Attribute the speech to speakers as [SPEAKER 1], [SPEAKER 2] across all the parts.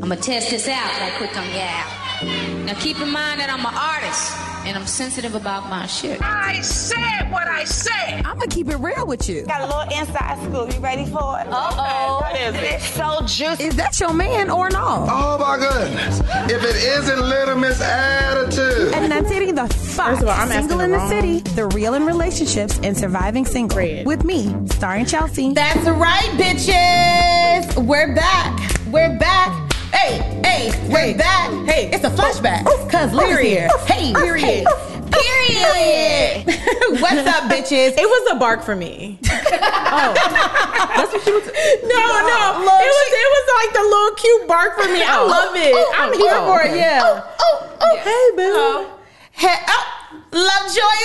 [SPEAKER 1] I'm gonna test this out right quick on y'all. Now keep in mind that I'm an artist and I'm sensitive about my shit.
[SPEAKER 2] I said what I said.
[SPEAKER 3] I'm gonna keep it real with you.
[SPEAKER 4] Got a little inside scoop. You ready for it?
[SPEAKER 1] Uh-oh.
[SPEAKER 4] What is it? It's so juicy.
[SPEAKER 3] Is that your man or not?
[SPEAKER 5] Oh my goodness. If it isn't Little Miss Attitude.
[SPEAKER 3] And I'm dating the fuck.
[SPEAKER 6] First of all, I'm
[SPEAKER 3] single in
[SPEAKER 6] asking
[SPEAKER 3] the
[SPEAKER 6] the
[SPEAKER 3] city, the real in relationships, and surviving single
[SPEAKER 6] Fred.
[SPEAKER 3] with me, starring Chelsea.
[SPEAKER 6] That's right, bitches. We're back. We're back. Hey, hey, we're back. Hey, it's a flashback. Cause Leary here. Hey, period. Period. What's up, bitches?
[SPEAKER 7] It was a bark for me. No,
[SPEAKER 6] Oh,
[SPEAKER 7] no,
[SPEAKER 6] look,
[SPEAKER 7] it was it was like the little cute bark for me. I love it. I'm here
[SPEAKER 6] oh,
[SPEAKER 7] for
[SPEAKER 6] okay.
[SPEAKER 7] it. Yeah.
[SPEAKER 6] Oh, oh,
[SPEAKER 7] Hey, boo.
[SPEAKER 6] Hey, oh, Lovejoy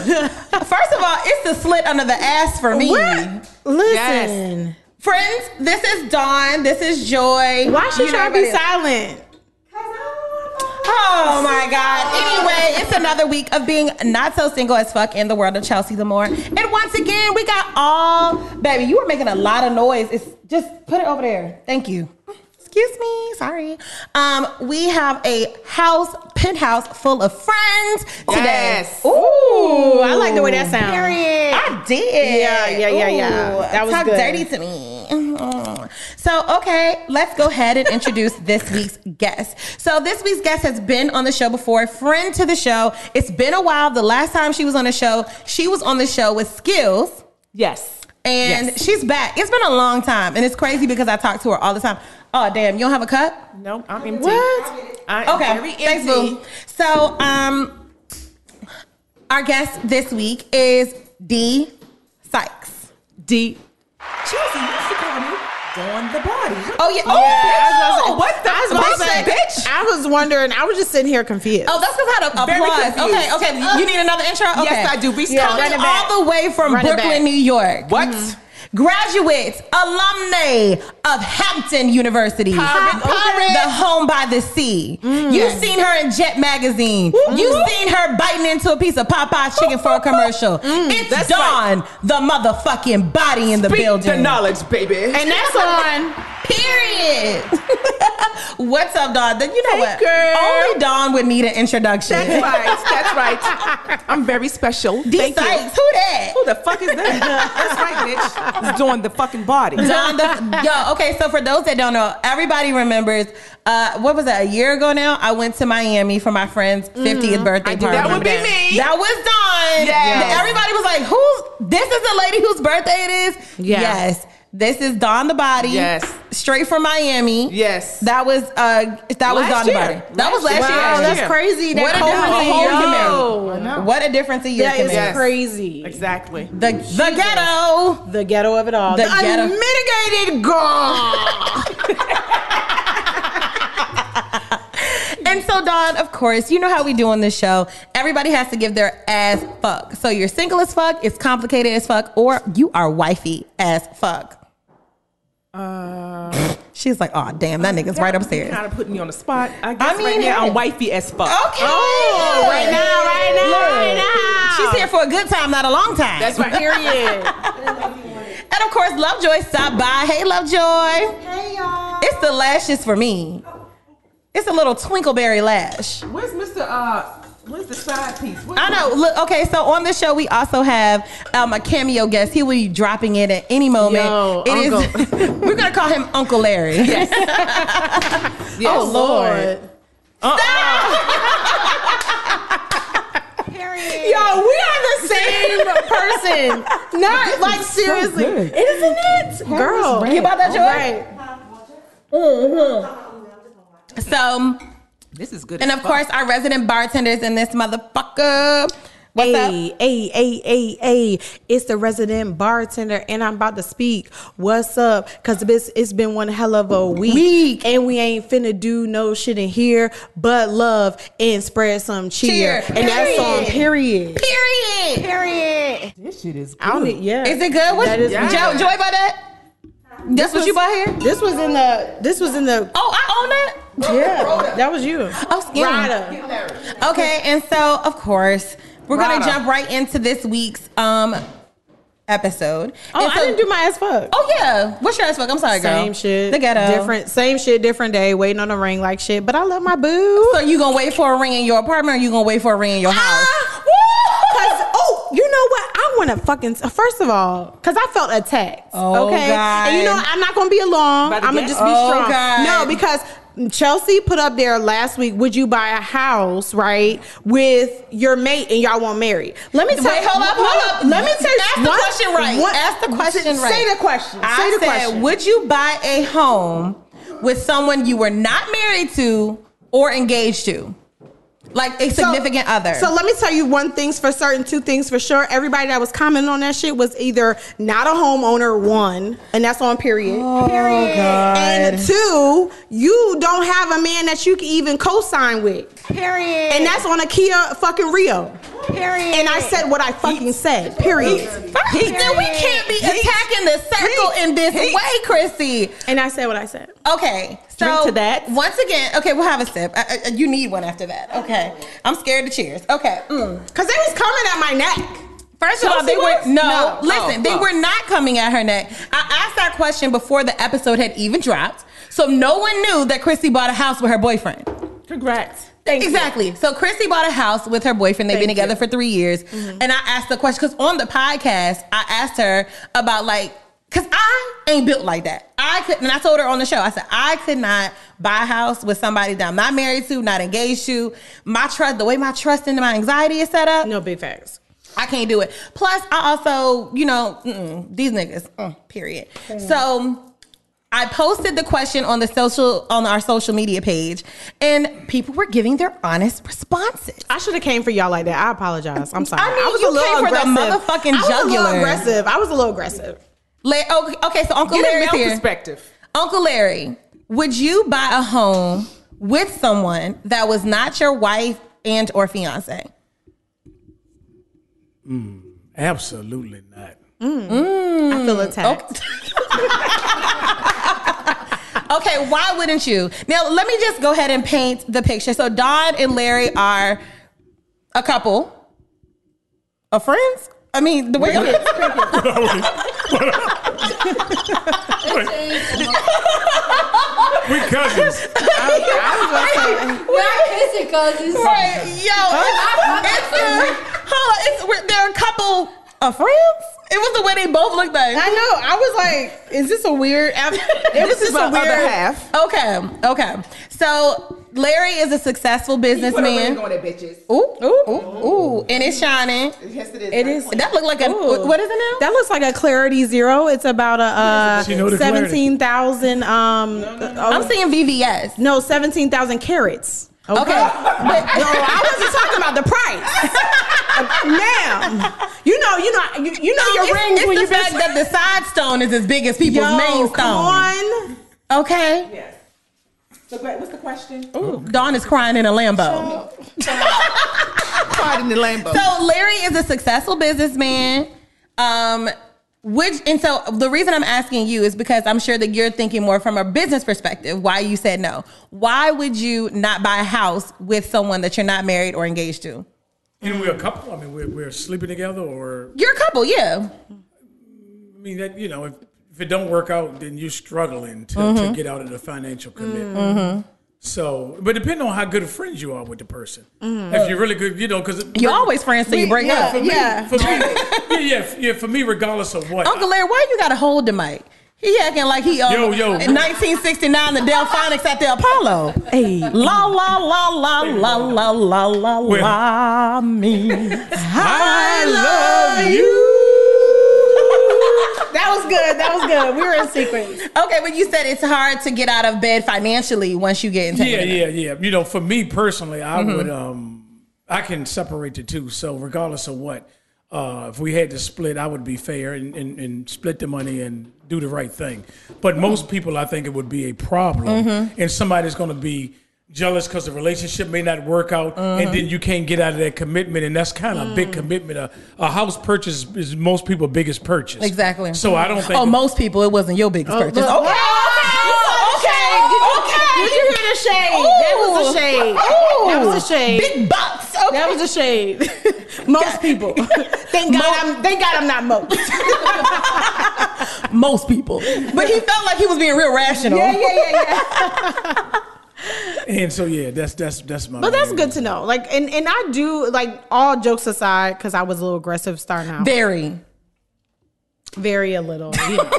[SPEAKER 6] is in the building. First of all, it's the slit under the ass for me.
[SPEAKER 7] What? Listen.
[SPEAKER 6] Friends, this is Dawn. This is Joy.
[SPEAKER 7] Why should
[SPEAKER 6] You know
[SPEAKER 7] y'all be
[SPEAKER 6] everybody else.
[SPEAKER 7] silent?
[SPEAKER 6] Oh my God. Anyway, it's another week of being not so single as fuck in the world of Chelsea Lamore. And once again, we got all, baby, you were making a lot of noise. It's just put it over there. Thank you. Excuse me. Sorry. Um, we have a house, penthouse full of friends today.
[SPEAKER 7] Yes. Ooh, I like the way that sounds.
[SPEAKER 6] Period. I did.
[SPEAKER 7] Yeah, yeah, yeah, yeah.
[SPEAKER 6] Ooh,
[SPEAKER 7] That was
[SPEAKER 6] talk
[SPEAKER 7] good.
[SPEAKER 6] dirty to me. Mm. So, okay, let's go ahead and introduce this week's guest. So, this week's guest has been on the show before, friend to the show. It's been a while. The last time she was on the show, she was on the show with Skills.
[SPEAKER 7] Yes.
[SPEAKER 6] And
[SPEAKER 7] Yes.
[SPEAKER 6] she's back. It's been a long time. And it's crazy because I talk to her all the time. Oh, damn, you don't have a cup?
[SPEAKER 7] No, I'm empty.
[SPEAKER 6] What?
[SPEAKER 7] I am
[SPEAKER 6] okay.
[SPEAKER 7] very
[SPEAKER 6] Thanks,
[SPEAKER 7] empty.
[SPEAKER 6] boo. So, um, our guest this week is Dee Sykes.
[SPEAKER 7] Deep.
[SPEAKER 3] Chelsea, you should call me Dawn the Body.
[SPEAKER 6] Oh yeah. Oh, bitch,
[SPEAKER 7] I was about to say-
[SPEAKER 6] what the
[SPEAKER 7] I was about to
[SPEAKER 6] bitch,
[SPEAKER 7] say-
[SPEAKER 6] bitch?
[SPEAKER 7] I was wondering. I was just sitting here confused.
[SPEAKER 6] Oh, that's because I had a
[SPEAKER 7] Very
[SPEAKER 6] applause.
[SPEAKER 7] confused.
[SPEAKER 6] Okay, okay. You need another intro? Okay.
[SPEAKER 7] Yes, I do. We started
[SPEAKER 6] Coming
[SPEAKER 7] it back.
[SPEAKER 6] all the way from
[SPEAKER 7] Run it
[SPEAKER 6] Brooklyn,
[SPEAKER 7] back.
[SPEAKER 6] New York. Mm-hmm.
[SPEAKER 7] What?
[SPEAKER 6] Graduates, alumni of Hampton University,
[SPEAKER 7] Pirate, okay.
[SPEAKER 6] the home by the sea.
[SPEAKER 7] Mm.
[SPEAKER 6] You've seen her in Jet magazine. You've seen her biting into a piece of Popeye's chicken for a commercial. it's
[SPEAKER 7] Mm, that's
[SPEAKER 6] Dawn, the motherfucking body in the building.
[SPEAKER 7] knowledge, baby. And that's on.
[SPEAKER 6] Period. What's up, Dawn? Then you know
[SPEAKER 7] Hey,
[SPEAKER 6] what?
[SPEAKER 7] girl.
[SPEAKER 6] Only Dawn would need an introduction.
[SPEAKER 7] That's right. That's right. I'm very special.
[SPEAKER 6] D
[SPEAKER 7] Thank you.
[SPEAKER 6] Sykes, who that?
[SPEAKER 7] Who the fuck is that? That's right, bitch. It's doing the fucking body.
[SPEAKER 6] Dawn the, yo, okay, so for those that don't know, everybody remembers, uh, what was that, a year ago now? I went to Miami for my friend's 50th birthday
[SPEAKER 7] do
[SPEAKER 6] party.
[SPEAKER 7] remember Mm-hmm. That would be that. me.
[SPEAKER 6] That was Dawn.
[SPEAKER 7] Yes.
[SPEAKER 6] Everybody was like, who's, this is the lady whose birthday it is?
[SPEAKER 7] Yes.
[SPEAKER 6] Yes. This is Dawn the Body.
[SPEAKER 7] Yes.
[SPEAKER 6] Straight from Miami.
[SPEAKER 7] Yes.
[SPEAKER 6] That was uh that was
[SPEAKER 7] Last
[SPEAKER 6] Dawn
[SPEAKER 7] year.
[SPEAKER 6] the Body. That was last
[SPEAKER 7] Last
[SPEAKER 6] year.
[SPEAKER 7] year. Wow, that's crazy.
[SPEAKER 6] what
[SPEAKER 7] That
[SPEAKER 6] a difference a
[SPEAKER 7] whole
[SPEAKER 6] year
[SPEAKER 7] year.
[SPEAKER 6] can make. What a difference a year
[SPEAKER 7] That
[SPEAKER 6] can
[SPEAKER 7] is
[SPEAKER 6] make.
[SPEAKER 7] crazy. Exactly.
[SPEAKER 6] The, the ghetto.
[SPEAKER 7] The ghetto of it all.
[SPEAKER 6] The
[SPEAKER 7] The,
[SPEAKER 6] ghetto.
[SPEAKER 7] unmitigated gall.
[SPEAKER 6] And so, Dawn, of course, you know how we do on this show. Everybody has to give their ass fuck. So you're single as fuck, it's complicated as fuck, or you are wifey as fuck.
[SPEAKER 7] Uh,
[SPEAKER 6] She's like, oh damn, that nigga's right upstairs.
[SPEAKER 7] Kind of putting me on the spot. I guess
[SPEAKER 6] I mean,
[SPEAKER 7] right now
[SPEAKER 6] hey.
[SPEAKER 7] I'm wifey as fuck.
[SPEAKER 6] Okay.
[SPEAKER 7] Oh, right now, right now, right now.
[SPEAKER 6] She's here for a good time, not a long time.
[SPEAKER 7] That's right. Period.
[SPEAKER 6] and of course, Lovejoy stopped by. Hey, Lovejoy. Hey, y'all. It's the lashes for me. It's a little twinkleberry lash.
[SPEAKER 7] Where's Mr. Uh? Where's the side piece? Where's
[SPEAKER 6] I know. Look, okay. So on the show, we also have um, a cameo guest. He will be dropping in at any moment.
[SPEAKER 7] Yo,
[SPEAKER 6] is- we're gonna call him Uncle Larry.
[SPEAKER 7] Yes. Uh-uh.
[SPEAKER 6] Oh, Lord.
[SPEAKER 7] Yo, we are the same person. Not like seriously,
[SPEAKER 3] good.
[SPEAKER 7] isn't it, girl?
[SPEAKER 3] red.
[SPEAKER 7] You about that joy?
[SPEAKER 6] Mm-hmm. So,
[SPEAKER 7] This is good.
[SPEAKER 6] and of course, our resident bartenders in this motherfucker. What's up?
[SPEAKER 7] hey, hey, hey, hey, hey. It's the resident bartender, and I'm about to speak. What's up? Because it's been one hell of a week,
[SPEAKER 6] Week.
[SPEAKER 7] and we ain't finna do no shit in here but love and spread some cheer.
[SPEAKER 6] Cheer.
[SPEAKER 7] And that's on period.
[SPEAKER 6] Period.
[SPEAKER 4] Period.
[SPEAKER 3] This shit is
[SPEAKER 7] I don't, e, yeah.
[SPEAKER 6] Is it good? What
[SPEAKER 7] That is
[SPEAKER 6] Joe,
[SPEAKER 7] good.
[SPEAKER 6] Joy bought that? That's what you bought here?
[SPEAKER 7] This was in the. This was in the.
[SPEAKER 6] Oh, I own that.
[SPEAKER 7] Yeah, that was you.
[SPEAKER 6] Oh, excuse me.
[SPEAKER 7] Ryder.
[SPEAKER 6] Okay, and so of course we're gonna
[SPEAKER 7] Rada.
[SPEAKER 6] jump right into this week's um episode.
[SPEAKER 7] Oh,
[SPEAKER 6] And
[SPEAKER 7] I
[SPEAKER 6] so-
[SPEAKER 7] didn't do my ass fuck.
[SPEAKER 6] Oh yeah, what's your ass fuck? I'm sorry, girl.
[SPEAKER 7] same shit.
[SPEAKER 6] The ghetto.
[SPEAKER 7] Different. Same shit. Different day. Waiting on a ring like shit. But I love my boo.
[SPEAKER 6] So you gonna wait for a ring in your apartment, or you gonna wait for a ring in your house?
[SPEAKER 7] Ah, woo! 'Cause, oh, you know what? I want to fucking first of all, because I felt attacked.
[SPEAKER 6] Oh,
[SPEAKER 7] okay,
[SPEAKER 6] God.
[SPEAKER 7] and you know I'm not gonna be alone.
[SPEAKER 3] By the
[SPEAKER 7] I'm gonna
[SPEAKER 3] guest?
[SPEAKER 7] just be
[SPEAKER 6] Oh,
[SPEAKER 7] strong.
[SPEAKER 6] God.
[SPEAKER 7] No, because Chelsea put up there last week. Would you buy a house right with your mate and y'all won't marry? Let me tell.
[SPEAKER 6] Wait, hold up, hold up.
[SPEAKER 7] Let me tell.
[SPEAKER 6] Ask the question right. Ask the question right.
[SPEAKER 7] Say the question.
[SPEAKER 6] I
[SPEAKER 7] say the
[SPEAKER 6] said,
[SPEAKER 7] question.
[SPEAKER 6] would you buy a home with someone you were not married to or engaged to, like a significant
[SPEAKER 7] so,
[SPEAKER 6] other?
[SPEAKER 7] So let me tell you one thing's for certain, two things for sure. Everybody that was commenting on that shit was either not a homeowner, one, and that's on period. period. And two, you don't have a man that you can even co-sign with.
[SPEAKER 4] Period.
[SPEAKER 7] And that's on a Kia fucking Rio.
[SPEAKER 4] period.
[SPEAKER 7] And I said what I fucking said. Period.
[SPEAKER 6] First, then we can't be attacking the circle in this way, Chrissy.
[SPEAKER 7] And I said what I said.
[SPEAKER 6] Okay, so
[SPEAKER 7] Drink to that.
[SPEAKER 6] once again. Okay, we'll have a sip. I, I, you need one after that. Okay, I'm scared to cheers. Okay. mm.
[SPEAKER 7] Cause they was coming at my neck.
[SPEAKER 6] First of all,
[SPEAKER 7] Chelsea
[SPEAKER 6] they were
[SPEAKER 7] was?
[SPEAKER 6] no.
[SPEAKER 7] No.
[SPEAKER 6] Listen,
[SPEAKER 7] Oh,
[SPEAKER 6] they
[SPEAKER 7] oh.
[SPEAKER 6] were not coming at her neck. I asked that question before the episode had even dropped, so no one knew that Chrissy bought a house with her boyfriend.
[SPEAKER 7] Congrats. Thank you.
[SPEAKER 6] exactly. So Chrissy bought a house with her boyfriend. They've been
[SPEAKER 7] Thank
[SPEAKER 6] together
[SPEAKER 7] you.
[SPEAKER 6] for three years.
[SPEAKER 3] Mm-hmm.
[SPEAKER 6] And I asked the question because on the podcast, I asked her about like, because I ain't built like that. I could, and I told her on the show, I said, I could not buy a house with somebody that I'm not married to, not engaged to. My trust, the way my trust and my anxiety is set up,
[SPEAKER 7] No big facts.
[SPEAKER 6] I can't do it. Plus, I also, you know, mm-mm, these niggas. mm, period. So, I posted the question on the social on our social media page, and people were giving their honest responses.
[SPEAKER 7] I should have came for y'all like that. I apologize. I'm sorry.
[SPEAKER 6] I mean, you came for the motherfucking
[SPEAKER 7] I was a
[SPEAKER 6] jugular.
[SPEAKER 7] little aggressive. I was a little aggressive.
[SPEAKER 6] La- okay, okay, so Uncle
[SPEAKER 3] Get a
[SPEAKER 6] Larry's
[SPEAKER 3] male
[SPEAKER 6] here.
[SPEAKER 3] perspective.
[SPEAKER 6] Uncle Larry, would you buy a home with someone that was not your wife and or fiance?
[SPEAKER 8] Absolutely not.
[SPEAKER 7] I feel
[SPEAKER 6] Mm,
[SPEAKER 7] attacked.
[SPEAKER 6] Okay, why wouldn't you? Now, let me just go ahead and paint the picture. So, Don and Larry are a couple, a friends. I mean, the way
[SPEAKER 8] We cousins.
[SPEAKER 9] We're kissing cousins.
[SPEAKER 6] right, yo, it's, it's, hold on, it's we're- they're a couple of friends. It was the way they both looked like.
[SPEAKER 7] I know. I was like, is this a weird? app- It was
[SPEAKER 6] This is
[SPEAKER 7] just a
[SPEAKER 6] my
[SPEAKER 7] weird
[SPEAKER 6] other Okay, okay. So Larry is a successful
[SPEAKER 3] Put a ring
[SPEAKER 6] businessman.
[SPEAKER 3] on it, bitches.
[SPEAKER 6] Ooh, ooh, ooh, ooh, and it's shining.
[SPEAKER 3] Yes, it is.
[SPEAKER 7] It is.
[SPEAKER 6] That looked like a
[SPEAKER 7] Ooh.
[SPEAKER 6] what is it now?
[SPEAKER 7] That looks like a clarity zero. It's about
[SPEAKER 8] She
[SPEAKER 7] a
[SPEAKER 8] know
[SPEAKER 7] uh,
[SPEAKER 8] the Clarity.
[SPEAKER 7] seventeen thousand. Um,
[SPEAKER 6] I'm
[SPEAKER 7] oh,
[SPEAKER 6] seeing VVS.
[SPEAKER 7] no, seventeen thousand carats. Okay.
[SPEAKER 6] Okay,
[SPEAKER 7] No,
[SPEAKER 6] but
[SPEAKER 7] I wasn't talking about the price. Ma'am, you know, you know, you, you know your
[SPEAKER 6] it's,
[SPEAKER 7] rings
[SPEAKER 6] it's
[SPEAKER 7] when
[SPEAKER 6] the
[SPEAKER 7] you've been
[SPEAKER 6] fact that the side stone is as big as people's main
[SPEAKER 7] Yo,
[SPEAKER 6] stone.
[SPEAKER 7] come on.
[SPEAKER 6] Okay,
[SPEAKER 3] Yes. So, Brett, what's the question?
[SPEAKER 6] Dawn is crying in a Lambo.
[SPEAKER 5] Fight in the Lambo.
[SPEAKER 6] So Larry is a successful businessman. Um, which and so the reason I'm asking you is because I'm sure that you're thinking more from a business perspective. Why you said no? Why would you not buy a house with someone that you're not married or engaged to?
[SPEAKER 8] And we're a couple. I mean, we're, we're sleeping together, or
[SPEAKER 6] You're a couple, yeah.
[SPEAKER 8] I mean, that you know, if, if it don't work out, then you're struggling to, to get out of the financial commitment. So, but depending on how good of friends you are with the person, if you're really good, you know, because
[SPEAKER 6] You're always friends till you break
[SPEAKER 7] yeah,
[SPEAKER 6] up.
[SPEAKER 8] for me,
[SPEAKER 7] yeah.
[SPEAKER 8] for me, yeah, yeah, f- yeah, for me, regardless of what,
[SPEAKER 6] Uncle Larry, why you gotta hold the mic? He acting like he uh,
[SPEAKER 8] Yo, yo.
[SPEAKER 6] in 1969 the Delphonics at the Apollo. Hey. La la la la la la la la
[SPEAKER 8] Well-
[SPEAKER 6] la me. I
[SPEAKER 8] love
[SPEAKER 6] you.
[SPEAKER 7] That was good. That was good. We were in sequence.
[SPEAKER 6] okay, but you said it's hard to get out of bed financially once you get into
[SPEAKER 8] yeah,
[SPEAKER 6] it.
[SPEAKER 8] yeah, yeah. You know, for me personally, I
[SPEAKER 7] Mm-hmm.
[SPEAKER 8] would um I can separate the two. So regardless of what, uh if we had to split, I would be fair and, and, and split the money and do the right thing. But most people I think it would be a problem
[SPEAKER 7] Mm-hmm.
[SPEAKER 8] and somebody's gonna be jealous because the relationship may not work out
[SPEAKER 7] Mm-hmm.
[SPEAKER 8] and then you can't get out of that commitment and that's kind of a
[SPEAKER 7] Mm.
[SPEAKER 8] big commitment a, a house purchase is most people's biggest purchase
[SPEAKER 6] Exactly.
[SPEAKER 8] so i don't think
[SPEAKER 6] Oh, most people, it wasn't your biggest purchase.
[SPEAKER 7] look.
[SPEAKER 6] Okay.
[SPEAKER 7] Oh,
[SPEAKER 6] okay.
[SPEAKER 7] Did you hear the shade? That was a Oh. shade. That was a shade.
[SPEAKER 6] Big bucks. Okay.
[SPEAKER 7] That was a shade. Most people. Thank God,
[SPEAKER 6] Mo-
[SPEAKER 7] I'm, thank God I'm not Mo.
[SPEAKER 6] most people. But he felt like he was being real rational.
[SPEAKER 7] yeah, yeah, yeah, yeah.
[SPEAKER 8] And so yeah, that's that's that's my.
[SPEAKER 7] But that's
[SPEAKER 8] man.
[SPEAKER 7] good to know. Like, and and I do like all jokes aside because I was a little aggressive starting out,
[SPEAKER 6] Very.
[SPEAKER 7] very a little. You know.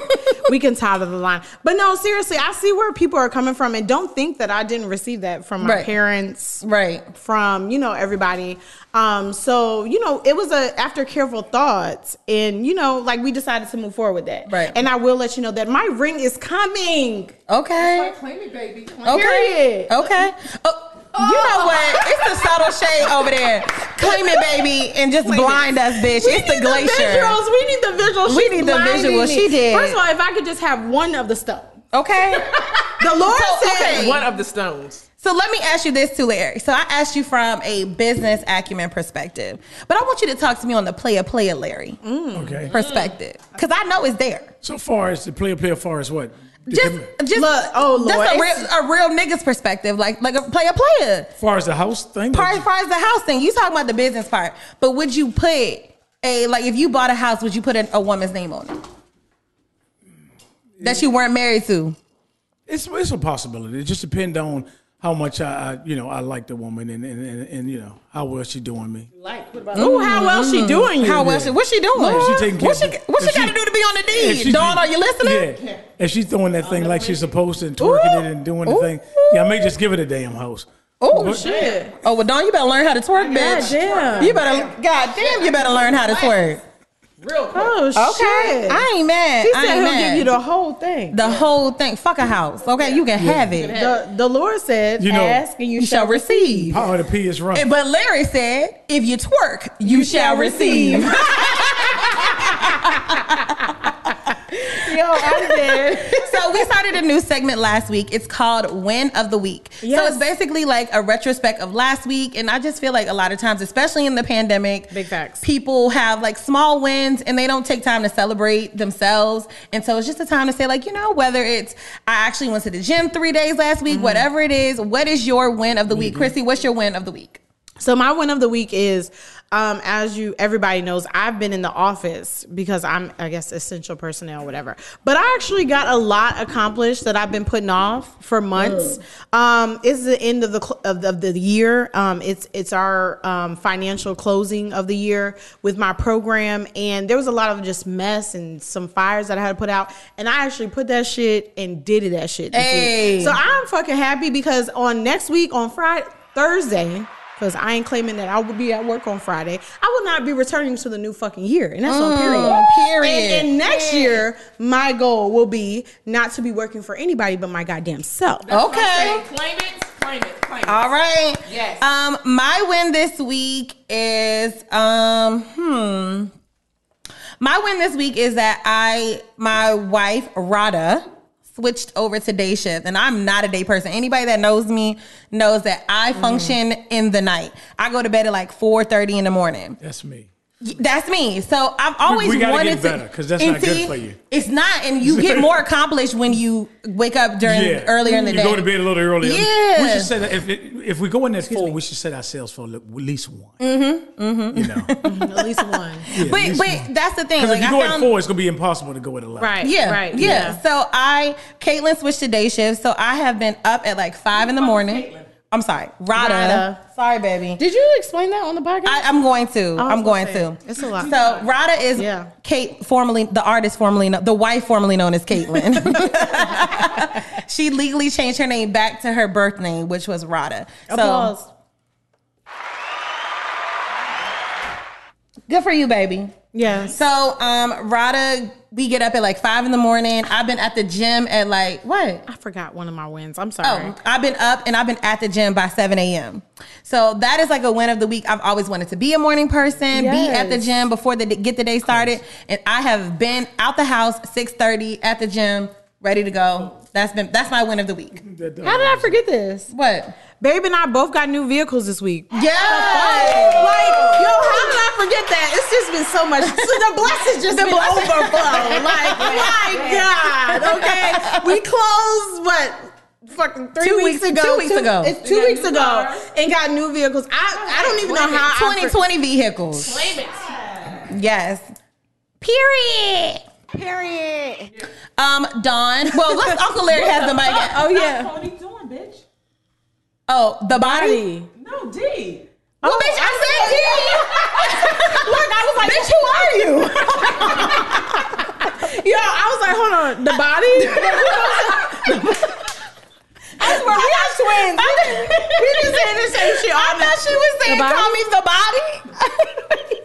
[SPEAKER 7] we can tie to the line, but no, seriously, I see where people are coming from, and don't think that I didn't receive that from my
[SPEAKER 6] Right.
[SPEAKER 7] parents,
[SPEAKER 6] Right.
[SPEAKER 7] from you know everybody. Um, so you know it was a after careful thoughts, and you know like we decided to move forward with that.
[SPEAKER 6] Right.
[SPEAKER 7] And I will let you know that my ring is coming.
[SPEAKER 6] Okay.
[SPEAKER 2] Claim it, baby.
[SPEAKER 6] Okay.
[SPEAKER 7] Period.
[SPEAKER 6] Okay. Oh, you know what? It's the subtle shade over there. Claim it, baby, and just blind us, bitch.
[SPEAKER 7] We
[SPEAKER 6] it's the
[SPEAKER 7] need
[SPEAKER 6] glacier.
[SPEAKER 7] visuals. We need the visuals.
[SPEAKER 6] We
[SPEAKER 7] She's
[SPEAKER 6] need the
[SPEAKER 7] blinding
[SPEAKER 6] visuals.
[SPEAKER 7] me.
[SPEAKER 6] She did.
[SPEAKER 7] First of all, if I could just have one of the stuff.
[SPEAKER 6] Okay.
[SPEAKER 7] The Lord
[SPEAKER 6] So,
[SPEAKER 7] said.
[SPEAKER 6] okay.
[SPEAKER 9] One of the stones.
[SPEAKER 6] So let me ask you this too, Larry. So I asked you from a business acumen perspective, but I want you to talk to me on the player player Larry
[SPEAKER 8] Okay.
[SPEAKER 6] perspective because I know it's there.
[SPEAKER 8] So far as the player, player, far as what? The
[SPEAKER 6] Just,
[SPEAKER 8] commu-
[SPEAKER 6] just
[SPEAKER 7] Look, oh, Lord,
[SPEAKER 6] just a real,
[SPEAKER 7] it's-
[SPEAKER 6] a real nigga's perspective, like like a player player.
[SPEAKER 8] far as the house thing.
[SPEAKER 6] part as far as the house thing, you talking about the business part, but would you put a like if you bought a house, would you put a, a woman's name on it that you weren't married to?
[SPEAKER 8] It's it's a possibility. It just depends on how much I, I you know I like the woman and and, and, and you know how well she doing me.
[SPEAKER 7] Ooh, how well she doing you?
[SPEAKER 6] Hmm. Mm-hmm. How well she? What's she doing?
[SPEAKER 8] If she taking care
[SPEAKER 6] what
[SPEAKER 8] of
[SPEAKER 6] she,
[SPEAKER 8] bu-
[SPEAKER 6] what she
[SPEAKER 8] if
[SPEAKER 6] got to do to be on the
[SPEAKER 8] if she-
[SPEAKER 6] deed? Dawn, are you listening?
[SPEAKER 8] Yeah. If she's throwing that thing like she's supposed to and twerking
[SPEAKER 6] Ooh.
[SPEAKER 8] it and doing the
[SPEAKER 6] Ooh.
[SPEAKER 8] thing, yeah, I may just give it a damn house.
[SPEAKER 6] Oh
[SPEAKER 8] But-
[SPEAKER 6] shit! Oh well, Dawn, you better learn how to twerk, bitch.
[SPEAKER 7] damn.
[SPEAKER 6] You better, god damn, you better learn how to twerk.
[SPEAKER 7] Oh
[SPEAKER 6] Okay,
[SPEAKER 7] shit.
[SPEAKER 6] I ain't mad.
[SPEAKER 7] he
[SPEAKER 6] I
[SPEAKER 7] said
[SPEAKER 6] ain't
[SPEAKER 7] he'll
[SPEAKER 6] mad.
[SPEAKER 7] give you the whole thing.
[SPEAKER 6] the whole thing. Fuck a house, okay? You can have it.
[SPEAKER 7] The, the Lord said,
[SPEAKER 8] You know-
[SPEAKER 7] ask and you,
[SPEAKER 6] You shall
[SPEAKER 7] shall.
[SPEAKER 6] receive.
[SPEAKER 8] Power to P is right.
[SPEAKER 6] And- But Larry said, if you twerk, you, shall
[SPEAKER 7] shall
[SPEAKER 6] receive.
[SPEAKER 7] Yo, I'm dead.
[SPEAKER 6] so we started a new segment last week. It's called Win of the Week. So
[SPEAKER 7] Yes.
[SPEAKER 6] it's basically like a retrospect of last week. And I just feel like a lot of times, especially in the pandemic,
[SPEAKER 7] Big facts.
[SPEAKER 6] people have like small wins and they don't take time to celebrate themselves. And so it's just a time to say, like, you know, whether it's I actually went to the gym three days last week, whatever it is, what is your win of the week? Chrissy, what's your win of the week?
[SPEAKER 7] So my win of the week is, um, as you everybody knows, I've been in the office because I'm, I guess, essential personnel, whatever. But I actually got a lot accomplished that I've been putting off for months. Um, it's the end of the cl- of the, of the year. Um, it's it's our um, financial closing of the year with my program, and there was a lot of just mess and some fires that I had to put out, and I actually put that shit and did it that shit. this week.
[SPEAKER 6] Hey.
[SPEAKER 7] So I'm fucking happy because on next week on Friday, Thursday, because I ain't claiming that I will be at work on Friday. I will not be returning to the new fucking year, and that's on Mm, period.
[SPEAKER 6] period.
[SPEAKER 7] And, and next year, my goal will be not to be working for anybody but my goddamn self.
[SPEAKER 6] Okay.
[SPEAKER 9] Claim it, claim it, claim it.
[SPEAKER 6] All right.
[SPEAKER 9] Yes.
[SPEAKER 6] Um, my win this week is um hmm. My win this week is that I my wife Rada switched over to day shift and I'm not a day person. Anybody that knows me knows that I
[SPEAKER 9] Mm-hmm.
[SPEAKER 6] function in the night. I go to bed at like 4:30 in the morning.
[SPEAKER 8] That's me.
[SPEAKER 6] That's me. So I've always
[SPEAKER 8] we gotta
[SPEAKER 6] wanted
[SPEAKER 8] get
[SPEAKER 6] to
[SPEAKER 8] better, 'cause that's
[SPEAKER 6] and
[SPEAKER 8] not good for you.
[SPEAKER 6] It's not, and you get more accomplished when you wake up during
[SPEAKER 8] Yeah.
[SPEAKER 6] earlier in the
[SPEAKER 8] you
[SPEAKER 6] day.
[SPEAKER 8] go to bed a little earlier.
[SPEAKER 6] Yeah.
[SPEAKER 8] We should set if it, if we go in there four, we should set ourselves for at least one. Mm-hmm. Mm-hmm. You know,
[SPEAKER 7] At least one.
[SPEAKER 6] But but that's the thing.
[SPEAKER 8] because
[SPEAKER 6] Like
[SPEAKER 8] if you
[SPEAKER 6] I
[SPEAKER 8] go at
[SPEAKER 6] found,
[SPEAKER 8] four, it's gonna be impossible to go at eleven.
[SPEAKER 7] Right.
[SPEAKER 6] Yeah,
[SPEAKER 7] Right.
[SPEAKER 6] yeah. So I, Caitlin switched to day shift. So I have been up at like five in the morning. I'm sorry, Rada.
[SPEAKER 7] Rada.
[SPEAKER 6] Sorry, baby.
[SPEAKER 7] Did you explain that on the podcast?
[SPEAKER 6] I, I'm going to. I'm
[SPEAKER 7] gonna
[SPEAKER 6] going
[SPEAKER 7] say,
[SPEAKER 6] to.
[SPEAKER 7] it's a lot.
[SPEAKER 6] So Rada is
[SPEAKER 7] Yeah.
[SPEAKER 6] Kate, formerly the artist, formerly kno- the wife, formerly known as Caitlin. she legally changed her name back to her birth name, which was Rada.
[SPEAKER 7] Applause.
[SPEAKER 6] So good for you, baby.
[SPEAKER 7] yeah. So,
[SPEAKER 6] So, um, Rada, we get up at like five in the morning. I've been at the gym at like what?
[SPEAKER 7] I forgot one of my wins. I'm sorry.
[SPEAKER 6] Oh, I've been up and I've been at the gym by 7 a.m. So that is like a win of the week. I've always wanted to be a morning person, be at the
[SPEAKER 7] Yes.
[SPEAKER 6] gym before the get the day started. And I have been out the house 6:30 at the gym, ready to go. That's been that's my win of the week.
[SPEAKER 8] uh,
[SPEAKER 7] How did I forget this?
[SPEAKER 6] What?
[SPEAKER 7] Babe and I both got new vehicles this week.
[SPEAKER 6] Yeah.
[SPEAKER 7] Like, yo, how did I forget that? It's just been so much. So the blessings just been overflow. Like, my God. Okay, we closed what? Fucking three
[SPEAKER 6] Two
[SPEAKER 7] weeks,
[SPEAKER 6] weeks-
[SPEAKER 7] ago.
[SPEAKER 6] two weeks ago.
[SPEAKER 7] It's two weeks ago, and got new vehicles. I I don't even know how. I for-
[SPEAKER 6] 2020 vehicles.
[SPEAKER 9] Claim it.
[SPEAKER 6] Yes. Period.
[SPEAKER 4] Period.
[SPEAKER 6] Um, Dawn. Well, let's, Uncle Larry has the mic.
[SPEAKER 10] Oh yeah.
[SPEAKER 3] What are you doing, bitch?
[SPEAKER 6] Oh, the body.
[SPEAKER 3] No, D.
[SPEAKER 6] Well, bitch, I said D. Oh, Look, I was like, bitch, who are you?
[SPEAKER 7] Yo, I was like, hold on, the body?
[SPEAKER 6] I swear, we are twins. we just saying the same shit. I thought she was saying,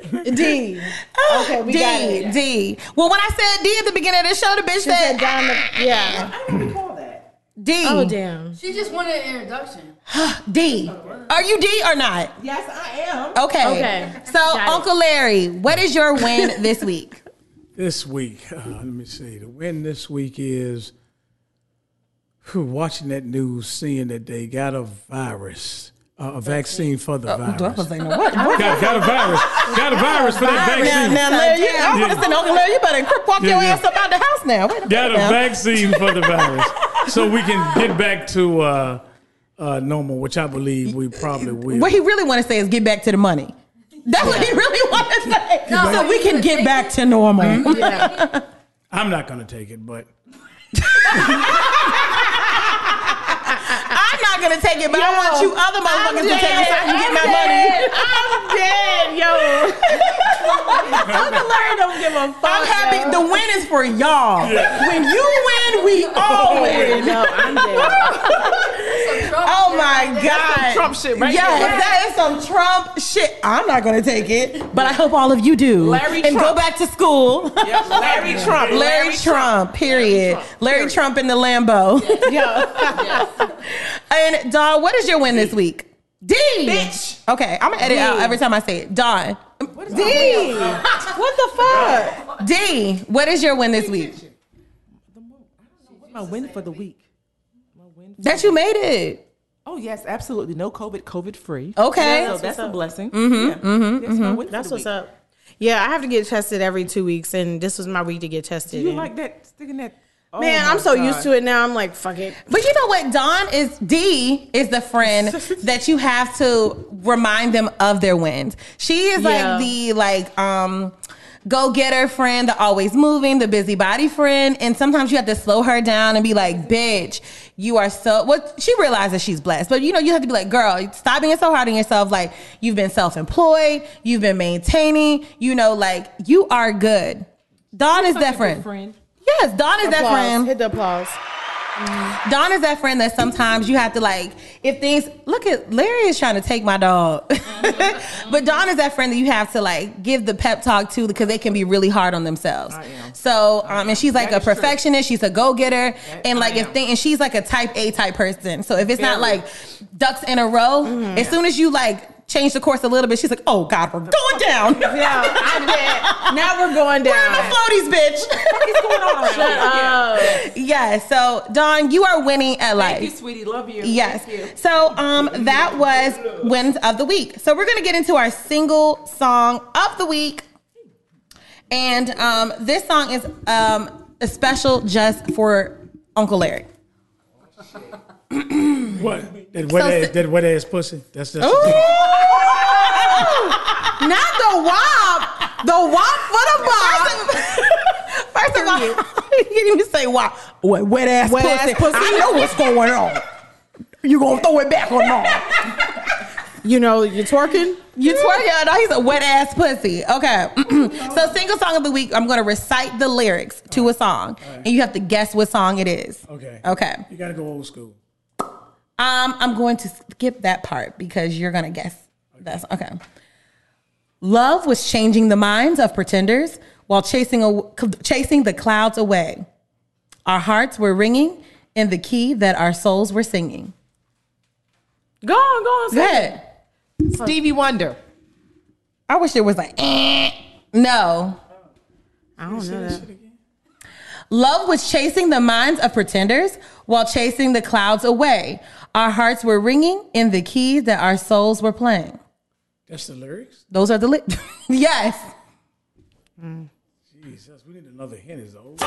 [SPEAKER 6] call me the body.
[SPEAKER 7] D. Okay, we
[SPEAKER 6] Ah, D,
[SPEAKER 7] got it.
[SPEAKER 6] D. Well, when I said D at the beginning of the show, the bitch said,
[SPEAKER 7] said down the- yeah.
[SPEAKER 3] I don't recall that.
[SPEAKER 6] D.
[SPEAKER 7] Oh damn.
[SPEAKER 1] She just wanted an introduction.
[SPEAKER 6] D. Are you D or not?
[SPEAKER 3] Yes, I am.
[SPEAKER 6] Okay.
[SPEAKER 10] Okay.
[SPEAKER 6] So,
[SPEAKER 10] Got it.
[SPEAKER 6] Uncle Larry, what is your win this week?
[SPEAKER 8] This week, uh, let me see. The win this week is whew, watching that news, seeing that they got a virus, uh, a vaccine for the virus. Got, got a virus. Got a virus for that
[SPEAKER 6] Now,
[SPEAKER 8] vaccine.
[SPEAKER 6] now, Larry, you, I'm
[SPEAKER 8] Yeah.
[SPEAKER 6] gonna send Uncle Larry. You better crip walk your
[SPEAKER 8] Yeah, yeah.
[SPEAKER 6] ass up out the house now. Wait a
[SPEAKER 8] Got
[SPEAKER 6] minute
[SPEAKER 8] a
[SPEAKER 6] now.
[SPEAKER 8] vaccine for the virus, so we can get back to uh, uh, normal, which I believe we probably will.
[SPEAKER 6] What he really want to say is get back to the money. That's what he really want to say. so we can get back to normal.
[SPEAKER 8] I'm not going to take it, but
[SPEAKER 6] I'm not gonna take it, but I want you other motherfuckers to take it so I can get my money.
[SPEAKER 7] I'm dead, yo. Uncle Larry don't give a fuck.
[SPEAKER 6] I'm happy. The win is for y'all. When you win, we all win.
[SPEAKER 7] No, I'm dead.
[SPEAKER 6] Oh my god,
[SPEAKER 10] Trump shit right
[SPEAKER 6] Oh Yo,
[SPEAKER 10] there.
[SPEAKER 6] that is some Trump shit. I'm not gonna take it, but I hope all of you do.
[SPEAKER 10] Larry
[SPEAKER 6] and go
[SPEAKER 10] Trump.
[SPEAKER 6] back to school.
[SPEAKER 10] Larry Trump.
[SPEAKER 6] Larry, Trump, period. Larry Trump in the Lambo. and Dawn, what is your win this week? D.
[SPEAKER 10] Bitch.
[SPEAKER 6] Okay, I'm gonna edit out every time I say it. Dawn.
[SPEAKER 7] D. What the fuck?
[SPEAKER 6] D. What is your win this week?
[SPEAKER 10] My win for the week.
[SPEAKER 6] That you made it.
[SPEAKER 10] Oh yes, absolutely. No COVID, COVID free.
[SPEAKER 6] Okay.
[SPEAKER 10] So that's a blessing. Mm-hmm. Yeah. That's, my win for
[SPEAKER 7] That's
[SPEAKER 10] the
[SPEAKER 7] what's
[SPEAKER 10] week.
[SPEAKER 7] up. Yeah, I have to get tested every two weeks, and this was my week to get tested.
[SPEAKER 10] You
[SPEAKER 7] and-
[SPEAKER 10] like that sticking that oh
[SPEAKER 7] Man,
[SPEAKER 10] my
[SPEAKER 7] I'm so
[SPEAKER 10] God.
[SPEAKER 7] used to it now. I'm like, fuck it.
[SPEAKER 6] But you know what? Dawn is D is the friend that you have to remind them of their wins. She is
[SPEAKER 7] Yeah.
[SPEAKER 6] like the like um go getter friend, the always moving, the busybody friend, and sometimes you have to slow her down and be like, "Bitch, you are so." What she realizes she's blessed, but you know you have to be like, "Girl, stop being so hard on yourself. Like you've been self employed, you've been maintaining. You know, like you are good." Dawn is
[SPEAKER 10] Such a
[SPEAKER 6] that
[SPEAKER 10] good
[SPEAKER 6] friend.
[SPEAKER 10] friend.
[SPEAKER 6] Yes, Dawn is that
[SPEAKER 7] Applause.
[SPEAKER 6] friend.
[SPEAKER 7] Hit the applause.
[SPEAKER 6] Dawn is that friend that sometimes you have to like, if things look at Larry is trying to take my dog. but Dawn is that friend that you have to like give the pep talk to because they can be really hard on themselves.
[SPEAKER 10] I am.
[SPEAKER 6] So um and she's like
[SPEAKER 10] That
[SPEAKER 6] a
[SPEAKER 10] is true.
[SPEAKER 6] perfectionist, she's a go getter. And
[SPEAKER 10] I
[SPEAKER 6] like if
[SPEAKER 10] am.
[SPEAKER 6] thing and she's like a type A type person. So if it's not
[SPEAKER 10] Very.
[SPEAKER 6] like ducks in a row,
[SPEAKER 10] Mm-hmm.
[SPEAKER 6] as soon as you like change the course a little bit, she's like, Oh God, we're going down.
[SPEAKER 7] Yeah, I'm dead. Now we're going down.
[SPEAKER 6] We're in the floaties, bitch.
[SPEAKER 10] Shut up.
[SPEAKER 6] yeah. So Dawn, you are winning at life.
[SPEAKER 10] Thank you, sweetie. Love you. Thank you.
[SPEAKER 6] Yes. So um, that was wins of the week. So we're gonna get into our single song of the week, and um, this song is um a special just for Uncle Larry.
[SPEAKER 8] what that wet
[SPEAKER 6] So
[SPEAKER 8] ass,
[SPEAKER 6] si-
[SPEAKER 8] that wet ass pussy. That's that's.
[SPEAKER 7] Not the wop. The wop for the bop.
[SPEAKER 6] First of all, you didn't even say wow. Wet, wet ass
[SPEAKER 7] Wet ass
[SPEAKER 6] pussy.
[SPEAKER 7] pussy.
[SPEAKER 6] I know what's going on. You gonna throw it back or not?
[SPEAKER 7] You know, you're twerking.
[SPEAKER 6] You twerking? No, he's a wet ass pussy. Okay. so single song of the week. I'm gonna recite the lyrics to a song, and you have to guess what song it is.
[SPEAKER 8] Okay.
[SPEAKER 6] Okay.
[SPEAKER 8] You gotta go old school.
[SPEAKER 6] Um, I'm going to skip that part because you're gonna guess. That's okay. Love was changing the minds of pretenders while chasing a, chasing the clouds away. Our hearts were ringing in the key that our souls were singing.
[SPEAKER 10] Go on, go on.
[SPEAKER 6] Go
[SPEAKER 10] say
[SPEAKER 6] ahead.
[SPEAKER 10] it. Stevie Wonder.
[SPEAKER 6] I wish there was like eh. no.
[SPEAKER 7] I don't know that.
[SPEAKER 6] Love was chasing the minds of pretenders while chasing the clouds away. Our hearts were ringing in the key that our souls were playing.
[SPEAKER 8] That's the lyrics.
[SPEAKER 6] Those are the li- yes.
[SPEAKER 8] Jesus, we need another hint. Is the old.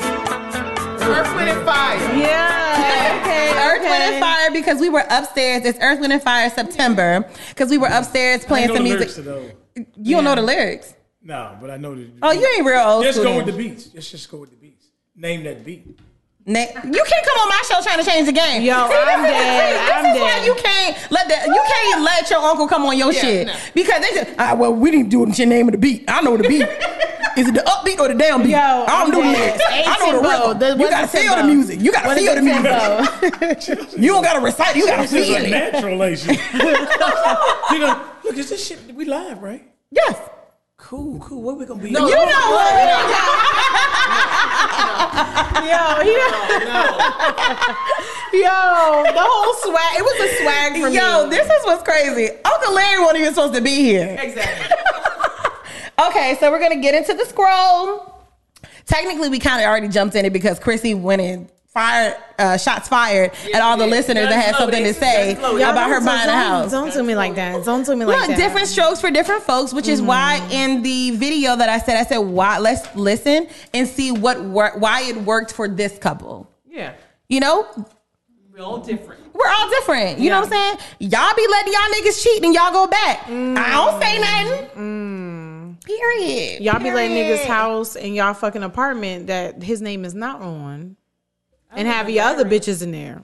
[SPEAKER 10] Earth, Wind, and Fire.
[SPEAKER 7] Yeah. Okay.
[SPEAKER 6] Earth, Wind, and Fire because we were upstairs. It's Earth, Wind, and Fire September because we were upstairs playing
[SPEAKER 8] know
[SPEAKER 6] some
[SPEAKER 8] the
[SPEAKER 6] music.
[SPEAKER 8] lyrics to those.
[SPEAKER 6] You don't know the lyrics.
[SPEAKER 8] No, but I know that.
[SPEAKER 6] Oh, you ain't real old
[SPEAKER 8] Just
[SPEAKER 6] school.
[SPEAKER 8] go with the beats. Let's just go with the beats. Name that beat.
[SPEAKER 6] Na- you can't come on my show trying to change the game.
[SPEAKER 7] Yo,
[SPEAKER 6] this
[SPEAKER 7] I'm
[SPEAKER 6] is the
[SPEAKER 7] dead.
[SPEAKER 6] thing. This
[SPEAKER 7] I'm
[SPEAKER 6] is why
[SPEAKER 7] dead.
[SPEAKER 6] you can't let that. You can't let your uncle come on your shit
[SPEAKER 10] no.
[SPEAKER 6] because they just. "Ah, well, we didn't do it. It's your name of the beat. I know the beat. is it the upbeat or the downbeat?
[SPEAKER 7] Yo,
[SPEAKER 6] I
[SPEAKER 7] I'm
[SPEAKER 6] don't do the
[SPEAKER 7] dead.
[SPEAKER 6] lyrics. I know the
[SPEAKER 10] Tempo.
[SPEAKER 6] rhythm.
[SPEAKER 10] The-
[SPEAKER 6] you
[SPEAKER 10] what's
[SPEAKER 6] gotta
[SPEAKER 10] the
[SPEAKER 6] feel the
[SPEAKER 10] tempo?
[SPEAKER 6] music. You gotta
[SPEAKER 10] What is
[SPEAKER 6] feel the
[SPEAKER 10] the
[SPEAKER 6] music. you don't gotta recite. it. You gotta
[SPEAKER 8] This is
[SPEAKER 6] feel
[SPEAKER 8] a
[SPEAKER 6] it.
[SPEAKER 8] natural Asian. you know, look, is this shit? We live, right?
[SPEAKER 6] Yes.
[SPEAKER 8] Cool, cool. What we gonna be?
[SPEAKER 6] You know what?
[SPEAKER 7] Yo, he- yo, the whole swag. It was a swag for me.
[SPEAKER 6] Yo, this is what's crazy. Uncle Larry wasn't even supposed to be here.
[SPEAKER 10] Exactly.
[SPEAKER 6] Okay, so we're gonna get into the scroll. Technically, we kind of already jumped in it because Chrissy went in fire uh, shots fired at all the listeners that had
[SPEAKER 10] Guns
[SPEAKER 6] something to
[SPEAKER 10] loaded.
[SPEAKER 6] say
[SPEAKER 10] Guns loaded.
[SPEAKER 7] Y'all
[SPEAKER 6] about her
[SPEAKER 7] don't-
[SPEAKER 6] buying a
[SPEAKER 7] don't-
[SPEAKER 6] house.
[SPEAKER 7] Don't do me like that. Don't do me like
[SPEAKER 6] Look,
[SPEAKER 7] that.
[SPEAKER 6] different strokes for different folks, which is why
[SPEAKER 10] Mm-hmm.
[SPEAKER 6] in the video that I said, I said, why let's listen and see what wor- why it worked for this couple.
[SPEAKER 10] Yeah.
[SPEAKER 6] You know,
[SPEAKER 10] We're all different.
[SPEAKER 6] we're all different. You know what I'm saying? Y'all be letting y'all niggas cheat and y'all go back.
[SPEAKER 10] Mm.
[SPEAKER 6] I don't say nothing. Period.
[SPEAKER 7] Y'all be letting
[SPEAKER 6] Period.
[SPEAKER 7] niggas house in y'all fucking apartment that his name is not on, and have your other bitches in there,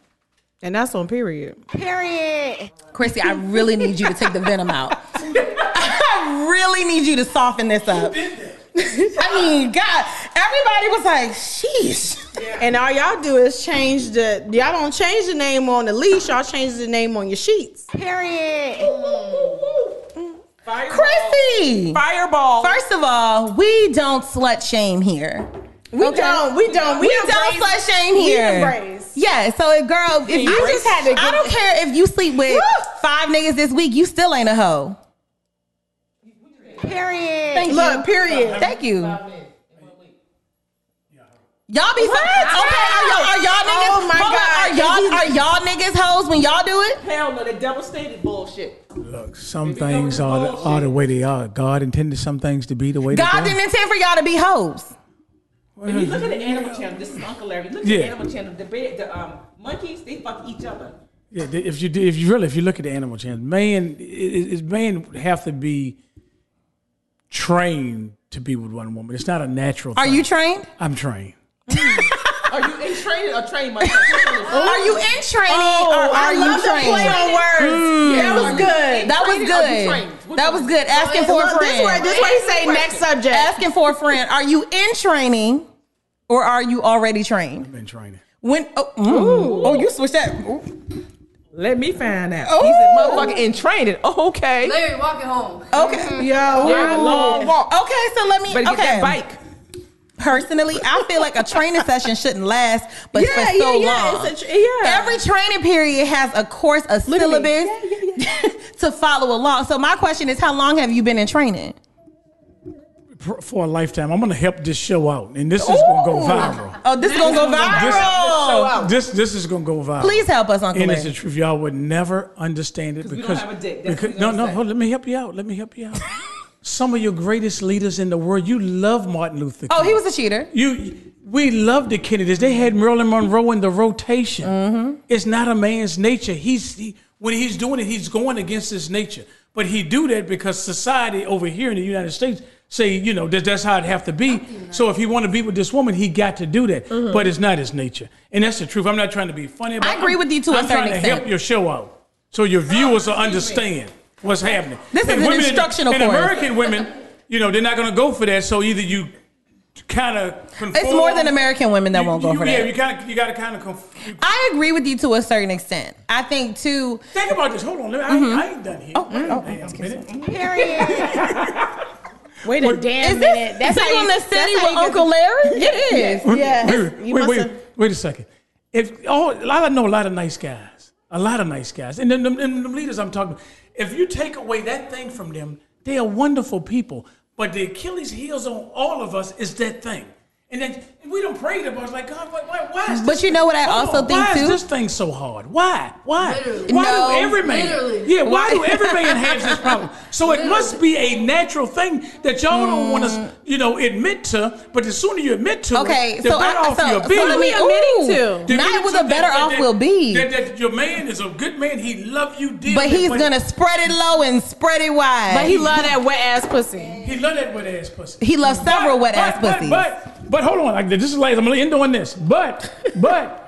[SPEAKER 7] and that's on period.
[SPEAKER 4] Period.
[SPEAKER 6] Chrissy, I really need you to take the venom out. I really need you to soften this up. I mean, God, everybody was like, sheesh.
[SPEAKER 7] And all y'all do is change the y'all don't change the name on the leash. Y'all change the name on your sheets.
[SPEAKER 4] Period.
[SPEAKER 6] Chrissy!
[SPEAKER 7] Fireball.
[SPEAKER 6] First of all, we don't slut shame here.
[SPEAKER 7] we don't. We don't.
[SPEAKER 6] We,
[SPEAKER 7] We,
[SPEAKER 6] don't
[SPEAKER 7] embrace-
[SPEAKER 6] slut shame
[SPEAKER 7] we
[SPEAKER 6] here.
[SPEAKER 7] embrace.
[SPEAKER 6] Yeah, so if, girl, if you
[SPEAKER 7] Embrace.
[SPEAKER 6] just had to I don't care if you sleep with five niggas this week, you still ain't a hoe.
[SPEAKER 4] Period.
[SPEAKER 6] Thank you.
[SPEAKER 7] Look. Period.
[SPEAKER 6] Thank you. Y'all be what? okay? Are y'all, are y'all niggas?
[SPEAKER 7] Oh my
[SPEAKER 6] hold on, are
[SPEAKER 7] God.
[SPEAKER 6] y'all are y'all niggas hoes when y'all do it?
[SPEAKER 10] Hell no, the double stated bullshit.
[SPEAKER 8] Look, some
[SPEAKER 10] we go
[SPEAKER 8] things
[SPEAKER 10] with
[SPEAKER 8] are the,
[SPEAKER 10] bullshit.
[SPEAKER 8] are the way they are. God intended some things to be the way
[SPEAKER 6] God
[SPEAKER 8] they are.
[SPEAKER 6] didn't intend for y'all to be hoes.
[SPEAKER 10] If you look at the Animal Channel, this is Uncle Larry. Look at
[SPEAKER 8] Yeah.
[SPEAKER 10] the Animal Channel. The, ba- the um, monkeys, they fuck each other.
[SPEAKER 8] Yeah, th- if you do, if you really, if you look at the animal channel, man, i- i- is man have to be trained to be with one woman. It's not a natural.
[SPEAKER 6] Are
[SPEAKER 8] thing.
[SPEAKER 6] you trained?
[SPEAKER 8] I'm trained.
[SPEAKER 10] Are you in training or trained motherfucker?
[SPEAKER 6] Are you in training or are
[SPEAKER 7] I
[SPEAKER 6] you
[SPEAKER 7] love the
[SPEAKER 6] trained?
[SPEAKER 7] play on words. That was good.
[SPEAKER 6] That was
[SPEAKER 10] Trained or you trained?
[SPEAKER 6] good.
[SPEAKER 10] Which
[SPEAKER 6] That
[SPEAKER 10] one?
[SPEAKER 6] was good. Asking for a
[SPEAKER 7] Look, this where
[SPEAKER 6] friend.
[SPEAKER 7] this where he say next subject.
[SPEAKER 6] Asking for a friend. Are you in training or are you already trained?
[SPEAKER 8] Been training.
[SPEAKER 6] When oh, mm. oh you switched that.
[SPEAKER 10] Let me find out.
[SPEAKER 6] Oh.
[SPEAKER 10] He's a motherfucker in training. Oh, okay.
[SPEAKER 9] Larry, walk it home.
[SPEAKER 6] Okay.
[SPEAKER 7] Yo,
[SPEAKER 10] Yeah, long walk.
[SPEAKER 6] Okay, so let me
[SPEAKER 10] Better
[SPEAKER 6] okay.
[SPEAKER 10] get that bike.
[SPEAKER 6] personally, I feel like a training session shouldn't last, but
[SPEAKER 7] Yeah,
[SPEAKER 6] for so
[SPEAKER 7] yeah, yeah.
[SPEAKER 6] long.
[SPEAKER 7] It's a tr- yeah.
[SPEAKER 6] Every training period has a course, a syllabus
[SPEAKER 7] Literally.
[SPEAKER 6] to follow along. So my question is, how long have you been in training?
[SPEAKER 8] Pr- For a lifetime, I'm gonna help this show out, and this is gonna go
[SPEAKER 6] Ooh.
[SPEAKER 8] viral.
[SPEAKER 6] Oh, this is gonna go
[SPEAKER 8] This-
[SPEAKER 6] viral.
[SPEAKER 8] This this is gonna go viral.
[SPEAKER 6] Please help us, Uncle
[SPEAKER 8] And it's
[SPEAKER 6] Larry.
[SPEAKER 8] the truth. Y'all would never understand it
[SPEAKER 10] we don't
[SPEAKER 8] because
[SPEAKER 10] have a dick. That's
[SPEAKER 8] because-
[SPEAKER 10] what
[SPEAKER 8] no
[SPEAKER 10] you're
[SPEAKER 8] no.
[SPEAKER 10] gonna say.
[SPEAKER 8] hold- let me help you out. Let me help you out. Some of your greatest leaders in the world. You love Martin Luther. King.
[SPEAKER 6] Oh, he was a cheater.
[SPEAKER 8] You, we love the Kennedys. They had Marilyn Monroe in the rotation.
[SPEAKER 6] Mm-hmm.
[SPEAKER 8] It's not a man's nature. He's he, when he's doing it, he's going against his nature. But he do that because society over here in the United States say, you know, that, that's how it have to be. So if he want to be with this woman, he got to do that. But it's not his nature, and that's the truth. I'm not trying to be funny. About
[SPEAKER 6] Mm-hmm. I agree with you to a
[SPEAKER 8] I'm
[SPEAKER 6] certain
[SPEAKER 8] trying to
[SPEAKER 6] extent.
[SPEAKER 8] help your show out so your viewers will understand what's happening.
[SPEAKER 6] Oh, This is an
[SPEAKER 8] women-
[SPEAKER 6] instructional
[SPEAKER 8] and
[SPEAKER 6] course.
[SPEAKER 8] American women, you know, they're not going to go for that. So either you kind of conform.
[SPEAKER 6] It's more than American women that
[SPEAKER 8] You-
[SPEAKER 6] won't go
[SPEAKER 8] you-
[SPEAKER 6] for
[SPEAKER 8] yeah,
[SPEAKER 6] that.
[SPEAKER 8] you kind of you got to kind of conform.
[SPEAKER 6] I agree with you to a certain extent. I think too.
[SPEAKER 8] Think about this. Hold on, let me, I, ain't- I ain't done here. Oh,
[SPEAKER 4] Period.
[SPEAKER 7] Wait a damn
[SPEAKER 6] Is
[SPEAKER 7] minute.
[SPEAKER 6] this
[SPEAKER 7] That's how
[SPEAKER 6] single in
[SPEAKER 7] you,
[SPEAKER 6] the
[SPEAKER 7] that's
[SPEAKER 6] city
[SPEAKER 7] how you
[SPEAKER 6] with
[SPEAKER 7] get
[SPEAKER 6] Uncle
[SPEAKER 7] the-
[SPEAKER 6] Larry? It is.
[SPEAKER 7] Yes.
[SPEAKER 8] Wait,
[SPEAKER 7] You
[SPEAKER 8] wait, wait,
[SPEAKER 7] must've-
[SPEAKER 8] wait a second. If oh, I know a lot of nice guys, a lot of nice guys, and then them, them, them leaders I'm talking. If you take away that thing from them, they are wonderful people. But the Achilles' heels on all of us is that thing. And then we don't pray about it. Like, God, why, why, why is
[SPEAKER 6] But
[SPEAKER 8] this
[SPEAKER 6] you know what I
[SPEAKER 8] Hold
[SPEAKER 6] also
[SPEAKER 8] on,
[SPEAKER 6] think,
[SPEAKER 8] why
[SPEAKER 6] too?
[SPEAKER 8] is this thing so hard? Why? Why?
[SPEAKER 11] Literally.
[SPEAKER 8] Why
[SPEAKER 6] No.
[SPEAKER 8] do every man?
[SPEAKER 11] Literally.
[SPEAKER 8] Yeah, why do
[SPEAKER 6] Why-
[SPEAKER 8] every man have this problem? So it must be a natural thing that y'all don't want
[SPEAKER 6] Mm.
[SPEAKER 8] to, you know, admit to. But the sooner you admit to
[SPEAKER 6] Okay,
[SPEAKER 8] it, the
[SPEAKER 6] so
[SPEAKER 8] better
[SPEAKER 6] I,
[SPEAKER 8] off
[SPEAKER 6] so,
[SPEAKER 8] you'll
[SPEAKER 6] so
[SPEAKER 8] be.
[SPEAKER 6] let me
[SPEAKER 7] admitting
[SPEAKER 6] ooh,
[SPEAKER 7] to?
[SPEAKER 6] Not
[SPEAKER 8] with
[SPEAKER 6] with a better off will
[SPEAKER 8] That,
[SPEAKER 6] be,
[SPEAKER 8] that your man is a good man. He love you dearly.
[SPEAKER 6] but he's gonna spread it low and spread it wide.
[SPEAKER 7] But he love that wet ass pussy.
[SPEAKER 8] He love that wet ass pussy.
[SPEAKER 6] He loves several
[SPEAKER 8] But-
[SPEAKER 6] wet ass
[SPEAKER 8] but-
[SPEAKER 6] pussies.
[SPEAKER 8] But, but but hold on, like this is last. I'm gonna end on this. But but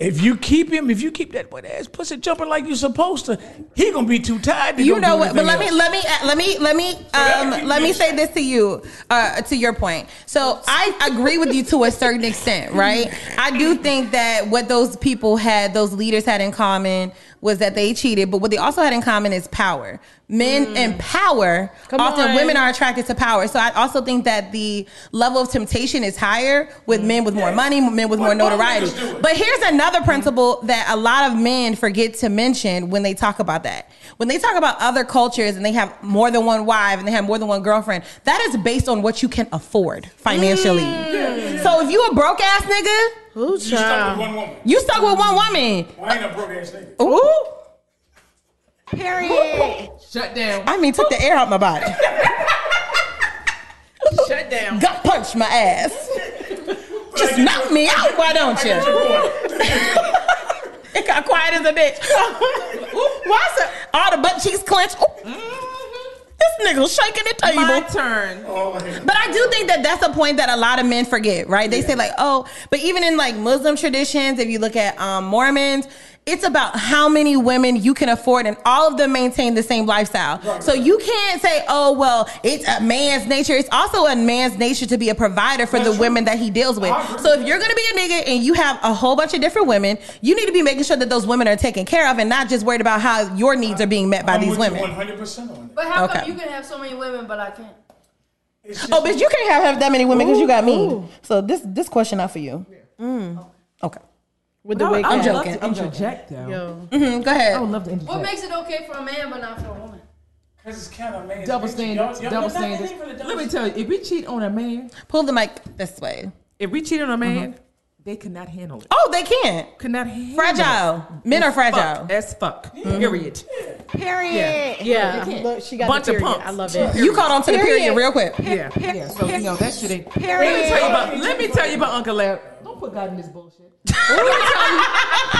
[SPEAKER 8] if you keep him, if you keep that wet ass pussy jumping like you supposed to, he gonna be too tired. To
[SPEAKER 6] you
[SPEAKER 8] go
[SPEAKER 6] know
[SPEAKER 8] do
[SPEAKER 6] what? But let me
[SPEAKER 8] anything
[SPEAKER 6] let me uh, let me let me
[SPEAKER 8] gotta
[SPEAKER 6] um,
[SPEAKER 8] keep
[SPEAKER 6] let me
[SPEAKER 8] it-
[SPEAKER 6] say this to you uh, to your point. So I agree with you to a certain extent, right? I do think that what those people had, those leaders had in common was that they cheated, but what they also had in common is power. Men
[SPEAKER 8] Mm.
[SPEAKER 6] and power. often
[SPEAKER 7] on.
[SPEAKER 6] women are attracted to power. So I also think that the level of temptation is higher with
[SPEAKER 8] Mm.
[SPEAKER 6] men with more money, men with more
[SPEAKER 8] Well, both
[SPEAKER 6] notoriety.
[SPEAKER 8] niggas do it.
[SPEAKER 6] But but here's another principle that a lot of men forget to mention when they talk about that. When they talk about other cultures and they have more than one wife and they have more than one girlfriend, that is based on what you can afford financially.
[SPEAKER 8] Mm.
[SPEAKER 6] So if you a broke ass nigga,
[SPEAKER 7] Ooh,
[SPEAKER 8] else. You stuck
[SPEAKER 7] child.
[SPEAKER 8] with one woman.
[SPEAKER 6] you stuck with one woman.
[SPEAKER 8] Well, I ain't a broke ass nigga.
[SPEAKER 6] Ooh.
[SPEAKER 4] Period.
[SPEAKER 10] Shut down.
[SPEAKER 6] I mean, took the air out my body.
[SPEAKER 10] Shut down.
[SPEAKER 6] Gut punched my ass. Just knock me out, why don't
[SPEAKER 8] I get
[SPEAKER 6] you?
[SPEAKER 8] your point.
[SPEAKER 6] It got quiet as a bitch. Ooh, Why is it? All the butt cheeks clenched. Ooh. This nigga shaking the table.
[SPEAKER 10] My turn.
[SPEAKER 8] Oh, hey.
[SPEAKER 6] But I do think that that's a point that a lot of men forget, right? They say like, oh, but even in like Muslim traditions, if you look at um, Mormons, it's about how many women you can afford, and all of them maintain the same lifestyle. So you can't say, oh, well, it's a man's nature. It's also a man's nature to be a provider for the women that he deals with. So if you're gonna be a nigga and you have a whole bunch of different women, you need to be making sure that those women are taken care of, and not just worried about how your needs are being met by
[SPEAKER 8] I'm
[SPEAKER 6] these
[SPEAKER 8] with
[SPEAKER 6] women.
[SPEAKER 8] One hundred percent on that.
[SPEAKER 11] But how
[SPEAKER 6] Okay.
[SPEAKER 11] come you can have so many women, but I can't?
[SPEAKER 8] It's just-
[SPEAKER 6] Oh, bitch, you can't have, have that many women because you got me. So this this question not for you. Okay.
[SPEAKER 7] With the wig.
[SPEAKER 10] I would
[SPEAKER 7] ass.
[SPEAKER 10] love to interject though.
[SPEAKER 6] Mm, go ahead.
[SPEAKER 10] I would love to
[SPEAKER 11] What
[SPEAKER 10] interject.
[SPEAKER 11] makes it okay for a man, but not for a woman?
[SPEAKER 8] Cause it's kind of man.
[SPEAKER 10] Double standards. Double standards. Let me tell you, if we cheat on a man, Uh-huh.
[SPEAKER 6] Pull the mic this way.
[SPEAKER 10] if we cheat on a man, they could not handle it.
[SPEAKER 6] Oh, they can't.
[SPEAKER 10] Could not handle it.
[SPEAKER 6] Fragile. Men are fragile.
[SPEAKER 10] Fuck, as fuck. Period.
[SPEAKER 4] Period.
[SPEAKER 7] Yeah. Look, she got
[SPEAKER 10] Bunch
[SPEAKER 7] the
[SPEAKER 10] of
[SPEAKER 7] period.
[SPEAKER 10] pumps.
[SPEAKER 7] I love it.
[SPEAKER 6] You caught on to the period real quick.
[SPEAKER 10] Yeah. Yeah. So you know that shit ain't. Let me tell you
[SPEAKER 4] Period.
[SPEAKER 10] about. Let me tell you about Uncle Larry. Don't put God in this bullshit.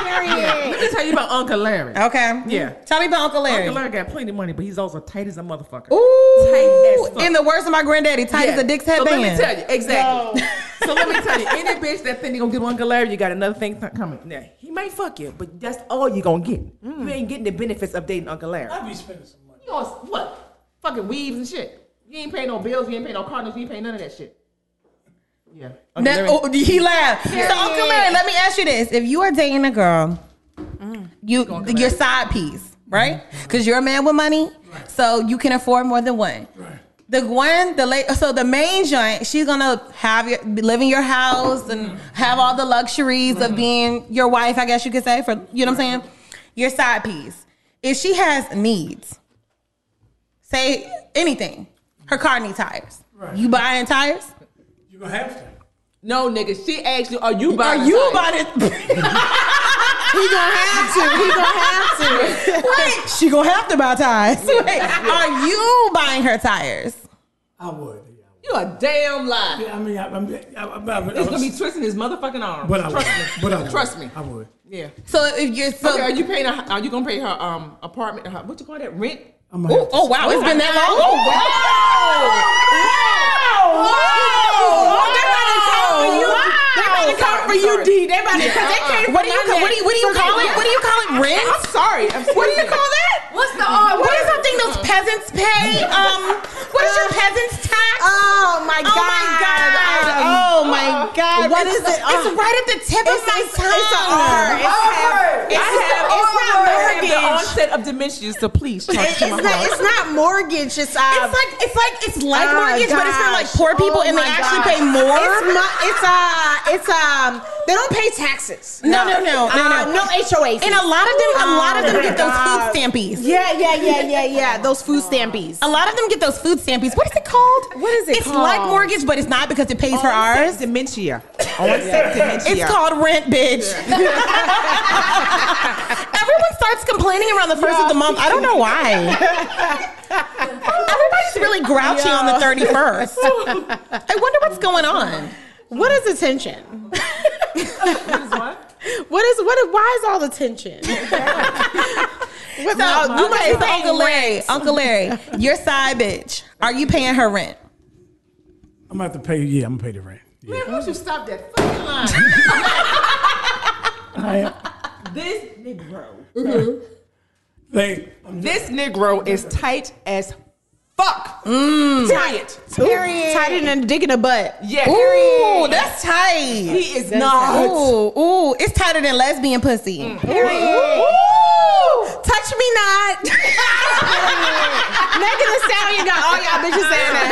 [SPEAKER 4] Period.
[SPEAKER 10] Let me tell you about Uncle Larry.
[SPEAKER 6] Okay.
[SPEAKER 10] Yeah.
[SPEAKER 6] Tell me about Uncle Larry.
[SPEAKER 10] Uncle Larry got plenty of money, but he's also tight as a motherfucker.
[SPEAKER 6] Ooh.
[SPEAKER 10] Tight as fuck.
[SPEAKER 6] In the words of my granddaddy, tight as a dick's
[SPEAKER 10] So
[SPEAKER 6] headband.
[SPEAKER 10] let me tell you, exactly. so let me tell you, any bitch that think they gonna get one Larry, you got another thing th- coming. Now, he might fuck you, but that's all you gonna get. You ain't getting the benefits of dating Uncle Larry.
[SPEAKER 8] I be spending some money.
[SPEAKER 10] You know what? Fucking weaves and shit. You ain't paying no bills, you ain't paying no cardinals, you ain't paying none of that shit. Yeah. Uncle
[SPEAKER 6] That-
[SPEAKER 10] Larry-
[SPEAKER 6] oh, he laughed. So Uncle Larry, let me ask you this: If you are dating a girl,
[SPEAKER 8] Mm.
[SPEAKER 6] you your side piece, right?
[SPEAKER 8] Mm-hmm.
[SPEAKER 6] Because you're a man with money, so you can afford more than one.
[SPEAKER 8] Right.
[SPEAKER 6] The one, the late, so the main joint, she's gonna have your be- live in your house
[SPEAKER 8] Mm.
[SPEAKER 6] and have all the luxuries of being your wife, I guess you could say. For you know what I'm saying, your side piece. If she has needs, say anything, her car needs tires.
[SPEAKER 8] Right.
[SPEAKER 6] You buying tires?
[SPEAKER 8] You gonna have to.
[SPEAKER 10] No, nigga, she actually, are you
[SPEAKER 6] Are
[SPEAKER 10] buying
[SPEAKER 6] you
[SPEAKER 10] tires?
[SPEAKER 6] buying?
[SPEAKER 7] He gonna have to. He gonna have to.
[SPEAKER 6] Wait, she gonna have to buy tires. Wait, are you buying her tires?
[SPEAKER 8] I would. yeah,
[SPEAKER 10] You a damn lie.
[SPEAKER 8] I would. I mean, I, I'm. I, I, I, I,
[SPEAKER 10] It's gonna be twisting his motherfucking arm.
[SPEAKER 8] But I would.
[SPEAKER 10] Trust me.
[SPEAKER 8] But I would.
[SPEAKER 10] Trust me.
[SPEAKER 8] I would.
[SPEAKER 10] Yeah.
[SPEAKER 6] So if you're so,
[SPEAKER 10] Okay, are you paying? Her, are you gonna pay her um apartment? Her, what you call that rent?
[SPEAKER 8] I'm gonna
[SPEAKER 6] Ooh,
[SPEAKER 8] have to
[SPEAKER 6] oh wow, it's been that long. Oh wow!
[SPEAKER 7] Wow.
[SPEAKER 10] They about to come for you, D. They about to because they came.
[SPEAKER 6] What do you call what do you, what do you call it? What do you call it?
[SPEAKER 10] I'm
[SPEAKER 6] Rent?
[SPEAKER 10] sorry. I'm
[SPEAKER 6] What do you call that?
[SPEAKER 11] What's the R
[SPEAKER 6] uh, What is
[SPEAKER 11] word?
[SPEAKER 6] that thing those peasants pay? Um, what is your peasants tax?
[SPEAKER 7] Oh my god.
[SPEAKER 6] Oh my god!
[SPEAKER 7] Um,
[SPEAKER 6] oh my god!
[SPEAKER 7] what
[SPEAKER 6] It's-
[SPEAKER 7] is it?
[SPEAKER 6] Oh. It's
[SPEAKER 7] Uh,
[SPEAKER 6] right at the tip of my
[SPEAKER 7] it's- it's
[SPEAKER 6] tongue.
[SPEAKER 7] a R. It's
[SPEAKER 11] R word.
[SPEAKER 7] It's,
[SPEAKER 10] have,
[SPEAKER 7] it's not
[SPEAKER 10] I have the
[SPEAKER 7] mortgage.
[SPEAKER 10] onset of dementia, so please talk
[SPEAKER 7] It-
[SPEAKER 10] to my
[SPEAKER 7] it's not.
[SPEAKER 10] heart.
[SPEAKER 7] It's not mortgage. It's um,
[SPEAKER 6] It's like it's like it's like
[SPEAKER 7] Oh,
[SPEAKER 6] mortgage, but it's for like
[SPEAKER 7] gosh.
[SPEAKER 6] poor people,
[SPEAKER 7] Oh,
[SPEAKER 6] and they
[SPEAKER 7] my
[SPEAKER 6] actually
[SPEAKER 7] gosh.
[SPEAKER 6] pay more.
[SPEAKER 7] It's, mu- it's uh, it's um they don't pay taxes.
[SPEAKER 6] No, no, no, no,
[SPEAKER 7] Uh,
[SPEAKER 6] no.
[SPEAKER 7] no HOAs.
[SPEAKER 6] And a lot of them, a lot of them get those food stampies.
[SPEAKER 7] Yeah, yeah, yeah, yeah, yeah. Those food stampies.
[SPEAKER 6] A lot of them get those food stampies. What is it called?
[SPEAKER 10] What is it
[SPEAKER 6] It's
[SPEAKER 10] called?
[SPEAKER 6] like mortgage, but it's not because it pays for
[SPEAKER 10] On
[SPEAKER 6] ours.
[SPEAKER 10] sex dementia. On sex dementia.
[SPEAKER 6] It's called rent, bitch. Everyone starts complaining around the first of the month. I don't know why. Everybody's really grouchy on the 31st. I wonder what's going on.
[SPEAKER 7] What is attention? What is what? Is, why is all the tension?
[SPEAKER 6] So, you
[SPEAKER 7] my-
[SPEAKER 6] guys, Uncle Larry, Uncle Larry, your side bitch, are you paying her rent?
[SPEAKER 8] I'm gonna have to pay. Yeah, I'm gonna pay the rent. Yeah.
[SPEAKER 10] Why don't you stop that fucking line?
[SPEAKER 8] I am.
[SPEAKER 10] this Negro.
[SPEAKER 6] Mm-hmm.
[SPEAKER 8] They,
[SPEAKER 10] This Negro is tight as fuck. Tight.
[SPEAKER 7] Period. Tied in a dick in a butt.
[SPEAKER 10] Yeah.
[SPEAKER 6] Mm. Ooh, that's tight.
[SPEAKER 10] He is not. Mm.
[SPEAKER 6] Ooh, ooh, it's tighter than lesbian pussy.
[SPEAKER 7] Ooh, touch me not. Megan Thee Stallion got all y'all bitches saying that.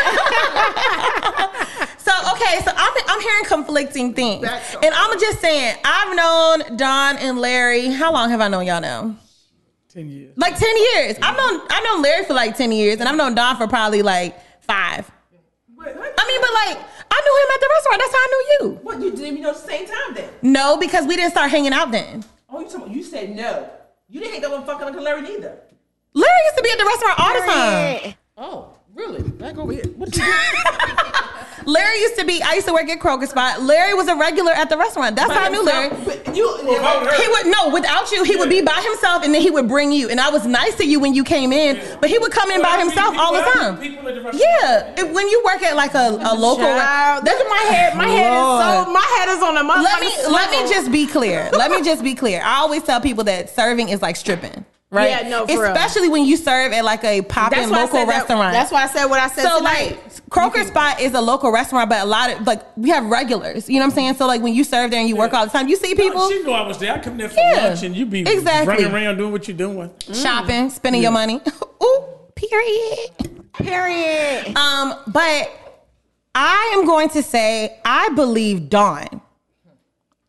[SPEAKER 6] So okay, so I'm I'm hearing conflicting things, and I'm just saying I've known Don and Larry. How long have I known y'all now?
[SPEAKER 8] ten years.
[SPEAKER 6] Like ten years. I've known I've known Larry for like ten years, and I've known Don for probably like five. I mean, but like I knew him at the restaurant. That's how I knew you.
[SPEAKER 10] What you didn't even know at the same time then?
[SPEAKER 6] No, because we didn't start hanging out then.
[SPEAKER 10] Oh, you talking? You said no. You didn't hang up on fucking Uncle Larry neither.
[SPEAKER 6] Larry used to be at the restaurant all the time.
[SPEAKER 10] Oh, really? Back over here. What
[SPEAKER 6] Larry used to be. I used to work at Kroger spot. Larry was a regular at the restaurant. That's how I knew Larry.
[SPEAKER 10] You.
[SPEAKER 6] He would no without you. He would be by himself, and then he would bring you. And I was nice to you when you came in, but he would come in by himself all the time. Yeah, if- when you work at like a, a local,
[SPEAKER 7] Child,
[SPEAKER 6] that's my head.
[SPEAKER 7] My head is so. My head is on a motherfucking
[SPEAKER 6] Let me let
[SPEAKER 7] swivel.
[SPEAKER 6] me just be clear. Let me just be clear. I always tell people that serving is like stripping, right?
[SPEAKER 7] Yeah, no, for real.
[SPEAKER 6] especially when you serve at like a poppin'
[SPEAKER 7] why I
[SPEAKER 6] local
[SPEAKER 7] said that-
[SPEAKER 6] restaurant.
[SPEAKER 7] that's why I said what I said
[SPEAKER 6] So
[SPEAKER 7] tonight.
[SPEAKER 6] like Kroger Spot is a local restaurant, but a lot of like we have regulars. You know what I'm saying? So like when you serve there and you work all the time, you see people
[SPEAKER 8] She knew I was there. I come there for
[SPEAKER 6] Yeah.
[SPEAKER 8] lunch, and you be
[SPEAKER 6] Exactly.
[SPEAKER 8] running around doing what you're doing.
[SPEAKER 6] shopping, spending your money. Ooh, period.
[SPEAKER 4] Period.
[SPEAKER 6] Um, but I am going to say I believe Dawn.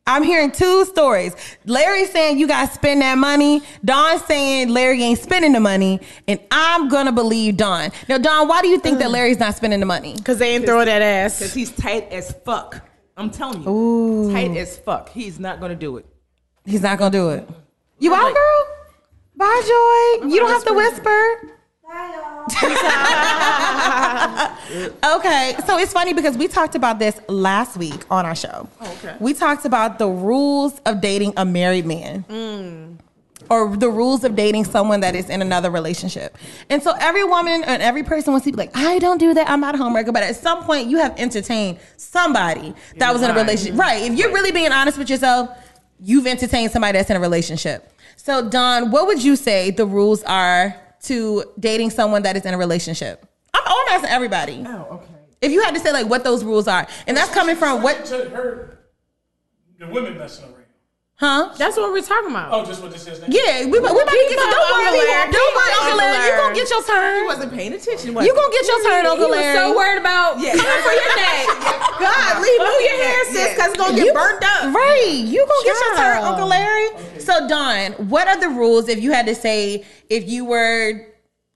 [SPEAKER 6] I'm hearing two stories. Larry saying you guys spend that money. Dawn saying Larry ain't spending the money, and I'm gonna believe Dawn. Now, Dawn, why do you think that Larry's not spending the money?
[SPEAKER 7] Cause they ain't throw that
[SPEAKER 10] Because
[SPEAKER 7] ass.
[SPEAKER 10] he's tight as fuck. I'm telling you. Tight as fuck. He's not going to do it.
[SPEAKER 6] He's not gonna do it. You out,
[SPEAKER 10] like-
[SPEAKER 6] girl? Bye, Joy. You don't have to whisper. okay, so it's funny because we talked about this last week on our show.
[SPEAKER 10] okay.
[SPEAKER 6] We talked about the rules of dating a married man. Or the rules of dating someone that is in another relationship. And so every woman and every person wants to be like, I don't do that. I'm not a homewrecker. But at some point, you have entertained somebody that was in a
[SPEAKER 10] line.
[SPEAKER 6] relationship. Right. If you're really being honest with yourself, you've entertained somebody that's in a relationship. So, Don, what would you say the rules are to dating someone that is in a relationship? I'm, oh, I'm asking everybody.
[SPEAKER 10] Oh, okay.
[SPEAKER 6] If you had to say like what those rules are, and that's coming from what?
[SPEAKER 8] To her, the women messing around.
[SPEAKER 6] Huh?
[SPEAKER 7] That's what we're talking about.
[SPEAKER 8] Oh, just what this is. now?
[SPEAKER 6] Yeah, we, we about to get you. Don't
[SPEAKER 7] Uncle
[SPEAKER 6] worry,
[SPEAKER 7] Larry.
[SPEAKER 6] don't worry,
[SPEAKER 7] Keep
[SPEAKER 6] Uncle
[SPEAKER 7] Uncle
[SPEAKER 6] Larry. You
[SPEAKER 7] Larry.
[SPEAKER 6] gonna get your turn.
[SPEAKER 10] He wasn't paying attention. Was
[SPEAKER 6] You gonna get your turn, Uncle Larry.
[SPEAKER 7] so worried about
[SPEAKER 10] Yeah.
[SPEAKER 7] coming for your neck. God, leave move your hair, sis, cause it's gonna get
[SPEAKER 6] You-
[SPEAKER 7] burned up.
[SPEAKER 6] Right. You gonna get your turn,
[SPEAKER 7] Child.
[SPEAKER 6] Uncle Larry. So Don, what are the rules if you had to say if you were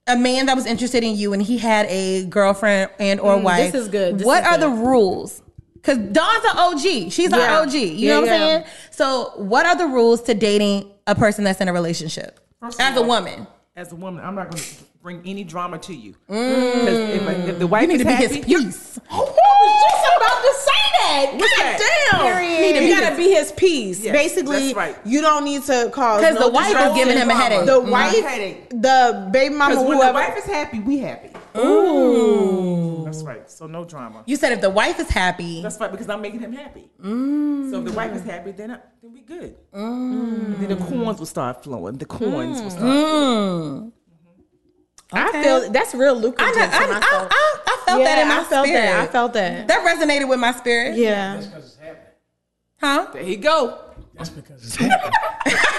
[SPEAKER 6] a man that was interested in you and he had a girlfriend and or wife?
[SPEAKER 7] is good. This
[SPEAKER 6] what
[SPEAKER 7] is
[SPEAKER 6] are
[SPEAKER 7] good.
[SPEAKER 6] the rules? Cause Dawn's an OG. She's an
[SPEAKER 7] Yeah.
[SPEAKER 6] OG. You
[SPEAKER 7] Yeah,
[SPEAKER 6] know what
[SPEAKER 7] yeah.
[SPEAKER 6] I'm saying? So what are the rules to dating a person that's in a relationship?
[SPEAKER 10] First of
[SPEAKER 6] As a
[SPEAKER 10] all-
[SPEAKER 6] woman.
[SPEAKER 10] As a woman, I'm not going to bring any drama to you. 'Cause if,
[SPEAKER 6] Mm.
[SPEAKER 10] I- if the wife
[SPEAKER 6] You need
[SPEAKER 10] is
[SPEAKER 6] to be his
[SPEAKER 10] happy,
[SPEAKER 6] piece.
[SPEAKER 7] Oh, just about to say that.
[SPEAKER 10] What's that?
[SPEAKER 7] God
[SPEAKER 4] Period.
[SPEAKER 7] damn. You gotta be his piece.
[SPEAKER 10] Yes,
[SPEAKER 7] Basically,
[SPEAKER 10] that's right.
[SPEAKER 7] you don't need to cause
[SPEAKER 6] 'Cause
[SPEAKER 7] no
[SPEAKER 6] the wife is
[SPEAKER 7] disruption.
[SPEAKER 6] giving him a headache.
[SPEAKER 7] The
[SPEAKER 6] Mhm.
[SPEAKER 7] wife,
[SPEAKER 10] Headache.
[SPEAKER 7] the baby mama,
[SPEAKER 10] Because when
[SPEAKER 7] whoever.
[SPEAKER 10] the wife is happy, we happy. Ooh. That's right. So no drama.
[SPEAKER 6] You said if the wife is happy,
[SPEAKER 10] That's right, because I'm making him happy.
[SPEAKER 6] Mm.
[SPEAKER 10] So if the wife is happy, then I, then we good. And then the corns will start flowing. The corns will start.
[SPEAKER 6] Mm.
[SPEAKER 7] I feel that's real lucrative.
[SPEAKER 6] I, know,
[SPEAKER 7] to
[SPEAKER 6] I, I,
[SPEAKER 7] myself.
[SPEAKER 6] I, I felt that
[SPEAKER 7] Yeah,
[SPEAKER 6] in my
[SPEAKER 7] I felt
[SPEAKER 6] spirit.
[SPEAKER 7] that. I felt that.
[SPEAKER 6] That resonated with my spirit.
[SPEAKER 7] Yeah.
[SPEAKER 6] Huh?
[SPEAKER 10] There you go.
[SPEAKER 8] That's because it's happening. That's-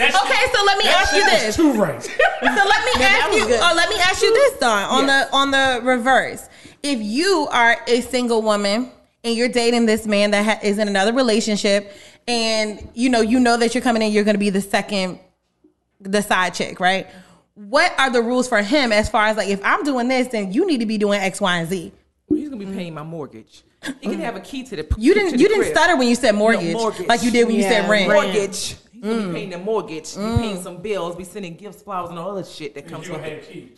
[SPEAKER 6] Okay, so let me
[SPEAKER 8] that
[SPEAKER 6] ask you
[SPEAKER 8] shit is
[SPEAKER 6] this.
[SPEAKER 8] Too right.
[SPEAKER 6] So let me ask you, or let me ask you this, Don, on the on the reverse. If you are a single woman and you're dating this man that ha- is in another relationship, and you know you know that you're coming in, you're going to be the second, the side chick, right? What are the rules for him as far as like if I'm doing this, then you need to be doing X, Y, and Z.
[SPEAKER 10] He's gonna be paying my mortgage. He can have a key to the.
[SPEAKER 6] You
[SPEAKER 10] to
[SPEAKER 6] didn't
[SPEAKER 10] the
[SPEAKER 6] you didn't
[SPEAKER 10] crib.
[SPEAKER 6] stutter when you said
[SPEAKER 10] No,
[SPEAKER 6] mortgage, like you did when you said rent.
[SPEAKER 10] Mortgage. He's gonna be paying the mortgage. Be
[SPEAKER 11] Mm.
[SPEAKER 10] paying some bills. Be sending gifts, flowers, and all other shit that comes with it. He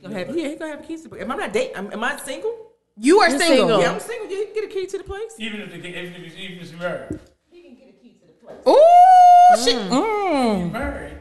[SPEAKER 10] gonna have, yeah, he's gonna have keys to the place. Am I not dating? Am, am I single?
[SPEAKER 6] You are single.
[SPEAKER 10] Yeah, I'm single. Yeah, he can get a key to the place.
[SPEAKER 8] Even if they get, even if even if you're married.
[SPEAKER 6] Ooh, she. Mm.
[SPEAKER 8] Married.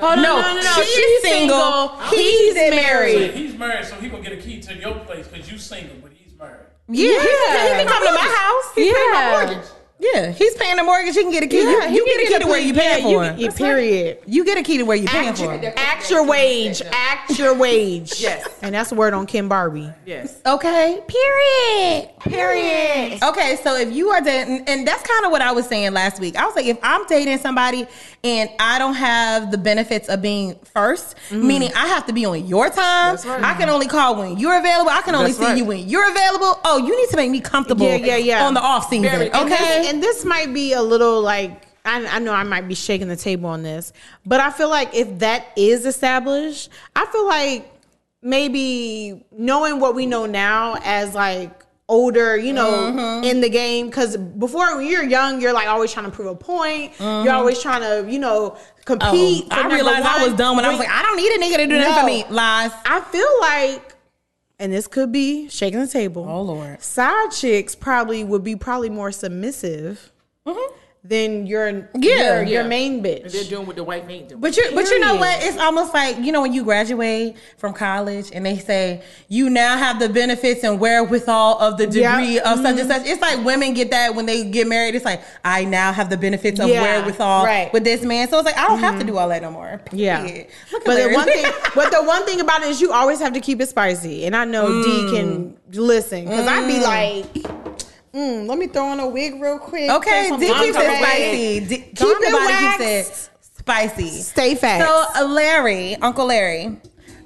[SPEAKER 6] Oh, no, she's, single. He's, married.
[SPEAKER 8] He's married, so he gonna get a key to your place because you single, but he's married.
[SPEAKER 6] Yeah, he can- he can come to my house. He's paying my
[SPEAKER 7] Yeah.
[SPEAKER 6] mortgage. Yeah, he's paying the mortgage. He can get a key.
[SPEAKER 7] Yeah,
[SPEAKER 6] you
[SPEAKER 7] he
[SPEAKER 6] you get
[SPEAKER 7] can
[SPEAKER 6] a
[SPEAKER 7] get
[SPEAKER 6] key
[SPEAKER 7] a
[SPEAKER 6] to where
[SPEAKER 7] place.
[SPEAKER 6] you paying
[SPEAKER 7] Yeah, you
[SPEAKER 6] for.
[SPEAKER 7] can- yeah, period.
[SPEAKER 6] You get a key to where you paying
[SPEAKER 7] Act,
[SPEAKER 6] for. it.
[SPEAKER 7] act your wage. Act your wage.
[SPEAKER 10] Yes.
[SPEAKER 7] And that's a word on Kim Barbie.
[SPEAKER 10] Yes.
[SPEAKER 6] Okay. Period.
[SPEAKER 4] Period.
[SPEAKER 6] Okay, so if you are dating, and that's kind of what I was saying last week. I was like, if I'm dating somebody and I don't have the benefits of being 1st meaning I have to be on your time. I can only call when you're available. I can only
[SPEAKER 10] That's
[SPEAKER 6] see
[SPEAKER 10] right.
[SPEAKER 6] you when you're available. Oh, you need to make me comfortable.
[SPEAKER 7] Yeah, yeah, yeah.
[SPEAKER 6] On the off season.
[SPEAKER 10] Very-
[SPEAKER 7] And
[SPEAKER 6] okay.
[SPEAKER 7] this, and this might be a little like I, I know I might be shaking the table on this, but I feel like if that is established, I feel like maybe knowing what we know now as like older, you know, in the game. Because before when you're young, you're like always trying to prove a point. You're always trying to, you know, compete.
[SPEAKER 6] Oh,
[SPEAKER 7] for
[SPEAKER 6] I
[SPEAKER 7] number
[SPEAKER 6] realized I
[SPEAKER 7] one.
[SPEAKER 6] was dumb when I was like, I don't need a nigga to do that for
[SPEAKER 7] No.
[SPEAKER 6] me. Lies.
[SPEAKER 7] I feel like, and this could be shaking the table.
[SPEAKER 6] Oh, Lord.
[SPEAKER 7] side chicks probably would be probably more submissive Mm-hmm. than your
[SPEAKER 6] Yeah.
[SPEAKER 7] your, your
[SPEAKER 10] Yeah.
[SPEAKER 7] main
[SPEAKER 10] And they're
[SPEAKER 7] bitch.
[SPEAKER 10] doing what the wife ain't doing.
[SPEAKER 6] But you, but you know
[SPEAKER 7] Period.
[SPEAKER 6] what? It's almost like you know when you graduate from college and they say you now have the benefits and wherewithal of the
[SPEAKER 7] Yeah.
[SPEAKER 6] degree of such
[SPEAKER 7] Mm-hmm.
[SPEAKER 6] and such. It's like women get that when they get married. It's like I now have the benefits of
[SPEAKER 7] Yeah,
[SPEAKER 6] wherewithal
[SPEAKER 7] right. Mm-hmm.
[SPEAKER 6] with this man. So it's like I don't have to do all that no more.
[SPEAKER 7] Yeah.
[SPEAKER 6] Period. Look at
[SPEAKER 7] But the
[SPEAKER 6] Larry.
[SPEAKER 7] one thing, but the one thing about it is you always have to keep it spicy, and I know
[SPEAKER 6] Mm.
[SPEAKER 7] D can listen because I'd be like. Mm, let me throw on a wig real quick.
[SPEAKER 6] Okay,
[SPEAKER 7] Throw some
[SPEAKER 6] D keeps it
[SPEAKER 7] lingerie.
[SPEAKER 6] spicy. D, keep
[SPEAKER 7] Don't
[SPEAKER 6] it
[SPEAKER 7] wax.
[SPEAKER 6] body keeps it spicy.
[SPEAKER 7] Stay fast.
[SPEAKER 6] So, uh, Larry, Uncle Larry,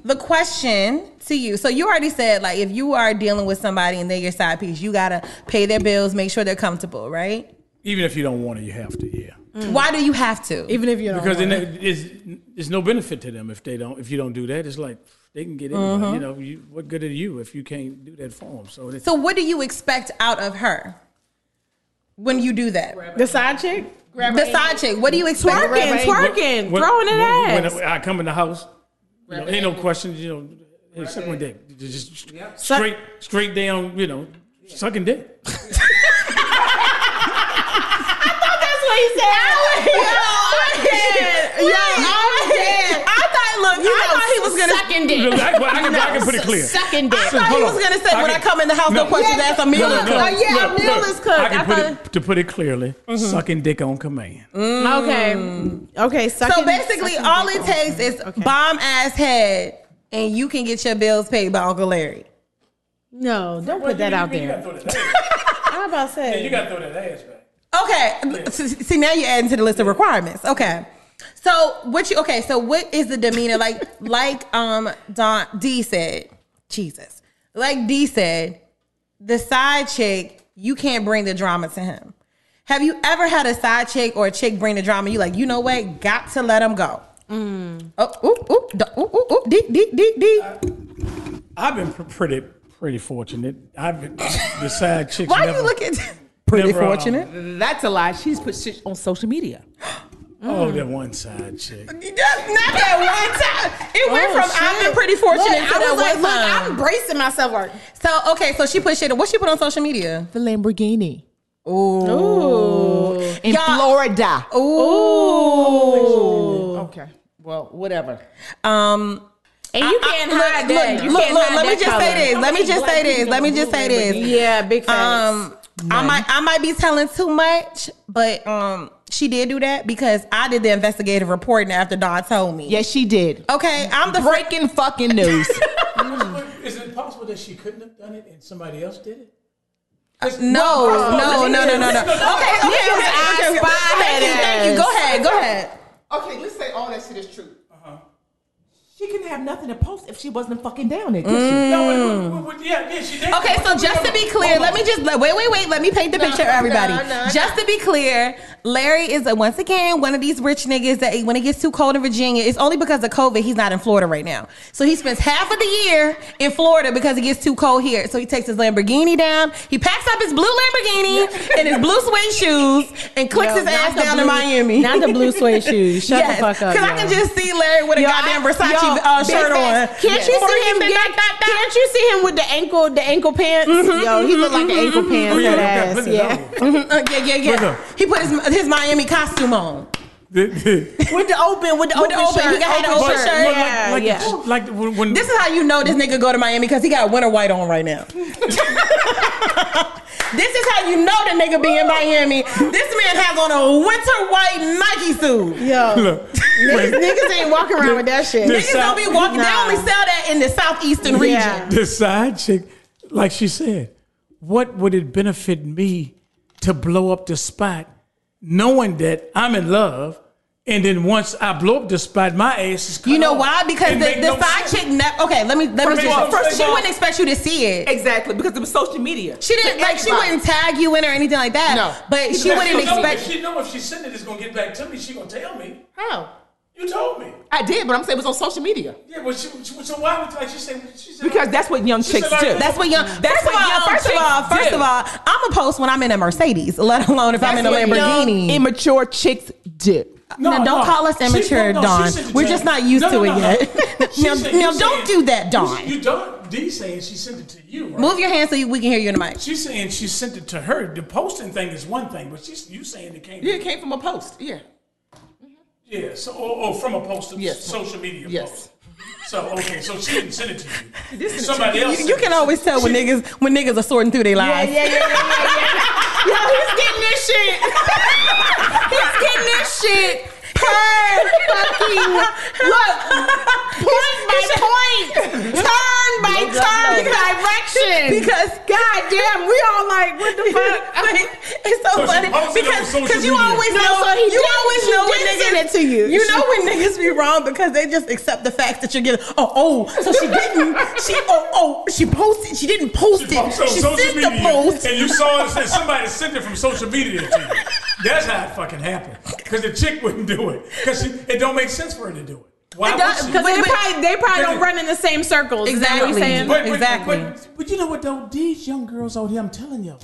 [SPEAKER 6] the question to you. So, you already said, like, if you are dealing with somebody and they're your side piece, you got to pay their bills, make sure they're comfortable, right?
[SPEAKER 8] Even if you don't want it, you have to. Yeah.
[SPEAKER 6] Why do you have to?
[SPEAKER 7] even if you don't.
[SPEAKER 8] Because
[SPEAKER 7] want
[SPEAKER 8] then
[SPEAKER 7] it.
[SPEAKER 8] it is there's no benefit to them if they don't if you don't do that. It's like they can get anybody.
[SPEAKER 7] Mm-hmm.
[SPEAKER 8] You know, you, what good are you if you can't do that for them? So, it's,
[SPEAKER 6] so, what do you expect out of her when you do that?
[SPEAKER 7] the side chick
[SPEAKER 6] The side chick, what do you expect?
[SPEAKER 7] twerking, twerking,
[SPEAKER 8] When-
[SPEAKER 7] throwing an
[SPEAKER 8] when- when
[SPEAKER 7] ass.
[SPEAKER 8] I come in the house, you know, ain't no question. You know, hey, suck my dick. Just just straight straight down. You know, sucking dick.
[SPEAKER 6] That's what he said.
[SPEAKER 7] Yo, I'm dead.
[SPEAKER 6] I thought, look, I thought he was gonna.
[SPEAKER 4] sucking dick.
[SPEAKER 8] Look, I, well, I, can, I can put it clear.
[SPEAKER 4] Sucking dick.
[SPEAKER 6] I thought
[SPEAKER 8] Hold
[SPEAKER 6] he
[SPEAKER 8] on.
[SPEAKER 6] was gonna say
[SPEAKER 8] I
[SPEAKER 6] when
[SPEAKER 8] can-
[SPEAKER 6] I come in the house, no,
[SPEAKER 8] No.
[SPEAKER 6] questions asked. I'm
[SPEAKER 8] No,
[SPEAKER 6] meal
[SPEAKER 8] no,
[SPEAKER 6] is
[SPEAKER 8] no.
[SPEAKER 6] cooked.
[SPEAKER 7] Oh, yeah, a meal is cooked.
[SPEAKER 8] I can
[SPEAKER 7] I
[SPEAKER 8] put
[SPEAKER 7] thought- Mm-hmm.
[SPEAKER 8] it, to put it clearly, sucking dick on command.
[SPEAKER 6] Mm.
[SPEAKER 7] Okay, okay.
[SPEAKER 6] So
[SPEAKER 7] sucking-
[SPEAKER 6] basically,
[SPEAKER 7] sucking
[SPEAKER 6] all
[SPEAKER 7] dick.
[SPEAKER 6] it takes is bomb ass head, and you can get your bills paid by Uncle Larry.
[SPEAKER 7] No, don't put that out there. I'm about to say.
[SPEAKER 8] gotta throw that ass back.
[SPEAKER 6] Okay. S- See, now you're adding to the list of requirements. Okay. So what you okay? So what is the demeanor like? like um Don D said, Jesus. Like D said, the side chick you can't bring the drama to him. Have you ever had a side chick or a chick bring the drama? You like, you know what? Got to let him go. Oh, oop, oop, d- oop, oop, oop, D, D, D, D.
[SPEAKER 8] I've been pr- pretty, pretty fortunate. I've been, the side chicks.
[SPEAKER 6] Why
[SPEAKER 8] never,
[SPEAKER 6] you looking pretty
[SPEAKER 8] Never, um,
[SPEAKER 6] fortunate?
[SPEAKER 10] That's a lie. She's put shit on social media.
[SPEAKER 8] Oh,
[SPEAKER 6] Mm.
[SPEAKER 8] that one side chick.
[SPEAKER 6] Just not that one time. It went from I've been pretty fortunate
[SPEAKER 7] Look,
[SPEAKER 6] to
[SPEAKER 7] I
[SPEAKER 6] that
[SPEAKER 7] was like,
[SPEAKER 6] one
[SPEAKER 7] look,
[SPEAKER 6] time.
[SPEAKER 7] I'm bracing myself. Like,
[SPEAKER 6] so okay, so she put shit. What she put on social media?
[SPEAKER 10] The Lamborghini.
[SPEAKER 6] Ooh,
[SPEAKER 10] In
[SPEAKER 6] Y'all-
[SPEAKER 10] Florida.
[SPEAKER 6] ooh.
[SPEAKER 10] Okay. Well, whatever.
[SPEAKER 6] Um,
[SPEAKER 4] And you can't
[SPEAKER 6] I-
[SPEAKER 4] hide that.
[SPEAKER 6] Look,
[SPEAKER 4] you
[SPEAKER 6] look,
[SPEAKER 4] can't
[SPEAKER 6] look,
[SPEAKER 4] hide
[SPEAKER 6] let me
[SPEAKER 4] that
[SPEAKER 6] just
[SPEAKER 4] color.
[SPEAKER 6] say this. Let me just say this. Let me just say this.
[SPEAKER 7] yeah, big facts.
[SPEAKER 6] Um, I might I might be telling too much, but um, she did do that because I did the investigative reporting after Don told me.
[SPEAKER 10] Yes, she did.
[SPEAKER 6] Okay, I'm the freak.
[SPEAKER 10] Breaking fucking news.
[SPEAKER 8] Is it possible that she couldn't have done it and somebody else did it?
[SPEAKER 6] No, no, no, no, no, no. Okay, okay,
[SPEAKER 7] Niggas
[SPEAKER 6] okay,
[SPEAKER 7] eye
[SPEAKER 6] okay, okay.
[SPEAKER 7] spy
[SPEAKER 6] Thank you,
[SPEAKER 7] that
[SPEAKER 6] thank you.
[SPEAKER 7] ass.
[SPEAKER 6] Go ahead, go ahead.
[SPEAKER 9] Okay, let's say all that shit is true. She
[SPEAKER 10] She couldn't have nothing to post if she wasn't fucking down there. Could
[SPEAKER 6] Mm.
[SPEAKER 10] she? No, but- but- but- yeah, yeah, she did.
[SPEAKER 6] Okay, so just to be clear, let me just let- wait, wait, wait. Let me paint the
[SPEAKER 10] No,
[SPEAKER 6] picture, everybody.
[SPEAKER 10] no, no,
[SPEAKER 6] just to be clear, Larry is uh, once again one of these rich niggas that when it gets too cold in Virginia, it's only because of COVID. He's not in Florida right now, so he spends half of the year in Florida because it gets too cold here. So he takes his Lamborghini down, he packs up his blue Lamborghini and his blue suede shoes, and clicks
[SPEAKER 4] Yo,
[SPEAKER 6] his
[SPEAKER 4] not
[SPEAKER 6] ass
[SPEAKER 4] the
[SPEAKER 6] down in
[SPEAKER 4] blue-
[SPEAKER 6] Miami.
[SPEAKER 4] not the blue suede shoes. Shut the fuck up,
[SPEAKER 6] Because I
[SPEAKER 4] yo.
[SPEAKER 6] can just see Larry with a
[SPEAKER 4] Yo, I-
[SPEAKER 6] goddamn Versace
[SPEAKER 4] yo,
[SPEAKER 6] uh,
[SPEAKER 4] big
[SPEAKER 6] shirt on.
[SPEAKER 4] facts.
[SPEAKER 7] Can't you see him?
[SPEAKER 6] Freaking
[SPEAKER 7] get- Can't you see him with the ankle, the ankle pants? Yo, he look like an ankle pants.
[SPEAKER 8] Oh, yeah,
[SPEAKER 7] that
[SPEAKER 8] yeah,
[SPEAKER 7] ass,
[SPEAKER 8] look at
[SPEAKER 7] yeah.
[SPEAKER 6] Mhm, uh, yeah, yeah,
[SPEAKER 8] Look
[SPEAKER 6] yeah.
[SPEAKER 8] up.
[SPEAKER 6] He put his, his Miami costume on
[SPEAKER 8] With
[SPEAKER 6] with the open, with the open,
[SPEAKER 7] Open
[SPEAKER 6] He
[SPEAKER 7] shirt,
[SPEAKER 6] got had an
[SPEAKER 7] open
[SPEAKER 6] open
[SPEAKER 7] shirt,
[SPEAKER 6] shirt.
[SPEAKER 7] yeah,
[SPEAKER 6] Oh, Yeah,
[SPEAKER 8] like,
[SPEAKER 6] yeah.
[SPEAKER 8] The, like the- when, when
[SPEAKER 6] This is how you know this nigga go to Miami because he got winter white on right now. this is how you know the nigga be in Miami. This man has on a winter white Nike suit.
[SPEAKER 7] Yo,
[SPEAKER 8] look, when-
[SPEAKER 7] niggas ain't walking around with that shit.
[SPEAKER 8] This
[SPEAKER 6] Niggas don't be walking.
[SPEAKER 7] Nah.
[SPEAKER 6] They only sell that in the southeastern
[SPEAKER 7] Yeah.
[SPEAKER 6] region.
[SPEAKER 8] the side chick, like she said, what would it benefit me to blow up the spot knowing that I'm in love? And then once I blow up the spot, my ass is cut
[SPEAKER 6] You know
[SPEAKER 8] off.
[SPEAKER 6] why? Because
[SPEAKER 8] It
[SPEAKER 6] the,
[SPEAKER 8] make
[SPEAKER 6] the
[SPEAKER 8] no
[SPEAKER 6] side
[SPEAKER 8] sense.
[SPEAKER 6] chick. Ne- okay, let me let me.
[SPEAKER 8] First of all-
[SPEAKER 6] Just,
[SPEAKER 8] first of
[SPEAKER 6] first, she
[SPEAKER 8] all-
[SPEAKER 6] wouldn't expect you to see it.
[SPEAKER 10] Exactly, because it was social media.
[SPEAKER 6] She didn't
[SPEAKER 10] To
[SPEAKER 6] like. She
[SPEAKER 10] everybody.
[SPEAKER 6] wouldn't tag you in or anything like that.
[SPEAKER 7] No.
[SPEAKER 6] but she wouldn't
[SPEAKER 8] know
[SPEAKER 6] expect.
[SPEAKER 8] if She know if she sent it, it's gonna get back to me. She gonna tell me.
[SPEAKER 10] How?
[SPEAKER 8] You told me.
[SPEAKER 10] I did, but I'm saying it was on social media
[SPEAKER 8] Yeah, but she, she- so why would like she said? She said
[SPEAKER 10] because that's what young chicks
[SPEAKER 8] said,
[SPEAKER 10] do.
[SPEAKER 8] like,
[SPEAKER 6] That's what young.
[SPEAKER 10] That's
[SPEAKER 6] first of
[SPEAKER 10] what
[SPEAKER 6] all,
[SPEAKER 10] young
[SPEAKER 6] first of
[SPEAKER 10] chicks
[SPEAKER 6] all, first
[SPEAKER 10] do.
[SPEAKER 6] of all, I'm a post when I'm in a Mercedes, let alone if I'm in a
[SPEAKER 10] That's what young,
[SPEAKER 6] Lamborghini.
[SPEAKER 10] immature chicks do.
[SPEAKER 6] now don't call us
[SPEAKER 8] She-
[SPEAKER 6] immature,
[SPEAKER 8] no, no,
[SPEAKER 6] Dawn.
[SPEAKER 8] she sent it
[SPEAKER 6] We're
[SPEAKER 8] to
[SPEAKER 6] just
[SPEAKER 8] you.
[SPEAKER 6] not used
[SPEAKER 8] No,
[SPEAKER 6] to
[SPEAKER 8] no,
[SPEAKER 6] it
[SPEAKER 8] no, no.
[SPEAKER 6] yet.
[SPEAKER 8] She
[SPEAKER 6] now,
[SPEAKER 8] said-
[SPEAKER 6] now
[SPEAKER 8] you
[SPEAKER 6] don't
[SPEAKER 8] said-
[SPEAKER 6] do that, Dawn.
[SPEAKER 8] You, you don't. D saying she sent it to you. Right?
[SPEAKER 6] Move your hand so you, we can hear you in the mic.
[SPEAKER 8] She's saying she sent it to her. The posting thing is one thing, but she's you saying it came.
[SPEAKER 10] Yeah, it came from a post. Yeah.
[SPEAKER 8] Yeah, so or, or from a post,
[SPEAKER 10] Yes.
[SPEAKER 8] social media
[SPEAKER 10] Yes.
[SPEAKER 8] post. So okay, so she didn't send it to you. Somebody else.
[SPEAKER 6] You, you can always tell when niggas when niggas are sorting through their lives.
[SPEAKER 7] yeah, yeah, yeah, yeah. Yo, he's getting this shit.
[SPEAKER 6] He's getting this shit. Per fucking look, point by point, turn by turn direction. Because goddamn, we all like, what the fuck? it's so
[SPEAKER 8] So she
[SPEAKER 6] funny
[SPEAKER 8] posted it on
[SPEAKER 6] because
[SPEAKER 8] social
[SPEAKER 6] because you
[SPEAKER 8] media.
[SPEAKER 6] always
[SPEAKER 7] No,
[SPEAKER 6] know
[SPEAKER 7] so he
[SPEAKER 6] you
[SPEAKER 7] didn't-
[SPEAKER 6] always
[SPEAKER 7] she
[SPEAKER 6] know when
[SPEAKER 7] didn't
[SPEAKER 6] niggas
[SPEAKER 7] send it to you.
[SPEAKER 6] You
[SPEAKER 7] She-
[SPEAKER 6] know when niggas be wrong because they just accept the fact that you're getting. Oh, oh, so she didn't. She oh oh she posted. She didn't post
[SPEAKER 8] She
[SPEAKER 6] it.
[SPEAKER 8] posted on
[SPEAKER 6] She
[SPEAKER 8] social
[SPEAKER 6] sent
[SPEAKER 8] media,
[SPEAKER 6] the post.
[SPEAKER 8] and you saw it. and said Somebody sent it from social media to you. That's how it fucking happened. Because the chick wouldn't do it. Because it don't make sense for her to do it. Why
[SPEAKER 6] It
[SPEAKER 8] would
[SPEAKER 6] does-
[SPEAKER 8] she?
[SPEAKER 6] 'cause
[SPEAKER 7] They
[SPEAKER 6] But-
[SPEAKER 7] probably, they probably don't
[SPEAKER 8] but-
[SPEAKER 7] run in the same circles. Is that what you're
[SPEAKER 6] Exactly.
[SPEAKER 7] saying?
[SPEAKER 8] But- but-
[SPEAKER 6] Exactly.
[SPEAKER 8] But, but you know what though? These young girls out here, I'm telling you,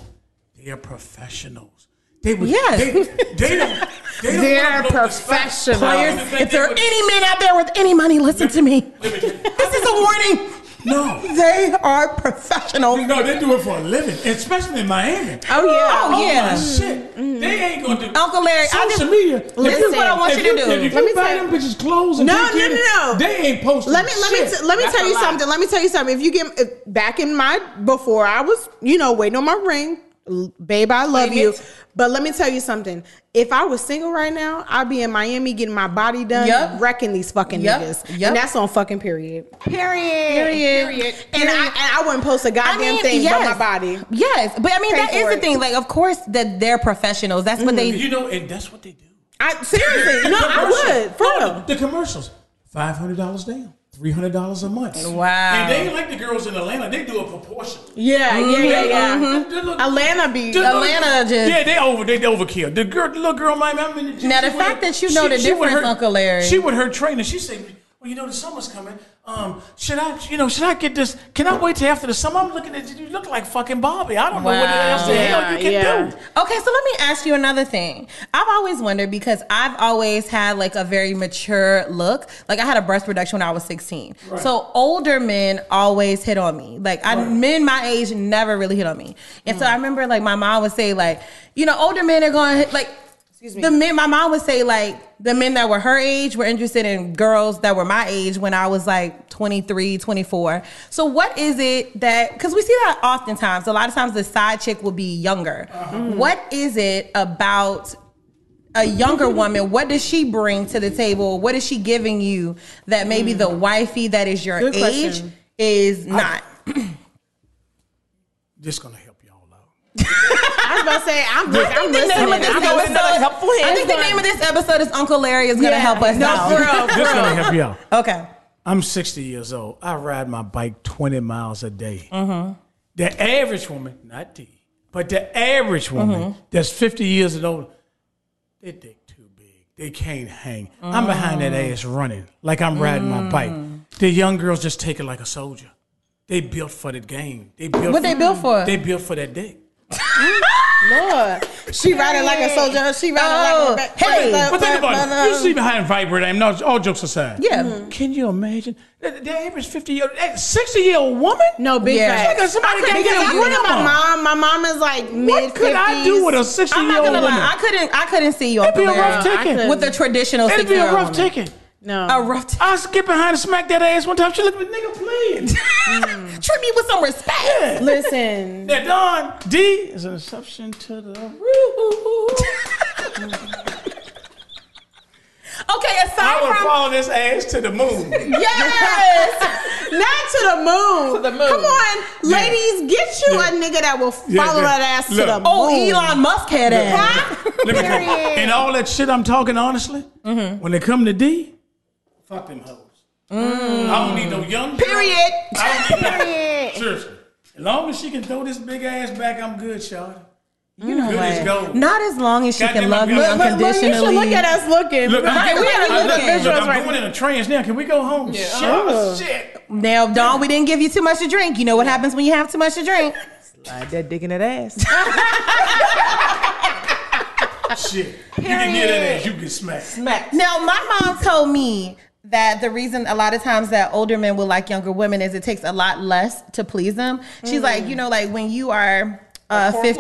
[SPEAKER 8] they are professionals. They would.
[SPEAKER 6] Yes.
[SPEAKER 8] They, they don't. They don't
[SPEAKER 7] They're
[SPEAKER 8] wanna blow the spot.
[SPEAKER 7] professionals.
[SPEAKER 8] Players,
[SPEAKER 6] If there are any men out there with any money, listen to me.
[SPEAKER 8] Let
[SPEAKER 6] This
[SPEAKER 8] me-
[SPEAKER 6] is a warning.
[SPEAKER 8] no,
[SPEAKER 6] They are professional.
[SPEAKER 8] no, they do it for a living, especially in Miami.
[SPEAKER 6] Oh yeah.
[SPEAKER 8] Oh,
[SPEAKER 6] Oh yeah.
[SPEAKER 8] my shit. They ain't gonna do
[SPEAKER 6] Uncle Larry, I
[SPEAKER 8] social
[SPEAKER 6] just-
[SPEAKER 8] media.
[SPEAKER 6] this is what I want
[SPEAKER 8] if
[SPEAKER 6] you to do.
[SPEAKER 8] If you
[SPEAKER 7] Let me
[SPEAKER 8] buy
[SPEAKER 7] tell-
[SPEAKER 8] them bitches clothes and
[SPEAKER 7] No,
[SPEAKER 8] take
[SPEAKER 7] no,
[SPEAKER 8] care
[SPEAKER 7] no,
[SPEAKER 8] of
[SPEAKER 7] no.
[SPEAKER 8] them, They ain't posting.
[SPEAKER 7] Let me let me
[SPEAKER 8] shit.
[SPEAKER 7] t- let me
[SPEAKER 10] That's
[SPEAKER 7] tell you
[SPEAKER 10] a lie.
[SPEAKER 7] something. Let me tell you something. If you get if- back in my before I was, you know, waiting on my ring, l- babe, I love
[SPEAKER 10] Claim
[SPEAKER 7] you.
[SPEAKER 10] it.
[SPEAKER 7] But let me tell you something. If I was single right now, I'd be in Miami getting my body done,
[SPEAKER 6] Yup.
[SPEAKER 7] wrecking these fucking
[SPEAKER 6] Yup.
[SPEAKER 7] niggas,
[SPEAKER 6] Yup.
[SPEAKER 7] and that's on fucking period.
[SPEAKER 6] Period.
[SPEAKER 7] And I and I wouldn't post a goddamn thing about my body.
[SPEAKER 6] Yes, but I mean
[SPEAKER 7] Pay
[SPEAKER 6] that is
[SPEAKER 7] for
[SPEAKER 6] the
[SPEAKER 7] it. Mm-hmm.
[SPEAKER 6] thing. Like, of course that they're professionals. That's what they.
[SPEAKER 8] You know, and that's what they do.
[SPEAKER 7] I seriously, no, I would for real.
[SPEAKER 8] The commercials, five hundred dollars down, three hundred dollars a month.
[SPEAKER 6] Wow.
[SPEAKER 8] And they ain't like the girls in Atlanta. They do a proportion.
[SPEAKER 7] Yeah, yeah, yeah, yeah. Atlanta be
[SPEAKER 8] The little-
[SPEAKER 6] Mm-hmm. Atlanta just-
[SPEAKER 8] yeah, they over they overkill. The girl, the little girl, my I'm in the gym,
[SPEAKER 6] Now, the
[SPEAKER 8] she with-
[SPEAKER 6] fact that you know the
[SPEAKER 8] with
[SPEAKER 6] difference, Uncle Larry.
[SPEAKER 8] She with her trainer, she say, "Well, you know the summer's coming. Um, should I, you know, should I get this? Can I wait till after the summer? I'm looking at you. You look like fucking Bobby. I don't know what
[SPEAKER 6] Wow.
[SPEAKER 8] else the hell you can
[SPEAKER 7] Yeah,
[SPEAKER 8] do."
[SPEAKER 6] Okay, so let me ask you another thing. I've always wondered because I've always had like a very mature look. Like I had a breast reduction when I was 16. So older men always hit on me. Like I, men my age never really hit on me. And so I remember like my mom would say like, you know, older men are going to hit like the men my mom would say like the men that were her age were interested in girls that were my age when I was like 23, 24. So what is it that cuz we see that oftentimes a lot of times the side chick will be younger.
[SPEAKER 7] Uh-huh.
[SPEAKER 6] What is it about a younger woman, what does she bring to the table? What is she giving you that maybe the wifey that is your
[SPEAKER 7] Hmm. Good
[SPEAKER 6] age
[SPEAKER 7] question.
[SPEAKER 6] is not?
[SPEAKER 8] This gonna help y'all out.
[SPEAKER 7] I was about to say I'm,
[SPEAKER 6] I
[SPEAKER 7] I'm
[SPEAKER 6] think the name of
[SPEAKER 7] listening.
[SPEAKER 6] this
[SPEAKER 7] I'm listening.
[SPEAKER 6] episode. I think the name of this episode is Uncle Larry is gonna
[SPEAKER 7] Yeah.
[SPEAKER 6] help us
[SPEAKER 7] No,
[SPEAKER 6] out.
[SPEAKER 7] for real.
[SPEAKER 8] This gonna help y'all.
[SPEAKER 6] Okay.
[SPEAKER 8] I'm 60 years old. I ride my bike 20 miles a day.
[SPEAKER 6] Mm-hmm.
[SPEAKER 8] The average woman, not T, but the average
[SPEAKER 6] Mm-hmm.
[SPEAKER 8] woman that's 50 years and older, their dick too big. They can't hang. I'm behind that
[SPEAKER 6] Mm.
[SPEAKER 8] ass running like I'm riding my bike. The young girls just take it like a soldier. They built for the game. They built
[SPEAKER 6] What they built for?
[SPEAKER 8] They built for that dick.
[SPEAKER 7] Lord, she riding like a soldier. She riding
[SPEAKER 6] Oh,
[SPEAKER 7] like a
[SPEAKER 6] hey.
[SPEAKER 7] But
[SPEAKER 8] But think about it. You see Mm. behind vibrate. I'm not all jokes aside.
[SPEAKER 6] Yeah.
[SPEAKER 8] Can you imagine? The the average 50 year, eh, 60 year old woman.
[SPEAKER 7] No, big
[SPEAKER 6] Yeah.
[SPEAKER 7] facts.
[SPEAKER 8] Nigga, somebody
[SPEAKER 7] I
[SPEAKER 8] gotta
[SPEAKER 7] couldn't
[SPEAKER 8] get
[SPEAKER 7] do
[SPEAKER 8] a
[SPEAKER 7] it.
[SPEAKER 8] grandma.
[SPEAKER 7] my mom. uh, um, My mom is like mid.
[SPEAKER 8] What could I do with a 60
[SPEAKER 6] I'm
[SPEAKER 8] year
[SPEAKER 6] not
[SPEAKER 8] old
[SPEAKER 6] gonna
[SPEAKER 8] woman?
[SPEAKER 6] lie, I couldn't I couldn't see you on
[SPEAKER 8] It'd be a
[SPEAKER 6] Blair
[SPEAKER 8] rough ticket.
[SPEAKER 6] with the traditional
[SPEAKER 8] It'd be a
[SPEAKER 6] six-year-old
[SPEAKER 8] rough
[SPEAKER 6] woman.
[SPEAKER 8] ticket.
[SPEAKER 7] No.
[SPEAKER 6] A rough ticket.
[SPEAKER 8] I skip behind and smack that ass one time. She looked at me, nigga, please. Mm.
[SPEAKER 6] Treat me with some respect.
[SPEAKER 7] Listen,
[SPEAKER 8] That Don D is an exception to the rule.
[SPEAKER 6] Okay,
[SPEAKER 8] I
[SPEAKER 6] aside
[SPEAKER 8] would
[SPEAKER 6] from
[SPEAKER 8] follow this ass to the moon.
[SPEAKER 7] yes, not to the moon.
[SPEAKER 10] To the moon.
[SPEAKER 7] Come on,
[SPEAKER 8] Yeah.
[SPEAKER 7] ladies, get you
[SPEAKER 8] Yeah.
[SPEAKER 7] a nigga that will
[SPEAKER 8] Yeah,
[SPEAKER 7] follow
[SPEAKER 8] yeah.
[SPEAKER 7] that ass to
[SPEAKER 8] Look.
[SPEAKER 7] the moon.
[SPEAKER 6] oh Elon Musk head ass.
[SPEAKER 8] Let me tell you. And all that shit I'm talking honestly, when they come to D, fuck them hoes. I don't need no young girl.
[SPEAKER 6] Period.
[SPEAKER 8] I don't need Period. Seriously. As long as she can throw this big ass back, I'm good, y'all. You know good as gold.
[SPEAKER 6] Not as long as she
[SPEAKER 8] Goddamn,
[SPEAKER 6] can love
[SPEAKER 8] I'm
[SPEAKER 6] me
[SPEAKER 8] good.
[SPEAKER 10] Look, you
[SPEAKER 8] But-
[SPEAKER 10] should
[SPEAKER 6] unconditionally.
[SPEAKER 10] look at us looking.
[SPEAKER 8] Look, I'm,
[SPEAKER 6] we gotta
[SPEAKER 8] I-
[SPEAKER 6] look
[SPEAKER 8] look,
[SPEAKER 6] at it.
[SPEAKER 8] look, I'm going in a trance now. Can we go home? Yeah. Oh, shit.
[SPEAKER 6] Now, Dawn, we didn't give you too much to drink. You know what happens when you have too much to drink?
[SPEAKER 10] Slide that dick in that ass.
[SPEAKER 8] Shit. You can get that ass. You can smack.
[SPEAKER 6] Now, my mom told me that the reason a lot of times that older men will like younger women is it takes a lot less to please them. She's like, you know, like when you are uh, 50, I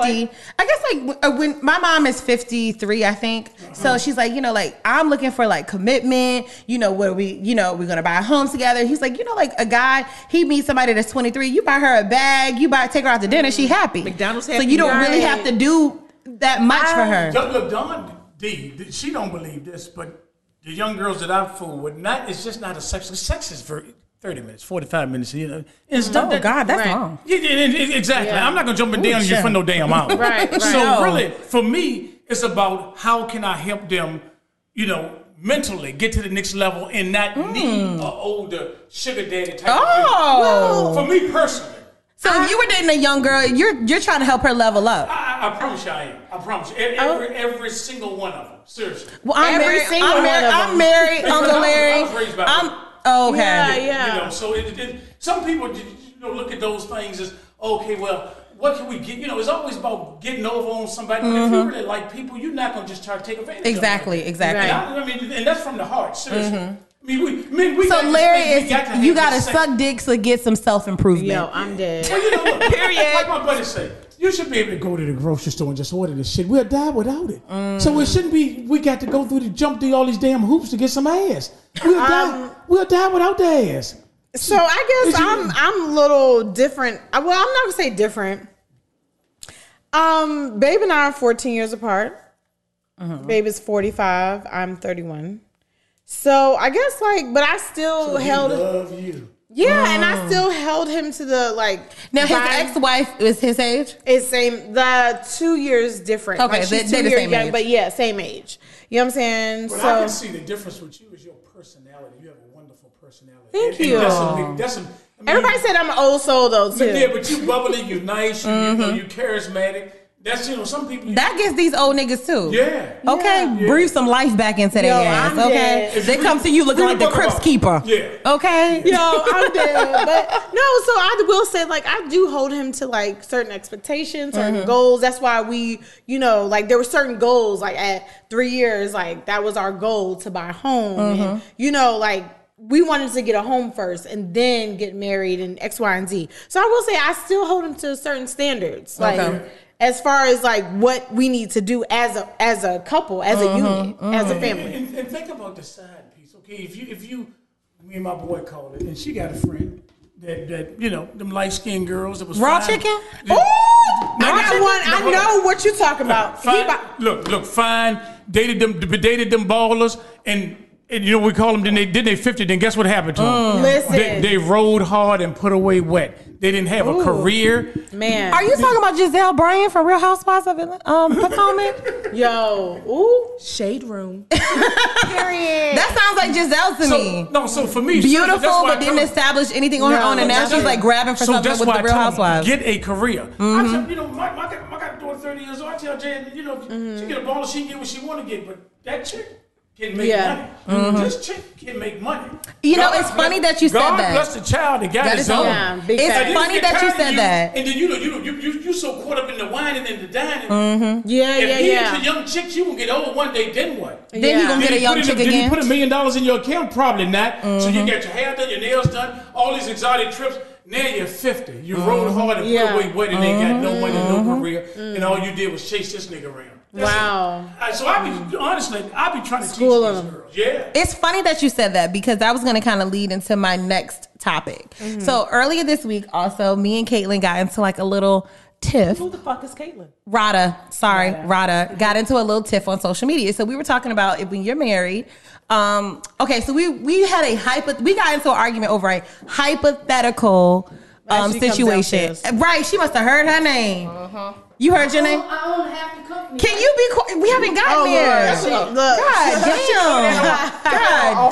[SPEAKER 6] guess like w- uh, when my mom is 53, I think. So she's like, you know, like I'm looking for like commitment, you know, where we, you know, we're going to buy homes together. He's like, you know, like a guy, he meets somebody that's 23, you buy her a bag, you buy, take her out to dinner, she happy.
[SPEAKER 10] McDonald's
[SPEAKER 6] So
[SPEAKER 10] happy.
[SPEAKER 6] you don't really have to do that much for her.
[SPEAKER 8] Look, look, Dawn D, th- she don't believe this, but the young girls that I fool with, not it's just not a sex. Sex is for thirty minutes, forty five minutes. You know, it's not
[SPEAKER 6] Oh
[SPEAKER 8] that-
[SPEAKER 6] God, that's
[SPEAKER 7] Right.
[SPEAKER 6] long.
[SPEAKER 8] Yeah, yeah, yeah, yeah, exactly. I'm not gonna jump and down you
[SPEAKER 6] shit.
[SPEAKER 8] for no damn hour.
[SPEAKER 7] Right, right.
[SPEAKER 8] So
[SPEAKER 6] No.
[SPEAKER 8] really, for me, it's about how can I help them, you know, mentally get to the next level and not need a older sugar daddy type.
[SPEAKER 6] Hmm. Oh.
[SPEAKER 8] of dude. for me personally,
[SPEAKER 6] So if you were dating a young girl, you're you're trying to help her level up.
[SPEAKER 8] I, I, I promise you, I am. I promise you, every, every,
[SPEAKER 6] Oh.
[SPEAKER 8] every single one of them. Seriously.
[SPEAKER 6] Well, I'm
[SPEAKER 7] Every
[SPEAKER 6] married,
[SPEAKER 7] single
[SPEAKER 6] I'm married,
[SPEAKER 7] one of
[SPEAKER 6] I'm
[SPEAKER 7] them.
[SPEAKER 6] married,
[SPEAKER 8] Because I
[SPEAKER 6] Uncle
[SPEAKER 8] was-
[SPEAKER 6] Larry.
[SPEAKER 8] I was raised by
[SPEAKER 6] I'm
[SPEAKER 8] them.
[SPEAKER 6] oh, okay.
[SPEAKER 7] Yeah,
[SPEAKER 8] You
[SPEAKER 7] yeah.
[SPEAKER 8] know, so it, it, some people you know look at those things as okay, well, what can we get? You know, it's always about getting over on somebody. But If you really like people, you're not gonna just try to take advantage.
[SPEAKER 6] Mm-hmm. Exactly,
[SPEAKER 8] of them.
[SPEAKER 6] exactly. Mm-hmm.
[SPEAKER 8] And I, I mean, and that's from the heart, seriously. I mean, we, I mean, we got
[SPEAKER 6] So
[SPEAKER 8] this
[SPEAKER 6] Larry
[SPEAKER 8] thing, we
[SPEAKER 6] is
[SPEAKER 8] got to have
[SPEAKER 6] you
[SPEAKER 8] this
[SPEAKER 6] gotta
[SPEAKER 8] sex.
[SPEAKER 6] suck dicks to get some self improvement.
[SPEAKER 7] Yo, I'm dead.
[SPEAKER 8] Well, you know what? Like my buddy say, you should be able to go to the grocery store and just order this shit. We'll die without it. So
[SPEAKER 6] Mm.
[SPEAKER 8] it shouldn't be we got to go through the jump through all these damn hoops to get some ass. We'll
[SPEAKER 6] Um,
[SPEAKER 8] die. We'll die without the ass.
[SPEAKER 7] So I guess I'm I'm a little different. I- Well, I'm not gonna say different. Um, Babe and I are 14 years apart.
[SPEAKER 6] Uh-huh.
[SPEAKER 7] Babe is 45. I'm 31. So I guess like, but I still held,
[SPEAKER 8] Love you.
[SPEAKER 7] yeah, and I still held him to the like.
[SPEAKER 6] Now his
[SPEAKER 7] vibe.
[SPEAKER 6] ex wife is his age.
[SPEAKER 7] It's same the two years different.
[SPEAKER 6] Okay,
[SPEAKER 7] like
[SPEAKER 6] they-
[SPEAKER 7] she's
[SPEAKER 6] they
[SPEAKER 7] two
[SPEAKER 6] the
[SPEAKER 7] years
[SPEAKER 6] same
[SPEAKER 7] young,
[SPEAKER 6] age.
[SPEAKER 7] but yeah, same age. You know what I'm saying?
[SPEAKER 8] But I
[SPEAKER 7] so
[SPEAKER 8] can see the difference with you is your personality. You have a wonderful personality.
[SPEAKER 7] Thank
[SPEAKER 8] And- and
[SPEAKER 7] you.
[SPEAKER 8] that's a big- that's a- I mean,
[SPEAKER 7] everybody said I'm an old soul though
[SPEAKER 8] you-
[SPEAKER 7] too.
[SPEAKER 8] yeah,
[SPEAKER 7] Mm-hmm.
[SPEAKER 8] but you bubbly, you nice, you, you know, you charismatic. That's you know some people.
[SPEAKER 6] That gets these old niggas too.
[SPEAKER 8] yeah.
[SPEAKER 6] Okay, breathe some life back into their
[SPEAKER 7] Yo,
[SPEAKER 6] ass.
[SPEAKER 7] I'm
[SPEAKER 6] okay,
[SPEAKER 7] dead.
[SPEAKER 6] they come to you looking like the Crips keeper.
[SPEAKER 8] Yeah.
[SPEAKER 6] Okay.
[SPEAKER 7] Yo, I'm dead. But no, so I will say like I do hold him to like certain expectations, certain
[SPEAKER 8] Mm-hmm.
[SPEAKER 7] goals. That's why we, you know, like there were certain goals. Like at three years, like that was our goal to buy a home.
[SPEAKER 8] Mm-hmm.
[SPEAKER 7] And, you know, like we wanted to get a home first and then get married and X, Y, and Z. So I will say I still hold him to certain standards. Like
[SPEAKER 6] Okay.
[SPEAKER 7] as far as like what we need to do as a as a couple, as a unit,
[SPEAKER 8] Mm-hmm.
[SPEAKER 7] as a
[SPEAKER 8] And-
[SPEAKER 7] family.
[SPEAKER 8] And, and think about the side piece, okay? If you, if you, me and my boy called it, and she got a friend that, that you know, them light skinned girls that was
[SPEAKER 6] Raw
[SPEAKER 8] fine.
[SPEAKER 6] chicken?
[SPEAKER 8] Yeah.
[SPEAKER 7] I
[SPEAKER 8] No,
[SPEAKER 7] got one.
[SPEAKER 8] no, no,
[SPEAKER 7] I
[SPEAKER 8] hold on.
[SPEAKER 7] know what you're talking about. He
[SPEAKER 8] Fine,
[SPEAKER 7] about-
[SPEAKER 8] look, look, fine. Dated them, dated them ballers, and And you know we call them. Then they did they fifty. Then guess what happened to them?
[SPEAKER 7] Mm. Listen.
[SPEAKER 8] they, they rode hard and put away wet. They didn't have a career.
[SPEAKER 7] Man.
[SPEAKER 6] Are you talking about Giselle Bryan from Real Housewives of Atlanta- um, Potomac?
[SPEAKER 10] Yo, ooh, shade room.
[SPEAKER 6] Period. That sounds like Giselle to
[SPEAKER 8] So-
[SPEAKER 6] me.
[SPEAKER 8] no, so for me,
[SPEAKER 6] beautiful,
[SPEAKER 8] that's why I
[SPEAKER 6] but didn't
[SPEAKER 8] told-
[SPEAKER 6] establish anything on her own, and now she's like grabbing for
[SPEAKER 8] so
[SPEAKER 6] something
[SPEAKER 8] that's
[SPEAKER 6] with
[SPEAKER 8] why
[SPEAKER 6] the Real
[SPEAKER 8] I told them,
[SPEAKER 6] Housewives. Mm-hmm.
[SPEAKER 8] Get a career. I tell, you know, my, my, my, my guy doing 30 years old. I tell Jan, you know, if she get a baller, she can get what she want to get. But that chick can make
[SPEAKER 10] Yeah.
[SPEAKER 8] money. This chick can make money.
[SPEAKER 6] Mm-hmm. You know, it's funny that you said
[SPEAKER 8] God
[SPEAKER 6] that.
[SPEAKER 8] bless the child that got
[SPEAKER 6] That
[SPEAKER 8] his
[SPEAKER 6] is
[SPEAKER 8] own.
[SPEAKER 6] yeah, big It's
[SPEAKER 8] And then
[SPEAKER 6] funny
[SPEAKER 8] you get
[SPEAKER 6] that you
[SPEAKER 8] tired of
[SPEAKER 6] said that.
[SPEAKER 8] And then you know, you know, you, you, you so caught up in the whining and the dining.
[SPEAKER 6] Mm-hmm.
[SPEAKER 10] Yeah,
[SPEAKER 8] If
[SPEAKER 10] yeah,
[SPEAKER 8] he
[SPEAKER 10] yeah.
[SPEAKER 8] is a young chick, she will get old one day. Then what?
[SPEAKER 6] Then he
[SPEAKER 10] Yeah.
[SPEAKER 6] gonna
[SPEAKER 8] Did
[SPEAKER 6] get a
[SPEAKER 8] you
[SPEAKER 6] young
[SPEAKER 8] put in
[SPEAKER 6] chick
[SPEAKER 8] Did you
[SPEAKER 6] again.
[SPEAKER 8] put a million dollars in your account? Probably not. So you got your hair done, your nails done, all these exotic trips. Now you're 50. You rode hard and
[SPEAKER 10] Yeah.
[SPEAKER 8] put away weight and ain't got no money, no career, and all you did was chase this nigga around. That's
[SPEAKER 10] Wow.
[SPEAKER 8] it. I- So I be honestly, I be trying to
[SPEAKER 10] School
[SPEAKER 8] teach
[SPEAKER 10] 'em.
[SPEAKER 8] these girls. Yeah.
[SPEAKER 6] It's funny that you said that because that was going to kind of lead into my next topic. So earlier this week, also me and Caitlin got into like a little tiff.
[SPEAKER 10] Who the fuck is Caitlyn?
[SPEAKER 6] Rada, sorry, Rada, got into a little tiff on social media. So we were talking about if when you're married. Um, okay, so we we had a hypo. We got into an argument over a hypothetical um,
[SPEAKER 10] she comes Uh-huh.
[SPEAKER 6] situation.
[SPEAKER 10] downstairs.
[SPEAKER 6] Right? She must have heard her name. You heard your name.
[SPEAKER 11] I own half the company.
[SPEAKER 6] Can you be? Qu- we haven't
[SPEAKER 10] Oh,
[SPEAKER 6] gotten there.
[SPEAKER 10] Look,
[SPEAKER 6] God damn.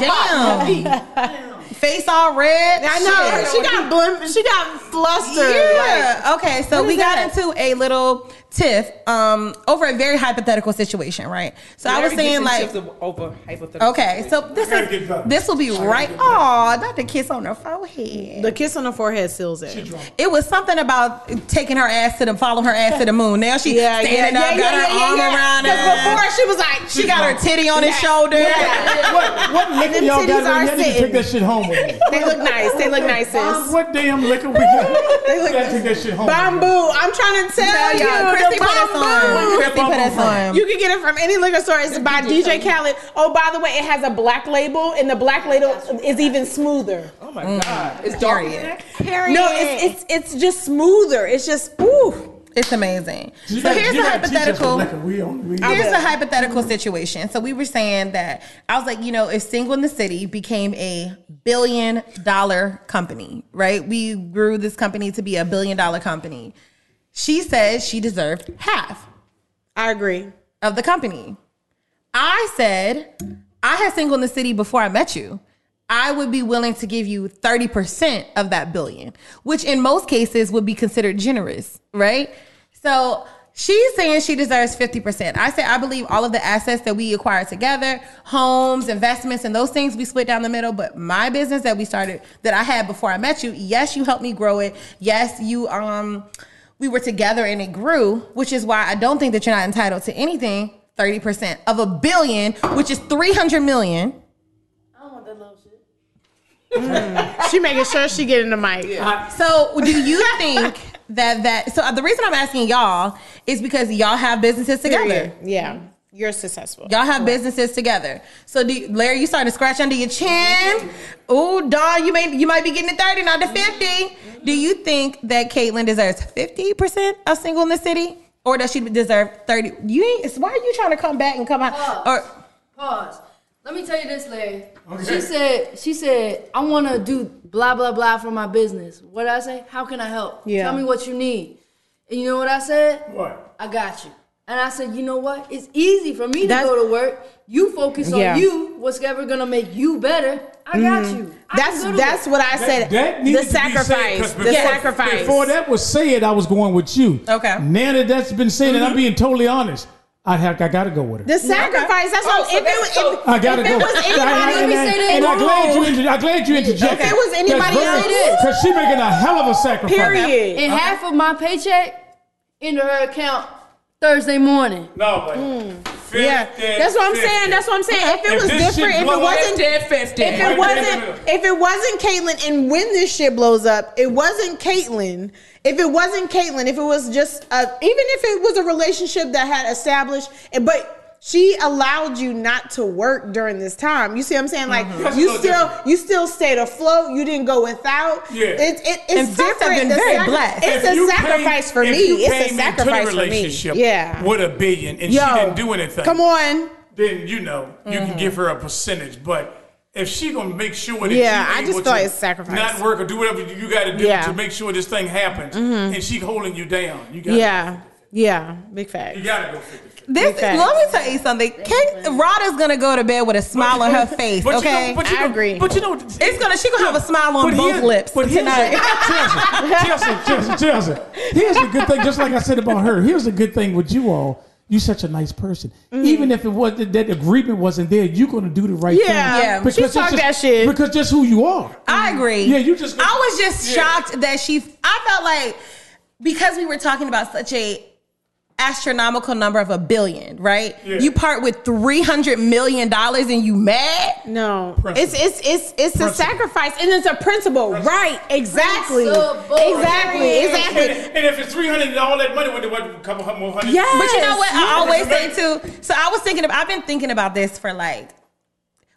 [SPEAKER 6] God damn. Face all red.
[SPEAKER 7] I know.
[SPEAKER 6] Shit.
[SPEAKER 7] She got blim- she got flustered.
[SPEAKER 6] Yeah. okay. So we got into a little tiff um, over a very hypothetical situation, right? So I was saying like,
[SPEAKER 10] over hypothetical.
[SPEAKER 6] okay, so this
[SPEAKER 8] gotta get
[SPEAKER 6] is
[SPEAKER 8] better.
[SPEAKER 6] this will be right. Oh, not the kiss on her forehead.
[SPEAKER 7] The kiss on the forehead seals it.
[SPEAKER 6] It was something about taking her ass to the, following her ass to the moon. Now she
[SPEAKER 7] Yeah,
[SPEAKER 6] standing
[SPEAKER 7] yeah,
[SPEAKER 6] up,
[SPEAKER 7] yeah,
[SPEAKER 6] got her
[SPEAKER 7] yeah, yeah,
[SPEAKER 6] arm
[SPEAKER 7] yeah.
[SPEAKER 6] around her.
[SPEAKER 7] 'Cause before
[SPEAKER 6] she was like, she got her titty on his shoulder.
[SPEAKER 8] What, what liquor
[SPEAKER 7] Them
[SPEAKER 8] y'all
[SPEAKER 7] titties
[SPEAKER 8] got?
[SPEAKER 7] are
[SPEAKER 8] around here? Y'all need to take
[SPEAKER 7] sitting.
[SPEAKER 8] that shit home with me.
[SPEAKER 7] They look nice. They look nice, sis.
[SPEAKER 8] What damn liquor we got? You gotta take that shit home. with me.
[SPEAKER 7] Bamboo. I'm trying to tell,
[SPEAKER 6] Tell
[SPEAKER 7] you,
[SPEAKER 6] y'all,
[SPEAKER 7] the
[SPEAKER 6] Chrissy put us on.
[SPEAKER 7] bamboo.
[SPEAKER 6] Chrissy put us on.
[SPEAKER 7] You can get it from any liquor store. It's by DJ Khaled. Oh, by the way, it has a black label, and the black label is even smoother.
[SPEAKER 10] Oh my
[SPEAKER 6] Mm.
[SPEAKER 10] god. It's
[SPEAKER 6] Period.
[SPEAKER 7] No, it's it's it's just smoother. It's just ooh.
[SPEAKER 6] It's amazing.
[SPEAKER 8] You
[SPEAKER 6] So
[SPEAKER 8] gotta-
[SPEAKER 6] here's
[SPEAKER 8] you
[SPEAKER 6] a
[SPEAKER 8] gotta teach us
[SPEAKER 6] hypothetical.
[SPEAKER 8] liquor. We on. We
[SPEAKER 6] Here's a hypothetical situation. So we were saying that I was like, you know, if Single in the City became a billion dollar company, right? We grew this company to be a billion dollar company. She said she deserved half
[SPEAKER 7] I agree.
[SPEAKER 6] of the company. I said, I had Single in the City before I met you. I would be willing to give you 30% of that billion, which in most cases would be considered generous, right? So she's saying she deserves 50%. I said, I believe all of the assets that we acquired together, homes, investments, and those things we split down the middle. But my business that we started, that I had before I met you, yes, you helped me grow it. Yes, you, um, we were together and it grew, which is why I don't think that you're not entitled to anything 30% of a billion, which is 300 million.
[SPEAKER 11] I don't want that little shit.
[SPEAKER 7] She making sure she get in the mic.
[SPEAKER 6] So, do you think that that? So, uh, the reason I'm asking y'all is because y'all have businesses together.
[SPEAKER 7] Period. Yeah, you're successful.
[SPEAKER 6] Y'all have businesses together. So, do you, Larry, you starting to scratch under your chin? Ooh, Dawn, you may you might be getting to thirty, not to fifty. Do you think that Caitlyn deserves fifty percent of single in the city, or does she deserve thirty? You ain't. it's- Why are you trying to come back and come out? Or
[SPEAKER 11] Pause. Let me tell you this, Larry.
[SPEAKER 8] Okay.
[SPEAKER 11] She said, she said, I want to do blah blah blah for my business. What did I say? How can I help?
[SPEAKER 7] Yeah.
[SPEAKER 11] Tell me what you need. And you know what I said?
[SPEAKER 8] What?
[SPEAKER 11] I got you. And I said, you know what? It's easy for me
[SPEAKER 7] That's-
[SPEAKER 11] to go to work. You focus
[SPEAKER 7] Yeah.
[SPEAKER 11] on you. What's ever gonna make you better? I
[SPEAKER 6] Mm-hmm.
[SPEAKER 11] got you. I can
[SPEAKER 7] That's
[SPEAKER 11] go to
[SPEAKER 7] that's
[SPEAKER 11] work.
[SPEAKER 7] what I said. the sacrifice. the sacrifice.
[SPEAKER 8] Before that was said, I was going with you.
[SPEAKER 6] Okay.
[SPEAKER 8] Now that that's been said,
[SPEAKER 7] Mm-hmm.
[SPEAKER 8] and I'm being totally honest, I have I gotta go with her.
[SPEAKER 7] the sacrifice.
[SPEAKER 8] Oh,
[SPEAKER 7] That's what. if, it, if,
[SPEAKER 8] I gotta
[SPEAKER 7] if
[SPEAKER 8] go.
[SPEAKER 7] it was
[SPEAKER 8] And I-
[SPEAKER 7] anybody,
[SPEAKER 11] let
[SPEAKER 8] and
[SPEAKER 11] me
[SPEAKER 8] I-
[SPEAKER 11] say this.
[SPEAKER 8] and I'm glad you,
[SPEAKER 11] Whoa.
[SPEAKER 8] inter- I'm glad you interjected.
[SPEAKER 7] If it was anybody else-
[SPEAKER 8] because she making a hell of a sacrifice.
[SPEAKER 7] period.
[SPEAKER 11] And half of my paycheck into her account Thursday morning.
[SPEAKER 8] No, but
[SPEAKER 11] Mm.
[SPEAKER 7] Yeah, that's what I'm saying. That's what I'm saying. If it
[SPEAKER 8] If
[SPEAKER 7] was
[SPEAKER 8] this shit
[SPEAKER 7] different, if it
[SPEAKER 8] blow up,
[SPEAKER 7] wasn't,
[SPEAKER 10] Dead 50.
[SPEAKER 7] if it wasn't, if it wasn't Caitlyn, and when this shit blows up, it wasn't Caitlyn. If it wasn't Caitlyn, if it was just a, even if it was a relationship that had established, and but she allowed you not to work during this time. You see what I'm saying? Like
[SPEAKER 8] Mm-hmm. That's
[SPEAKER 7] you
[SPEAKER 8] so
[SPEAKER 7] still,
[SPEAKER 8] different.
[SPEAKER 7] you still stayed afloat. You didn't go without.
[SPEAKER 8] Yeah.
[SPEAKER 7] it, it, it's
[SPEAKER 6] And sis have
[SPEAKER 7] different.
[SPEAKER 6] been
[SPEAKER 7] The
[SPEAKER 6] very
[SPEAKER 7] sacri-
[SPEAKER 6] blessed.
[SPEAKER 7] It's
[SPEAKER 8] If
[SPEAKER 7] a
[SPEAKER 8] you
[SPEAKER 7] sacrifice
[SPEAKER 8] came-
[SPEAKER 7] for
[SPEAKER 8] if
[SPEAKER 7] me.
[SPEAKER 8] you
[SPEAKER 7] It's
[SPEAKER 8] came
[SPEAKER 7] a
[SPEAKER 8] into the
[SPEAKER 7] sacrifice for me.
[SPEAKER 8] relationship
[SPEAKER 7] Yeah.
[SPEAKER 8] With a billion, and she
[SPEAKER 7] Yo,
[SPEAKER 8] didn't do anything.
[SPEAKER 7] Come on.
[SPEAKER 8] then you know you can
[SPEAKER 7] Mm-hmm.
[SPEAKER 8] give her a percentage. But if she gonna make sure that
[SPEAKER 7] Yeah,
[SPEAKER 8] you
[SPEAKER 7] I just
[SPEAKER 8] able
[SPEAKER 7] thought
[SPEAKER 8] to
[SPEAKER 7] it's sacrifice.
[SPEAKER 8] not work or do whatever you- you got to do
[SPEAKER 7] Yeah.
[SPEAKER 8] to make sure this thing happens,
[SPEAKER 7] Mhm.
[SPEAKER 8] and she holding you down, you got
[SPEAKER 7] Yeah. Yeah. Big fact.
[SPEAKER 8] you gotta go fifty.
[SPEAKER 6] This
[SPEAKER 7] Big facts.
[SPEAKER 6] let me tell you something. Kate Rod is gonna go to bed with a smile on her face.
[SPEAKER 8] but you
[SPEAKER 6] okay,
[SPEAKER 8] know- but you
[SPEAKER 6] I
[SPEAKER 8] know-
[SPEAKER 6] agree.
[SPEAKER 8] but you know,
[SPEAKER 6] it's gonna she gonna have a smile on
[SPEAKER 8] But
[SPEAKER 6] both
[SPEAKER 8] here's-
[SPEAKER 6] lips
[SPEAKER 8] but here's
[SPEAKER 6] tonight.
[SPEAKER 8] the- Chelsea, Chelsea, Chelsea. Here's the good thing, just like I said about her. Here's the good thing with you all. You such a nice person.
[SPEAKER 6] Mm.
[SPEAKER 8] Even if it was that that agreement wasn't there, you're gonna do the right thing.
[SPEAKER 6] Yeah. Yeah. She
[SPEAKER 8] it's
[SPEAKER 6] talked
[SPEAKER 8] just-
[SPEAKER 6] that shit.
[SPEAKER 8] Because just who you are.
[SPEAKER 6] I agree.
[SPEAKER 8] Yeah, you just.
[SPEAKER 6] I was just
[SPEAKER 8] Yeah.
[SPEAKER 6] shocked that she. I felt like because we were talking about such a astronomical number of a billion, right?
[SPEAKER 7] Yeah.
[SPEAKER 6] You part with three hundred million dollars and you mad?
[SPEAKER 7] No, it's it's it's it's a sacrifice and it's a principle, right? Exactly,
[SPEAKER 6] Principle.
[SPEAKER 7] exactly, exactly.
[SPEAKER 8] And, and if it's three hundred, all that money went to what, a couple hun- more hundred.
[SPEAKER 6] Yes. But you know what? I always say too. So I was thinking of. I've been thinking about this for like.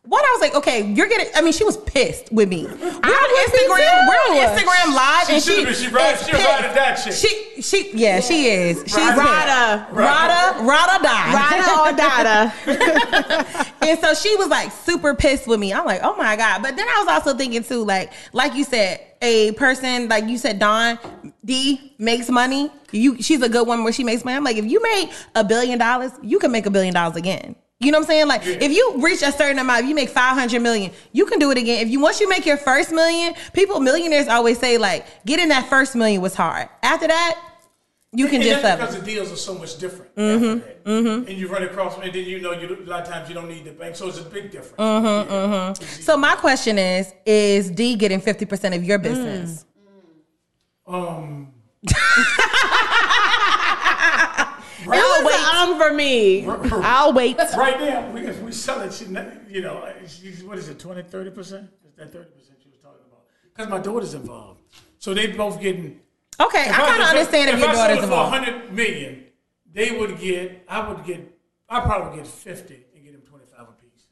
[SPEAKER 6] What I was like, okay, you're getting. I mean, she was pissed with me. We're on Instagram. We're on Instagram live,
[SPEAKER 8] She
[SPEAKER 6] and
[SPEAKER 8] should
[SPEAKER 6] she
[SPEAKER 8] be. She ride. She
[SPEAKER 6] pissed.
[SPEAKER 8] ride or die chick.
[SPEAKER 6] She she yeah, she is. She's
[SPEAKER 7] Rada.
[SPEAKER 6] pissed. Rada Rada die.
[SPEAKER 7] Rada or dada.
[SPEAKER 6] and so she was like super pissed with me. I'm like, oh my God. But then I was also thinking too, like, like you said, a person, like you said, Dawn D makes money. You she's a good one where she makes money. I'm like, if you make a billion dollars, you can make a billion dollars again. You know what I'm saying? Like, if you reach a certain amount, if you make 500 million, you can do it again. If you once you make your first million, people millionaires always say like, getting that first million was hard. After that, you can
[SPEAKER 8] And
[SPEAKER 6] just
[SPEAKER 8] that's
[SPEAKER 6] level.
[SPEAKER 8] because the deals are so much different.
[SPEAKER 6] Mm-hmm. Mm-hmm.
[SPEAKER 8] And you run across, and then you know you a lot of times you don't need the bank, so it's a big difference.
[SPEAKER 6] Mm-hmm, mm-hmm. So my question is: Is D getting fifty percent of your
[SPEAKER 8] Mm.
[SPEAKER 6] business?
[SPEAKER 8] Um,
[SPEAKER 7] it was an um for me. I'll wait.
[SPEAKER 8] Right now, we, if we sell it, she, ne- you know, she's, what is it, 20, 30 percent? Is that 30 percent she was talking about? Because my daughter's involved, so they both getting.
[SPEAKER 6] Okay, I kinda understand if
[SPEAKER 8] if
[SPEAKER 6] your
[SPEAKER 8] I sold
[SPEAKER 6] daughter's
[SPEAKER 8] it for
[SPEAKER 6] involved.
[SPEAKER 8] hundred million, they would get. I would get. I probably would get fifty and get them twenty five apiece.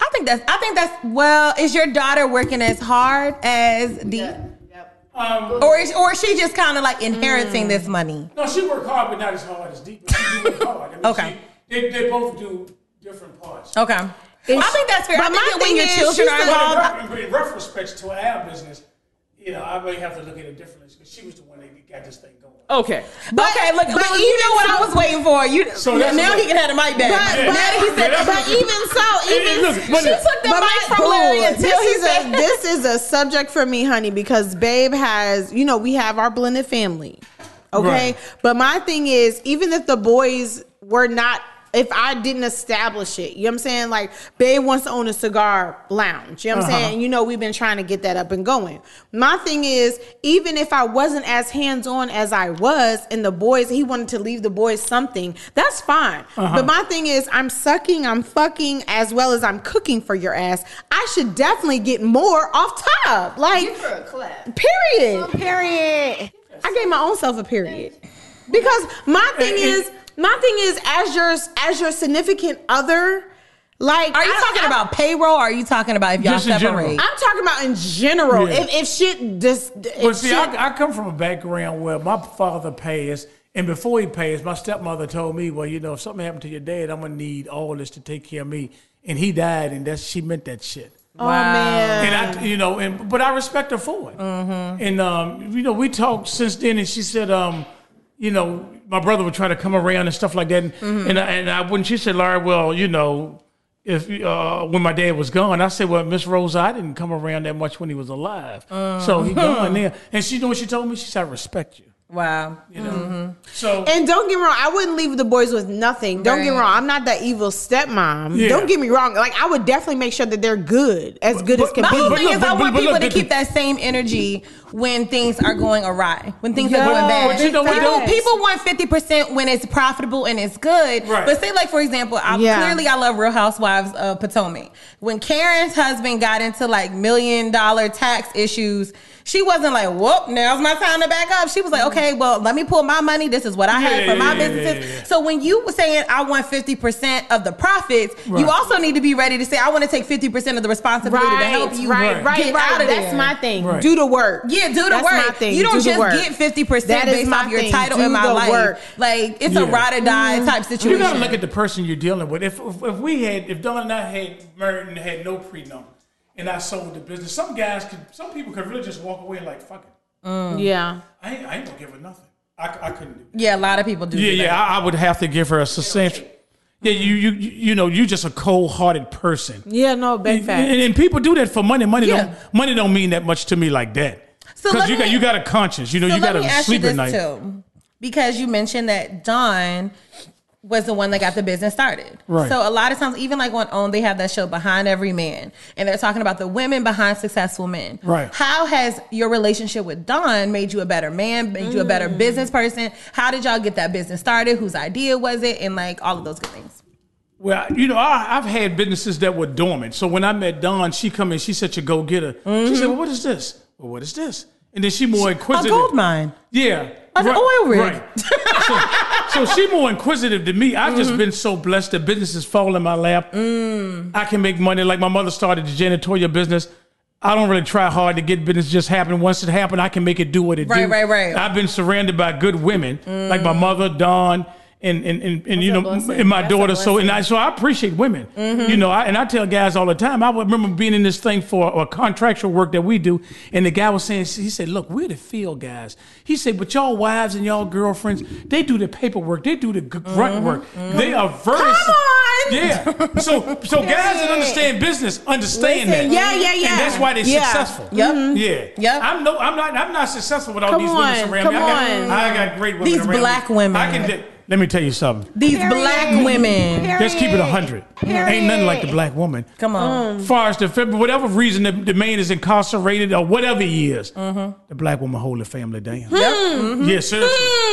[SPEAKER 6] I think that's. I think that's. Well, is your daughter working as hard as D,
[SPEAKER 8] Um,
[SPEAKER 6] or is or is she just kind of like inheriting this money?
[SPEAKER 8] No, she worked hard, but not as hard as deep. She do work hard. I mean,
[SPEAKER 6] Okay.
[SPEAKER 8] she- they, they both do different parts.
[SPEAKER 6] Okay. I think that's fair. I
[SPEAKER 8] But
[SPEAKER 6] think that when your children are
[SPEAKER 8] But
[SPEAKER 6] involved,
[SPEAKER 8] in, re- in retrospect to our business, you know, I may have to look at it differently because she was the one that got this thing going.
[SPEAKER 6] Oh,
[SPEAKER 10] Okay.
[SPEAKER 6] But, okay, look, but, you know what I was waiting for. You
[SPEAKER 8] So
[SPEAKER 6] now,
[SPEAKER 8] that's what-
[SPEAKER 6] he can have the mic back.
[SPEAKER 8] But- Yeah.
[SPEAKER 6] now that he said,
[SPEAKER 8] Yeah, that's
[SPEAKER 6] but
[SPEAKER 8] what-
[SPEAKER 6] even so,
[SPEAKER 8] Hey,
[SPEAKER 6] even
[SPEAKER 8] look, but
[SPEAKER 6] she
[SPEAKER 8] look.
[SPEAKER 6] took the
[SPEAKER 7] But
[SPEAKER 6] mic
[SPEAKER 7] my-
[SPEAKER 6] from Larry
[SPEAKER 7] Ooh,
[SPEAKER 6] and
[SPEAKER 7] this is a
[SPEAKER 6] said,
[SPEAKER 7] this is a subject for me, honey, because Babe has you know we have our blended family, okay.
[SPEAKER 6] Right.
[SPEAKER 7] But my thing is, even if the boys were not. If I didn't establish it, you know what I'm saying? Like, Babe wants to own a cigar lounge. You know what I'm
[SPEAKER 6] Uh-huh.
[SPEAKER 7] saying? And you know, we've been trying to get that up and going. My thing is, even if I wasn't as hands on as I was, and the boys, he wanted to leave the boys something, that's fine.
[SPEAKER 6] Uh-huh.
[SPEAKER 7] But my thing is, I'm sucking, I'm fucking, as well as I'm cooking for your ass. I should definitely get more off top. Like, period. Period. I gave my own self a period because my thing is, my thing is, as your as your significant other, like,
[SPEAKER 6] Are you talking about payroll? Or are you talking about if y'all
[SPEAKER 8] Just in general.
[SPEAKER 6] separate?
[SPEAKER 7] I'm talking about in general.
[SPEAKER 8] Yeah.
[SPEAKER 7] If, if shit just,
[SPEAKER 8] But
[SPEAKER 7] if
[SPEAKER 8] see,
[SPEAKER 7] shit-
[SPEAKER 8] I, I come from a background where my father passed, and before he passed, my stepmother told me, "Well, you know, if something happened to your dad, I'm gonna need all this to take care of me." And he died, and that she meant that shit.
[SPEAKER 7] Oh, Wow. man.
[SPEAKER 8] And I, you know, and but I respect her for it.
[SPEAKER 7] Mm-hmm.
[SPEAKER 8] And um, you know, we talked since then, and she said, um, you know, my brother would try to come around and stuff like that, and
[SPEAKER 7] Mm-hmm.
[SPEAKER 12] Mhm.
[SPEAKER 8] and, I, and I wouldn't. She said, "Larry, well, you know." If uh, when my dad was gone, I said, "Well, Miss Rosa, I didn't come around that much when he was alive, so he
[SPEAKER 7] Mhm.
[SPEAKER 8] gone there." And she, you know, what she told me? She said, "I respect you."
[SPEAKER 6] Wow.
[SPEAKER 8] You know, so
[SPEAKER 7] And don't get me wrong, I wouldn't leave the boys with nothing. Don't get me
[SPEAKER 8] Right.
[SPEAKER 7] wrong, I'm not that evil stepmom.
[SPEAKER 8] Yeah.
[SPEAKER 7] Don't get me wrong. Like I would definitely make sure that they're good, as good as can
[SPEAKER 6] My
[SPEAKER 7] be.
[SPEAKER 6] whole thing is, I want people to keep that same energy when things are going awry, when things are
[SPEAKER 7] Yo,
[SPEAKER 6] going bad.
[SPEAKER 7] but you know what
[SPEAKER 6] people,
[SPEAKER 7] else?
[SPEAKER 6] people want fifty percent when it's profitable and it's good.
[SPEAKER 7] Right.
[SPEAKER 6] But say, like for example, I,
[SPEAKER 7] Yeah.
[SPEAKER 6] clearly I love Real Housewives of Potomac. When Karen's husband got into like million dollar tax issues. She wasn't like, whoop, now's my time to back up. She was like, okay, well, let me pull my money. This is what I had
[SPEAKER 7] Mm-hmm. Yeah,
[SPEAKER 6] for my
[SPEAKER 7] yeah, yeah,
[SPEAKER 6] businesses.
[SPEAKER 7] yeah, yeah.
[SPEAKER 6] So when you were saying I want 50% of the profits,
[SPEAKER 7] Right.
[SPEAKER 6] you also need to be ready to say, I want to take 50% of the responsibility
[SPEAKER 7] Right,
[SPEAKER 6] to help you
[SPEAKER 7] right, right,
[SPEAKER 6] get
[SPEAKER 7] right.
[SPEAKER 6] out of
[SPEAKER 7] That's
[SPEAKER 6] there.
[SPEAKER 7] my thing. Right. Do the work.
[SPEAKER 6] Yeah, Yeah, do the
[SPEAKER 7] That's
[SPEAKER 6] work.
[SPEAKER 7] my thing.
[SPEAKER 6] You don't
[SPEAKER 7] Do the
[SPEAKER 6] just
[SPEAKER 7] work.
[SPEAKER 6] get fifty
[SPEAKER 7] That
[SPEAKER 6] percent
[SPEAKER 7] is
[SPEAKER 6] based
[SPEAKER 7] my
[SPEAKER 6] off your
[SPEAKER 7] thing.
[SPEAKER 6] title
[SPEAKER 7] Do
[SPEAKER 6] in my
[SPEAKER 7] the
[SPEAKER 6] life.
[SPEAKER 7] work. Mm-hmm.
[SPEAKER 6] Like it's a
[SPEAKER 8] Yeah.
[SPEAKER 6] rod or die type situation.
[SPEAKER 8] You gotta look at the person you're dealing with. If if, if we had, if Don and I had married and had no prenup, and I sold the business, some guys could, some people could really just walk away like, fuck it.
[SPEAKER 7] Yeah.
[SPEAKER 8] I ain't, I ain't gonna give her nothing. I, I couldn't do.
[SPEAKER 6] yeah, a lot of people do.
[SPEAKER 8] Yeah,
[SPEAKER 6] do that.
[SPEAKER 8] yeah, I, I would have to give her a substantial. Yeah, you, you, you you know, you're just a cold-hearted person.
[SPEAKER 10] Yeah, no, big
[SPEAKER 8] And, and,
[SPEAKER 10] fact.
[SPEAKER 8] and people do that for money. Money
[SPEAKER 6] Yeah.
[SPEAKER 8] don't money don't mean that much to me like that.
[SPEAKER 6] So let
[SPEAKER 8] Because you
[SPEAKER 6] me-
[SPEAKER 8] got you got a conscience. You know,
[SPEAKER 6] So
[SPEAKER 8] you
[SPEAKER 6] let
[SPEAKER 8] got
[SPEAKER 6] me
[SPEAKER 8] to
[SPEAKER 6] ask you
[SPEAKER 8] sleep at
[SPEAKER 6] this
[SPEAKER 8] night.
[SPEAKER 6] too, because you mentioned that Don was the one that got the business started.
[SPEAKER 8] Right.
[SPEAKER 6] So a lot of times, even like on OWN, they have that show Behind Every Man, and they're talking about the women behind successful men.
[SPEAKER 8] Right.
[SPEAKER 6] How has your relationship with Don made you a better man, made you a better business person? How did y'all get that business started? Whose idea was it? And like all of those good things.
[SPEAKER 8] Well, you know, I, I've had businesses that were dormant. So when I met Dawn, she come in, she's such a go getter. She said, well, "What is this? Well, what is this?" And then she more
[SPEAKER 6] Mm-hmm. A
[SPEAKER 8] inquisitive.
[SPEAKER 6] gold mine.
[SPEAKER 8] Yeah.
[SPEAKER 6] An oil rig.
[SPEAKER 8] Right. So, so she more inquisitive than me. I've
[SPEAKER 6] Mm-hmm.
[SPEAKER 8] just been so blessed that businesses fall in my lap.
[SPEAKER 6] Mm.
[SPEAKER 8] I can make money. Like my mother started the janitorial business. I don't really try hard to get business just happen. Once it happened, I can make it do what it
[SPEAKER 6] Right,
[SPEAKER 8] do.
[SPEAKER 6] right, right.
[SPEAKER 8] I've been surrounded by good women, like my mother, Dawn, and and and, and you know, and my daughter. So and I so I appreciate women. You know, I, and I tell guys all the time. I remember being in this thing for a contractual work that we do, and the guy was saying, he said, "Look, we're the field guys." He said, "But y'all wives and y'all girlfriends, they do the paperwork, they do the g-
[SPEAKER 7] Mm-hmm.
[SPEAKER 8] grunt work. They are very
[SPEAKER 6] Come on!
[SPEAKER 8] yeah." So so guys that understand business understand
[SPEAKER 6] Listen,
[SPEAKER 8] that.
[SPEAKER 7] yeah, yeah, yeah.
[SPEAKER 8] And that's why they're
[SPEAKER 7] Yeah.
[SPEAKER 8] successful.
[SPEAKER 6] Yep.
[SPEAKER 8] Yeah.
[SPEAKER 6] Yep.
[SPEAKER 8] I'm no. I'm not. I'm not successful with all
[SPEAKER 7] Come
[SPEAKER 8] these women
[SPEAKER 7] on,
[SPEAKER 8] around me.
[SPEAKER 7] come
[SPEAKER 8] I
[SPEAKER 7] on.
[SPEAKER 8] got, I got great women.
[SPEAKER 6] These
[SPEAKER 8] around me.
[SPEAKER 6] black women.
[SPEAKER 8] I can. di- Let me tell you something.
[SPEAKER 6] These black women.
[SPEAKER 8] Just keep it a hundred. Ain't nothing like the black woman. Um,
[SPEAKER 6] Come on.
[SPEAKER 8] Far as the fib- whatever reason the, the man is incarcerated or whatever he is,
[SPEAKER 6] Mm-hmm.
[SPEAKER 8] the black woman hold the family down.
[SPEAKER 6] Hmm.
[SPEAKER 8] Yeah, seriously.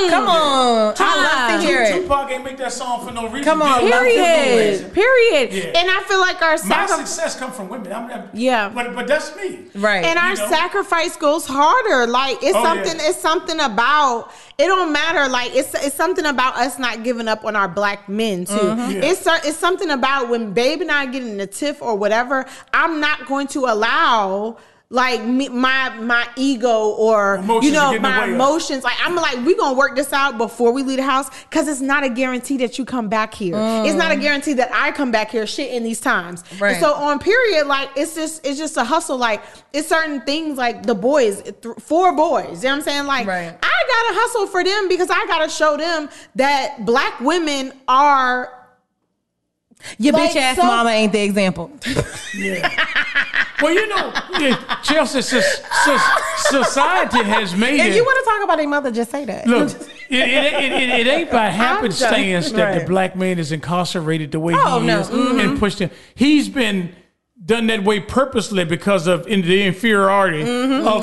[SPEAKER 6] Come on. I love to hear it.
[SPEAKER 8] Tupac ain't make that song for no reason.
[SPEAKER 6] Come on,
[SPEAKER 8] Didn't
[SPEAKER 6] love
[SPEAKER 8] make
[SPEAKER 6] to
[SPEAKER 8] it for no
[SPEAKER 6] hear
[SPEAKER 8] reason.
[SPEAKER 7] Period. Period.
[SPEAKER 8] Yeah.
[SPEAKER 7] And I feel like our
[SPEAKER 8] My
[SPEAKER 7] sacrifice
[SPEAKER 8] success come from women. I'm, I'm-
[SPEAKER 7] Yeah.
[SPEAKER 8] But but that's me.
[SPEAKER 6] Right.
[SPEAKER 7] and our
[SPEAKER 8] You know?
[SPEAKER 7] sacrifice goes harder. Like it's
[SPEAKER 8] Oh,
[SPEAKER 7] something.
[SPEAKER 8] yeah.
[SPEAKER 7] It's something about. It don't matter. Like it's it's something about us not giving up on our black men too.
[SPEAKER 8] Mm-hmm. Yeah.
[SPEAKER 7] It's cer- it's something about when Babe and I get in a tiff or whatever. I'm not going to allow. Like me, my my ego or
[SPEAKER 8] Emotions
[SPEAKER 7] you
[SPEAKER 8] to get
[SPEAKER 7] know
[SPEAKER 8] in the
[SPEAKER 7] my
[SPEAKER 8] way of-
[SPEAKER 7] emotions, like I'm like we gonna work this out before we leave the house because it's not a guarantee that you come back here. It's not a
[SPEAKER 8] Mm.
[SPEAKER 7] guarantee that I come back here. Shit in these times, And
[SPEAKER 6] Right.
[SPEAKER 7] so on period like it's just it's just a hustle like it's certain things like the boys th- four boys you know what i'm saying like
[SPEAKER 6] Right.
[SPEAKER 7] i gotta hustle for them because i gotta show them that black women are
[SPEAKER 6] Your
[SPEAKER 7] Like,
[SPEAKER 6] bitch ass
[SPEAKER 7] so-
[SPEAKER 6] mama ain't the example.
[SPEAKER 8] Well, you know, yeah, Chelsea, so, so, society has made
[SPEAKER 6] If
[SPEAKER 8] it.
[SPEAKER 6] you want to talk about a mother, just say that.
[SPEAKER 8] Look, it, it, it, it, it ain't by happenstance that the
[SPEAKER 6] Right.
[SPEAKER 8] black man is incarcerated the way
[SPEAKER 6] Oh,
[SPEAKER 8] he
[SPEAKER 6] no.
[SPEAKER 8] is and pushed in. He's been done that way purposely because of in the inferiority of,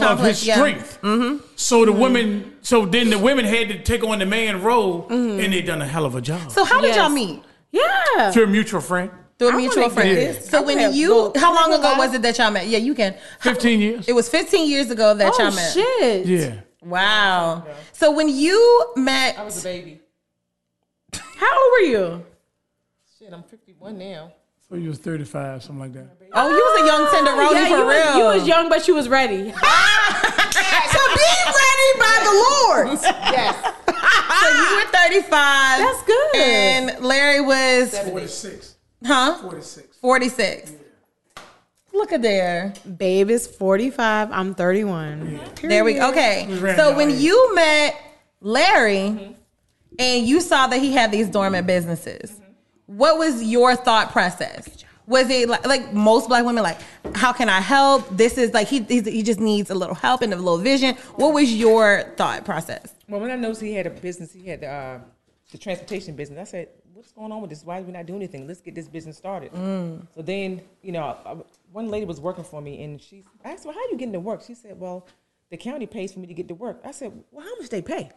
[SPEAKER 8] of
[SPEAKER 6] Mm-hmm.
[SPEAKER 8] his
[SPEAKER 6] Conflict, yeah. Mm-hmm.
[SPEAKER 8] strength. So the women, so then the women had to take on the man role, and they done a hell of a job.
[SPEAKER 6] Mm-hmm. So how did
[SPEAKER 7] Yes.
[SPEAKER 6] y'all meet?
[SPEAKER 7] yeah
[SPEAKER 8] Through a mutual friend,
[SPEAKER 6] Through a
[SPEAKER 7] I
[SPEAKER 6] mutual
[SPEAKER 7] wanna
[SPEAKER 6] friend.
[SPEAKER 8] get this.
[SPEAKER 6] So when you, how long ago was it that y'all met? Yeah, you can.
[SPEAKER 8] fifteen years.
[SPEAKER 6] It was 15 years ago that y'all met.
[SPEAKER 7] oh shit
[SPEAKER 8] Yeah,
[SPEAKER 6] Wow. So when you met,
[SPEAKER 9] I was a baby.
[SPEAKER 7] how old were you
[SPEAKER 9] Shit, I'm 51 now.
[SPEAKER 8] so you was thirty-five, something like that.
[SPEAKER 6] oh, you was a young tenderoni
[SPEAKER 7] yeah,
[SPEAKER 6] for
[SPEAKER 7] you,
[SPEAKER 6] real.
[SPEAKER 7] Was, you was young but you was ready
[SPEAKER 6] so be ready by the Lord.
[SPEAKER 9] Yes.
[SPEAKER 6] So you were 35.
[SPEAKER 7] That's good.
[SPEAKER 6] And Larry was,
[SPEAKER 8] Forty-six.
[SPEAKER 6] huh?
[SPEAKER 8] Forty-six.
[SPEAKER 6] 46. Look at there.
[SPEAKER 7] babe is 45 i'm 31
[SPEAKER 6] There we go. Okay.
[SPEAKER 8] ran
[SPEAKER 6] So
[SPEAKER 8] out
[SPEAKER 6] when
[SPEAKER 8] here.
[SPEAKER 6] you met Larry
[SPEAKER 10] Mm-hmm.
[SPEAKER 6] and you saw that he had these dormant businesses,
[SPEAKER 10] Mm-hmm.
[SPEAKER 6] what was your thought process? Was it like, like most black women, like, how can I help? This is like, he, he's- he just needs a little help and a little vision. What was your thought process?
[SPEAKER 10] Well, when I noticed he had a business, he had the, uh, the transportation business. I said, "What's going on with this? Why are we not doing anything? Let's get this business started." So then, you know, I- I- one lady was working for me, and she I asked, "Well, how you getting to work?" She said, "Well, the county pays for me to get to work." I said, "Well, how much they pay?"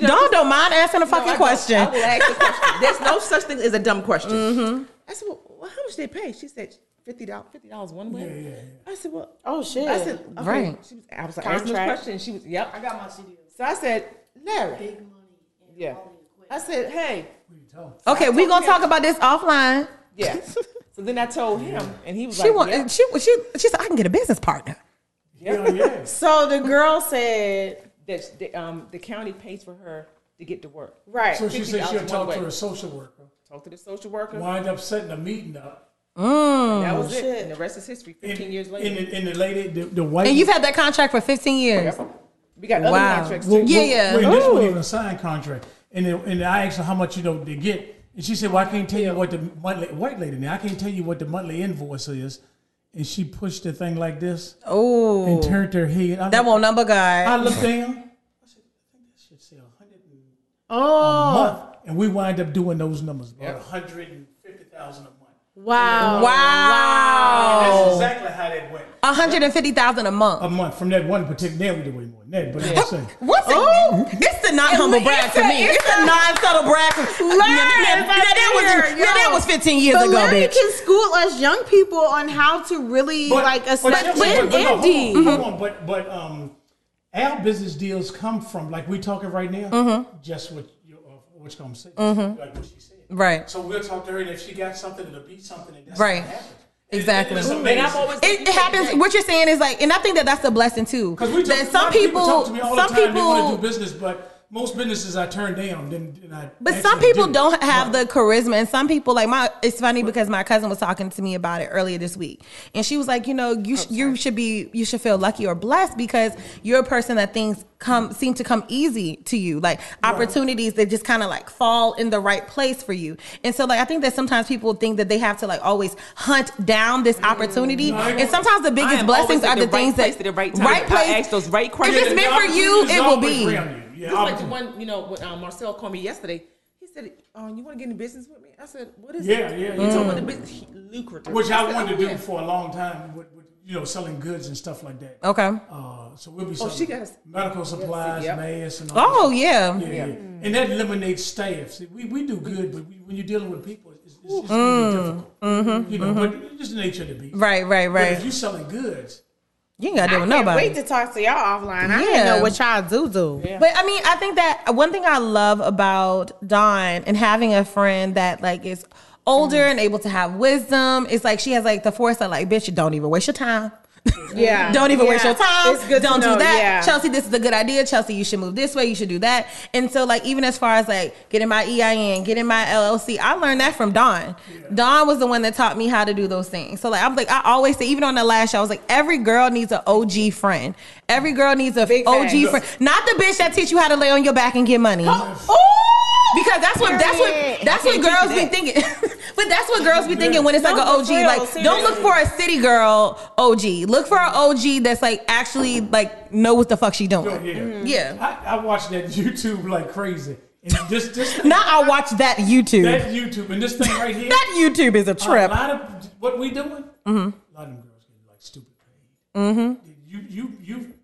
[SPEAKER 6] Don't, don't mind asking a fucking
[SPEAKER 10] No, I don't.
[SPEAKER 6] question.
[SPEAKER 10] I will ask the question. There's no such thing as a dumb question.
[SPEAKER 7] Mm-hmm.
[SPEAKER 10] I said, well, well, how much they pay? She said, fifty dollars. Fifty dollars one way. I said, well,
[SPEAKER 7] oh shit
[SPEAKER 10] I said, okay.
[SPEAKER 6] Right.
[SPEAKER 10] She was, I was like, asking this
[SPEAKER 7] Contract.
[SPEAKER 10] question. and She was, yep. I got my
[SPEAKER 9] CDL.
[SPEAKER 10] So I said, Larry. yeah. I said, hey,
[SPEAKER 6] Okay, we're going to talk about this offline.
[SPEAKER 10] yeah. so then I told him, and he was
[SPEAKER 6] She
[SPEAKER 10] like,
[SPEAKER 6] want,
[SPEAKER 10] yeah.
[SPEAKER 6] she, she, she said, I can get a business partner.
[SPEAKER 10] Yeah, yeah.
[SPEAKER 7] So the girl said
[SPEAKER 10] that the, um, the county pays for her to get to work.
[SPEAKER 7] Right.
[SPEAKER 8] So she said
[SPEAKER 10] $50
[SPEAKER 8] she'll talk
[SPEAKER 10] one
[SPEAKER 8] to
[SPEAKER 10] way.
[SPEAKER 8] a social worker.
[SPEAKER 10] Talk to the social worker.
[SPEAKER 8] Wind up setting a meeting up.
[SPEAKER 10] And that was
[SPEAKER 7] Oh, Shit.
[SPEAKER 10] it. And the rest is history.
[SPEAKER 8] And,
[SPEAKER 10] 15 years later.
[SPEAKER 8] and the, and the lady, the, the white.
[SPEAKER 6] And you've had that contract for 15 years.
[SPEAKER 10] we got other
[SPEAKER 6] Wow.
[SPEAKER 10] contracts
[SPEAKER 8] Well,
[SPEAKER 10] too.
[SPEAKER 6] Yeah,
[SPEAKER 8] well,
[SPEAKER 6] yeah.
[SPEAKER 8] Wait, this wasn't even a signed contract. And then, and I asked her how much you know they get, and she said, "Well, I can't tell you what the monthly white lady now. I can't tell you what the monthly invoice is." And she pushed the thing like this. Oh. And turned her head. I
[SPEAKER 6] That
[SPEAKER 8] looked-
[SPEAKER 6] won't number
[SPEAKER 8] I
[SPEAKER 6] guy.
[SPEAKER 8] looked down. I said, "I think that should say a hundred and
[SPEAKER 7] Oh
[SPEAKER 8] a month." And we wind up doing those numbers, about a hundred and fifty thousand a month.
[SPEAKER 7] wow.
[SPEAKER 6] Wow.
[SPEAKER 8] That's exactly how that went.
[SPEAKER 6] 150000 a
[SPEAKER 8] A
[SPEAKER 6] month.
[SPEAKER 8] month from that one particular. Now we do way more than that, but I'm saying.
[SPEAKER 6] What's oh, it? This the not humble brag for me. It's a non subtle brag for me. Now, now- now that was,
[SPEAKER 7] here,
[SPEAKER 6] now that
[SPEAKER 7] yo.
[SPEAKER 6] was 15 years
[SPEAKER 7] But
[SPEAKER 6] ago,
[SPEAKER 7] Larry
[SPEAKER 6] bitch.
[SPEAKER 7] can school us young people on how to really like
[SPEAKER 8] but-
[SPEAKER 7] assess
[SPEAKER 8] but-
[SPEAKER 7] and
[SPEAKER 8] but no, hold
[SPEAKER 7] deed.
[SPEAKER 10] Mm-hmm.
[SPEAKER 8] on, hold on, but but um, our business deals come from like we talking right now.
[SPEAKER 10] Mm-hmm.
[SPEAKER 8] Just what you uh, what's gonna say, like what she said.
[SPEAKER 6] Right.
[SPEAKER 8] So we'll talk to her, and if she got something, it'll be something. And that's
[SPEAKER 6] Right.
[SPEAKER 8] What happens.
[SPEAKER 6] Exactly.
[SPEAKER 8] And, it's- and
[SPEAKER 10] And
[SPEAKER 8] it's
[SPEAKER 10] I've
[SPEAKER 8] amazing.
[SPEAKER 10] always
[SPEAKER 6] It, it happens. What you're saying is like, and I think that that's a blessing too.
[SPEAKER 8] 'Cause we talk-
[SPEAKER 6] that some
[SPEAKER 8] a lot of talk
[SPEAKER 6] people,
[SPEAKER 8] to me all the
[SPEAKER 6] some
[SPEAKER 8] time, they want to do
[SPEAKER 6] people,
[SPEAKER 8] business, but most businesses I turn down. Then, then I
[SPEAKER 6] but some
[SPEAKER 8] actually
[SPEAKER 6] people
[SPEAKER 8] do.
[SPEAKER 6] don't have
[SPEAKER 8] Right.
[SPEAKER 6] the charisma, and some people like my. It's funny because my cousin was talking to me about it earlier this week, and she was like, you know, you
[SPEAKER 10] Oh,
[SPEAKER 6] sh- you should be, you should feel lucky or blessed because you're a person that things come seem to come easy to you, like opportunities that just kind of like fall in the right place for you, and so like I think that sometimes people think that they have to like always hunt down this
[SPEAKER 10] Mm,
[SPEAKER 6] opportunity, and sometimes the
[SPEAKER 10] I
[SPEAKER 6] biggest
[SPEAKER 10] am
[SPEAKER 6] blessings
[SPEAKER 10] always at
[SPEAKER 6] are the,
[SPEAKER 10] the right
[SPEAKER 6] things
[SPEAKER 10] place
[SPEAKER 6] that
[SPEAKER 10] at the right time. I ask those right questions.
[SPEAKER 6] If it's meant for you,
[SPEAKER 8] Opportunities
[SPEAKER 6] it will
[SPEAKER 8] always
[SPEAKER 6] be.
[SPEAKER 8] around you. Yeah,
[SPEAKER 10] Just like the
[SPEAKER 8] opportunities.
[SPEAKER 10] one, you know, what um, Marcel called me yesterday. He said, um, "You want to get in business with me?" I said, "What is
[SPEAKER 8] Yeah,
[SPEAKER 10] it?"
[SPEAKER 8] yeah,
[SPEAKER 10] You
[SPEAKER 8] yeah.
[SPEAKER 10] talking about the business He- lucrative,
[SPEAKER 8] which I
[SPEAKER 10] said,
[SPEAKER 8] wanted to
[SPEAKER 10] "Oh,
[SPEAKER 8] do
[SPEAKER 10] yeah."
[SPEAKER 8] for a long time, with, with, you know, selling goods and stuff like that.
[SPEAKER 6] Okay.
[SPEAKER 8] Uh, so we'll be
[SPEAKER 10] Oh,
[SPEAKER 8] selling
[SPEAKER 10] she got us-
[SPEAKER 8] medical supplies,
[SPEAKER 10] yep.
[SPEAKER 8] masks, and all
[SPEAKER 6] Oh
[SPEAKER 8] that.
[SPEAKER 6] yeah.
[SPEAKER 8] Yeah, yeah. And that eliminates staff. See, we, we do good, but we, when you're dealing with people, it's, it's, it's really difficult. You know, but it's just the nature of the beast.
[SPEAKER 6] Right, right,
[SPEAKER 8] But if
[SPEAKER 6] right.
[SPEAKER 8] you're selling goods,
[SPEAKER 6] You ain't gotta deal
[SPEAKER 7] I
[SPEAKER 6] with
[SPEAKER 7] can't
[SPEAKER 6] nobody.
[SPEAKER 7] wait to talk to y'all offline. I didn't
[SPEAKER 6] Yeah.
[SPEAKER 7] know what y'all do do.
[SPEAKER 6] But I mean, I think that one thing I love about Dawn and having a friend that like is older
[SPEAKER 7] Mm-hmm.
[SPEAKER 6] and able to have wisdom, it's like she has like the foresight, like, bitch, don't even waste your time.
[SPEAKER 7] Yeah.
[SPEAKER 6] Don't even
[SPEAKER 7] Yeah.
[SPEAKER 6] waste your time.
[SPEAKER 7] It's good to
[SPEAKER 6] Don't
[SPEAKER 7] know,
[SPEAKER 6] do that.
[SPEAKER 7] yeah.
[SPEAKER 6] Chelsea, this is a good idea. Chelsea, you should move this way. You should do that. And so, like, even as far as like getting my EIN, getting my LLC, I learned that from Dawn. Dawn was the one that taught me how to do those things. So, like, I'm like, I always say, even on the last show, I was like, every girl needs an OG friend. Every girl needs a
[SPEAKER 7] Big
[SPEAKER 6] OG
[SPEAKER 7] facts.
[SPEAKER 6] friend. Not the bitch that teach you how to lay on your back and get money. Because that's what that's what
[SPEAKER 7] Period.
[SPEAKER 6] that's what
[SPEAKER 7] I
[SPEAKER 6] girls
[SPEAKER 7] can't
[SPEAKER 6] be
[SPEAKER 7] teach
[SPEAKER 6] thinking. but that's what girls be thinking when it's like an
[SPEAKER 7] No,
[SPEAKER 6] OG.
[SPEAKER 7] for real,
[SPEAKER 6] like, don't look for a city girl OG. Look for an OG that's like actually like know what the fuck she doing.
[SPEAKER 8] oh, yeah.
[SPEAKER 6] Yeah.
[SPEAKER 8] I, I watched that YouTube like crazy. And this, this
[SPEAKER 6] Now I watch that YouTube.
[SPEAKER 8] that YouTube and this thing right here.
[SPEAKER 6] that YouTube is a trip. Mm-hmm.
[SPEAKER 8] A lot of what we doing. A lot of them girls getting like stupid paid. You you you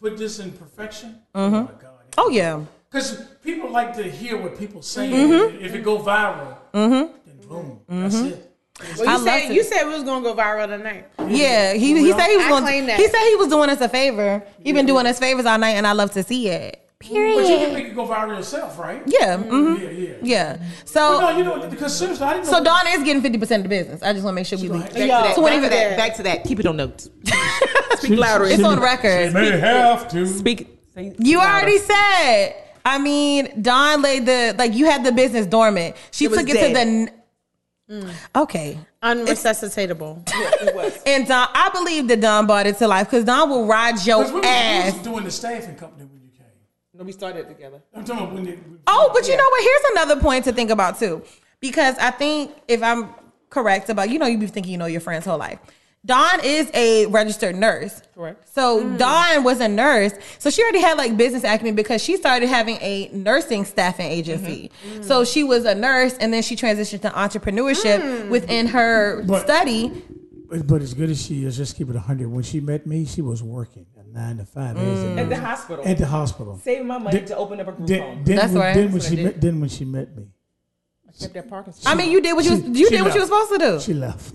[SPEAKER 8] put this in perfection. Oh my god.
[SPEAKER 6] Oh yeah.
[SPEAKER 8] Because people like to hear what people say.
[SPEAKER 6] Mm-hmm.
[SPEAKER 8] If it go viral, then boom, that's it.
[SPEAKER 7] Well, you
[SPEAKER 6] I
[SPEAKER 7] said
[SPEAKER 6] loved
[SPEAKER 7] you
[SPEAKER 6] it.
[SPEAKER 7] said we was gonna go viral tonight.
[SPEAKER 6] Yeah. He, he said he was
[SPEAKER 7] I
[SPEAKER 6] going
[SPEAKER 7] claim that.
[SPEAKER 6] he said he was doing us a favor. He been doing us favors all night and I love to see it.
[SPEAKER 8] But you can
[SPEAKER 6] Period.
[SPEAKER 8] make it go viral yourself, right?
[SPEAKER 6] Yeah. hmm
[SPEAKER 8] Yeah, yeah.
[SPEAKER 6] Yeah.
[SPEAKER 8] No,
[SPEAKER 6] So
[SPEAKER 8] you know because seriously, I didn't know.
[SPEAKER 6] so Dawn is getting fifty percent of the business. I just want to make sure we leave.
[SPEAKER 7] Yo,
[SPEAKER 10] Back to, that, back, to
[SPEAKER 7] what is
[SPEAKER 10] that,
[SPEAKER 7] that?
[SPEAKER 10] back to that. Keep it on notes.
[SPEAKER 8] speak louder.
[SPEAKER 6] It's on record.
[SPEAKER 8] may have to.
[SPEAKER 10] Speak. say it
[SPEAKER 6] You
[SPEAKER 10] louder.
[SPEAKER 6] already said. I mean, Don laid the like you had the business dormant. She
[SPEAKER 10] was
[SPEAKER 6] took it to
[SPEAKER 10] dead.
[SPEAKER 6] the n okay.
[SPEAKER 7] Unresuscitatable.
[SPEAKER 6] And Don, I believe that Don bought it to life because Don will ride your
[SPEAKER 8] Because we was- we
[SPEAKER 6] ass.
[SPEAKER 8] was doing the staffing company when you came.
[SPEAKER 10] No, we started together.
[SPEAKER 8] I'm talking about when they.
[SPEAKER 6] Oh, but you know what? Here's another point to think about too, because I think if I'm correct about you know you be thinking you know your friend's whole life. Dawn is a registered nurse.
[SPEAKER 10] Correct. Mm.
[SPEAKER 6] So Dawn was a nurse. So she already had like business acumen because she started having a nursing staffing agency.
[SPEAKER 10] Mm-hmm. Mm.
[SPEAKER 6] So she was a nurse and then she transitioned to entrepreneurship
[SPEAKER 10] Mm.
[SPEAKER 6] within her
[SPEAKER 8] But-
[SPEAKER 6] study.
[SPEAKER 8] But, but as good as she is, just keep it 100. When she met me, she was working at 9 to 5. as a
[SPEAKER 10] Mm. At the
[SPEAKER 8] nurse.
[SPEAKER 10] hospital.
[SPEAKER 8] At the hospital.
[SPEAKER 10] Saving my money
[SPEAKER 8] Then-
[SPEAKER 10] to open up a group
[SPEAKER 8] Then,
[SPEAKER 10] home.
[SPEAKER 8] then
[SPEAKER 6] That's
[SPEAKER 8] when,
[SPEAKER 6] right.
[SPEAKER 8] Then when,
[SPEAKER 10] That's what
[SPEAKER 8] she
[SPEAKER 10] I
[SPEAKER 8] met, then when she met me,
[SPEAKER 10] Kept that Parkinson's.
[SPEAKER 6] I mean, you did what you
[SPEAKER 8] She-
[SPEAKER 6] you
[SPEAKER 8] she
[SPEAKER 6] did what you were
[SPEAKER 8] left.
[SPEAKER 6] supposed to do.
[SPEAKER 8] she left.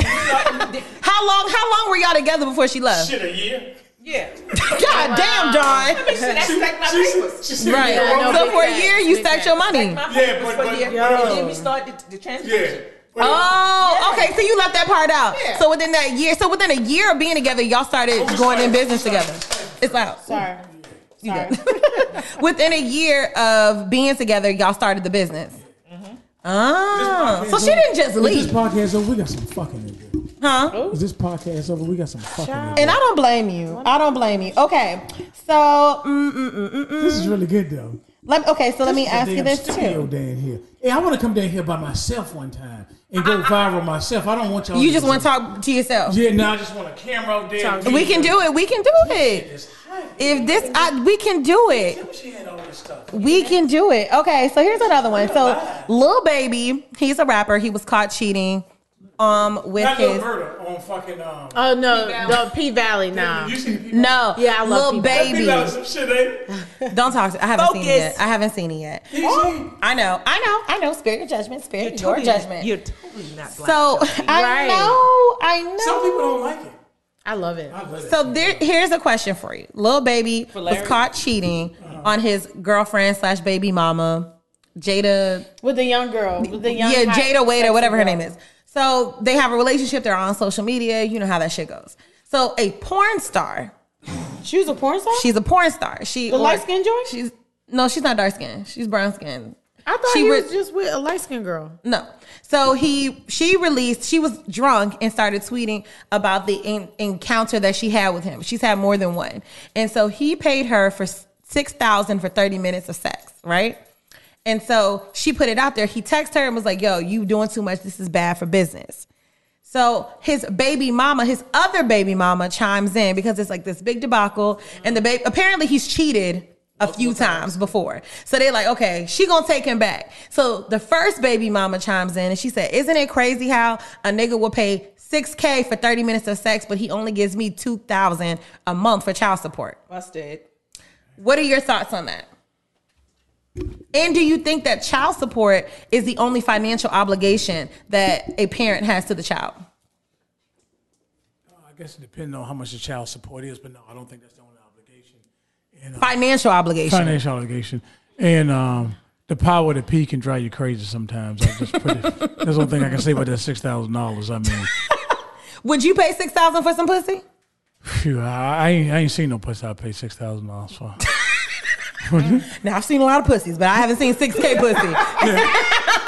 [SPEAKER 6] how long how long were y'all together before she left?
[SPEAKER 8] Shit, a year?
[SPEAKER 10] yeah.
[SPEAKER 6] God damn, Dawn.
[SPEAKER 10] That's like my papers.
[SPEAKER 6] Right.
[SPEAKER 11] Yeah, I know
[SPEAKER 6] so
[SPEAKER 11] big
[SPEAKER 6] for a
[SPEAKER 11] facts,
[SPEAKER 6] year you
[SPEAKER 11] big
[SPEAKER 6] stacked your money.
[SPEAKER 10] My
[SPEAKER 8] Yeah,
[SPEAKER 10] papers
[SPEAKER 8] but-
[SPEAKER 10] for
[SPEAKER 8] but- uh,
[SPEAKER 10] the-
[SPEAKER 8] but-
[SPEAKER 10] and then we started the, the transportation.
[SPEAKER 6] Oh, okay. So you left that part out. So within that year, so within a year of being together, y'all
[SPEAKER 8] Oh,
[SPEAKER 6] started going in business together. It's out. Sorry. within a year of being together, y'all started the business. Ah, so she didn't just
[SPEAKER 8] Mm-hmm. Is
[SPEAKER 6] leave,
[SPEAKER 8] this podcast over? We got some fucking in here.
[SPEAKER 6] huh?
[SPEAKER 8] Is this podcast over? We got some fucking in here.
[SPEAKER 6] And I don't blame you. I don't blame you. Okay, so mm, mm, mm, mm, mm.
[SPEAKER 8] This is really good though.
[SPEAKER 6] let okay. So let me
[SPEAKER 8] This is a
[SPEAKER 6] ask you
[SPEAKER 8] damn
[SPEAKER 6] this
[SPEAKER 8] studio
[SPEAKER 6] too.
[SPEAKER 8] Down here. Hey, I want to come down here by myself one time and go viral myself. I don't want y'all.
[SPEAKER 6] You just want to talk to yourself.
[SPEAKER 8] Yeah, no, I just want a camera out there. and
[SPEAKER 6] We can
[SPEAKER 8] video.
[SPEAKER 6] do it. We can do it.
[SPEAKER 8] It's hot.
[SPEAKER 6] If this, I, we can do it.
[SPEAKER 8] I wish you had all this stuff.
[SPEAKER 6] We can do it. Okay, so here's another one. So Lil Baby, he's a rapper. He was caught cheating um with
[SPEAKER 8] Not Lil
[SPEAKER 6] his
[SPEAKER 8] Murder on fucking um.
[SPEAKER 9] Oh no, no P Valley now.
[SPEAKER 8] you see people.
[SPEAKER 6] Uh, No.
[SPEAKER 9] Yeah, I love
[SPEAKER 6] Lil
[SPEAKER 9] P Valley.
[SPEAKER 6] Baby.
[SPEAKER 8] Like some shit, ain't it?
[SPEAKER 6] Don't talk to I haven't seen it
[SPEAKER 7] Focus.
[SPEAKER 6] yet. I haven't seen it yet.
[SPEAKER 8] Easy.
[SPEAKER 6] I know. I know. I know. Spare your judgment. Spare your judgment.
[SPEAKER 10] You're totally not black.
[SPEAKER 6] so I
[SPEAKER 9] Right.
[SPEAKER 6] know. I know.
[SPEAKER 8] Some people don't like it.
[SPEAKER 9] I love it.
[SPEAKER 8] I love it.
[SPEAKER 6] So there, here's a question for you. Lil Baby was
[SPEAKER 10] Larry?
[SPEAKER 6] caught cheating on his girlfriend slash baby mama, Jada
[SPEAKER 9] With the young girl, with the young
[SPEAKER 6] yeah,
[SPEAKER 9] hot-
[SPEAKER 6] Jada Wade or whatever her
[SPEAKER 9] girl.
[SPEAKER 6] name is. So they have a relationship. They're on social media. You know how that shit goes. So a porn star.
[SPEAKER 7] She was a porn star.
[SPEAKER 6] She's a porn star. She
[SPEAKER 7] The light-skinned joy?
[SPEAKER 6] She's no, she's not dark skinned. She's brown skinned.
[SPEAKER 9] I thought
[SPEAKER 6] She
[SPEAKER 9] he
[SPEAKER 6] re-
[SPEAKER 9] was just with a light skinned girl.
[SPEAKER 6] No. So he she released. She was drunk and started tweeting about the en- encounter that she had with him. She's had more than one, and so he paid her for six thousand for thirty minutes of sex, right? And so she put it out there. He texted her and was like, "Yo, you doing too much. This is bad for business." So his baby mama, his other baby mama, chimes in because it's like this big debacle, and the baby apparently he's cheated a few times before. So they're like, okay, she gonna take him back. So the first baby mama chimes in and she said, "Isn't it crazy how a nigga will pay six k for thirty minutes of sex, but he only gives me two thousand a month for child support?
[SPEAKER 10] busted.
[SPEAKER 6] What are your thoughts on that?" And do you think that child support is the only financial obligation that a parent has to the child?
[SPEAKER 8] Uh, I guess it depends on how much the child support is, but no, I don't think that's the only obligation. uh,
[SPEAKER 6] Financial obligation.
[SPEAKER 8] Financial obligation. And um, the power of the P can drive you crazy sometimes. I just put it. That's the only thing I can say about that six thousand dollars. I mean,
[SPEAKER 6] Would you pay six thousand for some pussy?
[SPEAKER 8] phew, I, I ain't I ain't seen no pussy I pay six thousand dollars for.
[SPEAKER 6] Now I've seen a lot of pussies, but I haven't seen six k pussy.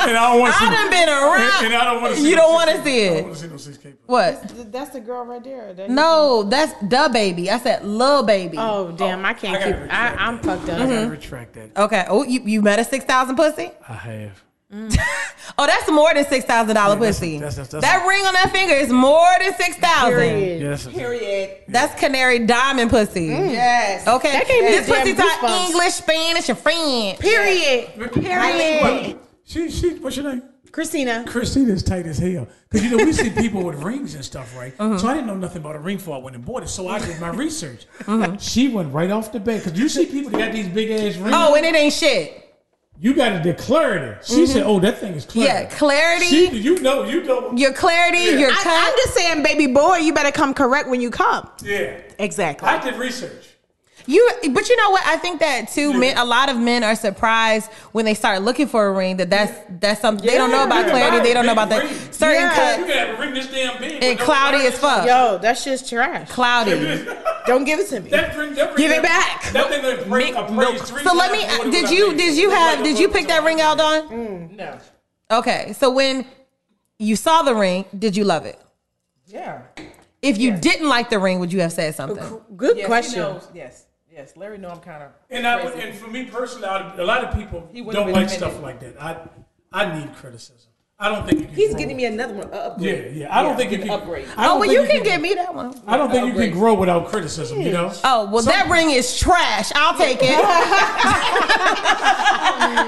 [SPEAKER 8] And I don't want to
[SPEAKER 6] I done been around.
[SPEAKER 8] And, and I don't want to.
[SPEAKER 6] You don't want to see
[SPEAKER 8] I don't
[SPEAKER 6] it.
[SPEAKER 8] want to see no six K.
[SPEAKER 6] What?
[SPEAKER 9] That's the girl right there. That
[SPEAKER 6] No, that's the baby. I said little baby.
[SPEAKER 9] Oh damn, I can't
[SPEAKER 8] I gotta
[SPEAKER 9] keep. I,
[SPEAKER 8] retract
[SPEAKER 9] I'm fucked up.
[SPEAKER 6] Mm-hmm.
[SPEAKER 8] I retract that.
[SPEAKER 6] Okay. Oh, you, you met a six thousand pussy?
[SPEAKER 8] I have.
[SPEAKER 6] Oh, that's more than six thousand dollar
[SPEAKER 8] Yeah, that's-
[SPEAKER 6] pussy.
[SPEAKER 8] that's- that's- that's-
[SPEAKER 6] that ring on that finger is more than six thousand.
[SPEAKER 9] Period.
[SPEAKER 8] Yes.
[SPEAKER 7] Period.
[SPEAKER 6] That's canary diamond pussy.
[SPEAKER 8] Mm.
[SPEAKER 7] Yes.
[SPEAKER 6] Okay.
[SPEAKER 9] That gave me
[SPEAKER 6] this
[SPEAKER 9] damn
[SPEAKER 6] pussy taught
[SPEAKER 9] goosebumps.
[SPEAKER 6] English, Spanish, and French.
[SPEAKER 9] Period.
[SPEAKER 8] Period. She she. What's your name?
[SPEAKER 9] Christina.
[SPEAKER 8] Christina's tight as hell. Because, you know, we see people with rings and stuff, right?
[SPEAKER 6] Uh-huh.
[SPEAKER 8] So I didn't know nothing about a ring before I went and bought it. So I did my research.
[SPEAKER 6] Uh-huh.
[SPEAKER 8] She went right off the bat. Because you see people that got these big ass rings.
[SPEAKER 6] Oh, and it ain't shit.
[SPEAKER 8] you got to declare it. She said, oh, that thing is clear.
[SPEAKER 6] Yeah, clarity.
[SPEAKER 8] She, you know, you know.
[SPEAKER 6] Your clarity.
[SPEAKER 8] Yeah.
[SPEAKER 6] Your
[SPEAKER 7] I,
[SPEAKER 6] cut.
[SPEAKER 7] I'm just saying, baby boy, you better come correct when you come.
[SPEAKER 8] Yeah.
[SPEAKER 7] Exactly.
[SPEAKER 8] I did research.
[SPEAKER 6] You, but you know what? I think that too. Men, a lot of men are surprised when they start looking for a ring that that's that's something they don't know about
[SPEAKER 8] Yeah.
[SPEAKER 6] clarity. They don't know about that
[SPEAKER 8] Ring.
[SPEAKER 6] certain
[SPEAKER 8] Yeah.
[SPEAKER 6] cut
[SPEAKER 8] You could have a ring this damn big. with
[SPEAKER 6] and
[SPEAKER 8] no
[SPEAKER 6] cloudy
[SPEAKER 8] clarity.
[SPEAKER 6] as fuck.
[SPEAKER 9] Yo, that shit's trash.
[SPEAKER 6] Cloudy.
[SPEAKER 7] Don't give it to me.
[SPEAKER 8] That ring, that ring,
[SPEAKER 7] Give it
[SPEAKER 8] that-
[SPEAKER 7] back.
[SPEAKER 8] That thing that break, a break three
[SPEAKER 6] So let
[SPEAKER 8] times more
[SPEAKER 6] me. uh,
[SPEAKER 8] than
[SPEAKER 6] Did
[SPEAKER 8] what I
[SPEAKER 6] you
[SPEAKER 8] paid.
[SPEAKER 6] did you
[SPEAKER 8] Like
[SPEAKER 6] have
[SPEAKER 8] a
[SPEAKER 6] did you
[SPEAKER 8] broken
[SPEAKER 6] pick that
[SPEAKER 8] ring.
[SPEAKER 6] ring out, Don?
[SPEAKER 9] No.
[SPEAKER 6] Okay, so when you saw the ring, did you love it?
[SPEAKER 10] Yeah.
[SPEAKER 6] If you didn't like the ring, would you have said something?
[SPEAKER 9] Good
[SPEAKER 10] Yes,
[SPEAKER 9] question.
[SPEAKER 10] He knows. Yes. Yes. Larry know I'm kind of.
[SPEAKER 8] And I would, and for me personally, I, a lot of people
[SPEAKER 10] He would've
[SPEAKER 8] don't
[SPEAKER 10] been
[SPEAKER 8] like
[SPEAKER 10] offended.
[SPEAKER 8] stuff like that. I I need criticism. I don't think you can.
[SPEAKER 10] He's
[SPEAKER 8] grow.
[SPEAKER 10] getting me another one. a
[SPEAKER 8] Yeah,
[SPEAKER 10] upgrade.
[SPEAKER 8] yeah. I don't think you
[SPEAKER 10] an
[SPEAKER 8] can
[SPEAKER 10] upgrade.
[SPEAKER 8] I don't
[SPEAKER 6] Oh well,
[SPEAKER 8] think
[SPEAKER 6] you can
[SPEAKER 8] get
[SPEAKER 6] give me that one.
[SPEAKER 8] I don't think you
[SPEAKER 10] upgrade.
[SPEAKER 8] can grow without criticism. You know.
[SPEAKER 6] Oh well, that ring is trash. I'll take it.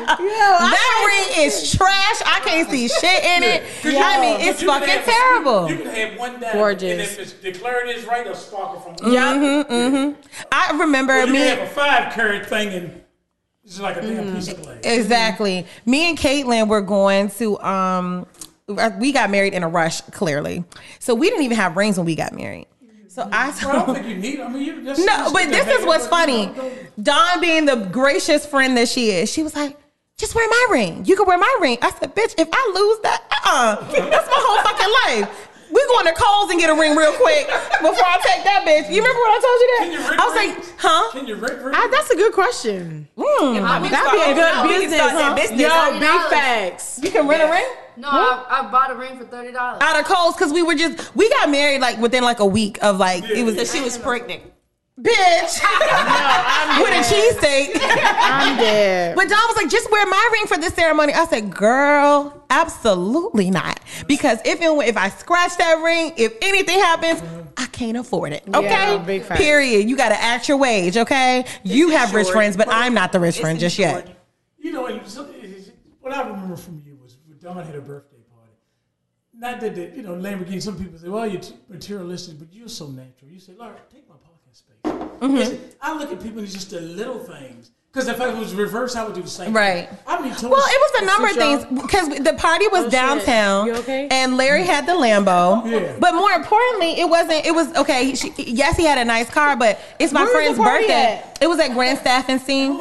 [SPEAKER 6] that ring is trash. I can't see shit in it. I mean, it's
[SPEAKER 8] You can
[SPEAKER 6] fucking
[SPEAKER 8] have-
[SPEAKER 6] terrible.
[SPEAKER 8] You can have one diamond,
[SPEAKER 9] Gorgeous.
[SPEAKER 8] and if it's declared is right, a sparkle from.
[SPEAKER 6] Mm-hmm, I remember
[SPEAKER 8] Or you
[SPEAKER 6] me.
[SPEAKER 8] can have a five carat thing and it's like a damn piece
[SPEAKER 10] Mm.
[SPEAKER 8] of clay.
[SPEAKER 6] Exactly. Me and Caitlin were going to um we got married in a rush, clearly. So we didn't even have rings when we got married. So I
[SPEAKER 8] Well, I don't think you need. I mean, you. that's-
[SPEAKER 6] No,
[SPEAKER 8] that's-
[SPEAKER 6] but this
[SPEAKER 8] that-
[SPEAKER 6] is what's funny. Dawn being the gracious friend that she is, she was like, just wear my ring. You can wear my ring. I said, bitch, if I lose that, uh-uh. That's my whole fucking life. We going to Coles and get a ring real quick before I take that bitch. You remember when I told you that? I was like, huh?
[SPEAKER 8] Can you rip, rip?
[SPEAKER 7] Ah, that's a good question.
[SPEAKER 6] Mm,
[SPEAKER 7] That'd be a
[SPEAKER 6] no, we
[SPEAKER 7] good
[SPEAKER 6] can
[SPEAKER 7] business.
[SPEAKER 6] start that
[SPEAKER 7] huh?
[SPEAKER 6] business.
[SPEAKER 7] Yo,
[SPEAKER 13] $30.
[SPEAKER 7] big facts.
[SPEAKER 6] you can rent a ring?
[SPEAKER 13] No, I, I bought a ring for thirty dollars.
[SPEAKER 6] Out of Coles because we were just, we got married like within like a week of like, it was,
[SPEAKER 14] She was pregnant.
[SPEAKER 6] bitch. With a cheesesteak.
[SPEAKER 7] I'm dead.
[SPEAKER 6] But Don was like, just wear my ring for this ceremony. I said, girl, absolutely not. Because if and when- if I scratch that ring, if anything happens, I can't afford it. Okay.
[SPEAKER 7] big facts.
[SPEAKER 6] Period. You gotta act your wage, okay? you have rich
[SPEAKER 14] insured.
[SPEAKER 6] friends, but I'm not the rich friend just yet.
[SPEAKER 8] You know, and so, eh, what I remember from you was when Don had a birthday party. Not that, the, you know, Lamborghini, some people say, well, you're too materialistic, but you're so natural. You say, Laura, take my parking space.
[SPEAKER 6] Mm-hmm.
[SPEAKER 8] It's- I look at people and it's just the little things. Because if I was reverse, I would do the same thing.
[SPEAKER 6] Right.
[SPEAKER 8] I mean, totally.
[SPEAKER 6] Well, it was a number of things because the party was downtown,
[SPEAKER 7] You okay?
[SPEAKER 6] and Larry had the Lambo.
[SPEAKER 8] Yeah.
[SPEAKER 6] But more importantly, it wasn't. It was okay. he- She, yes, he had a nice car, but it's my
[SPEAKER 7] Where was the
[SPEAKER 6] friend's
[SPEAKER 7] party
[SPEAKER 6] birthday.
[SPEAKER 7] at?
[SPEAKER 6] It was at Grand Staff and Scene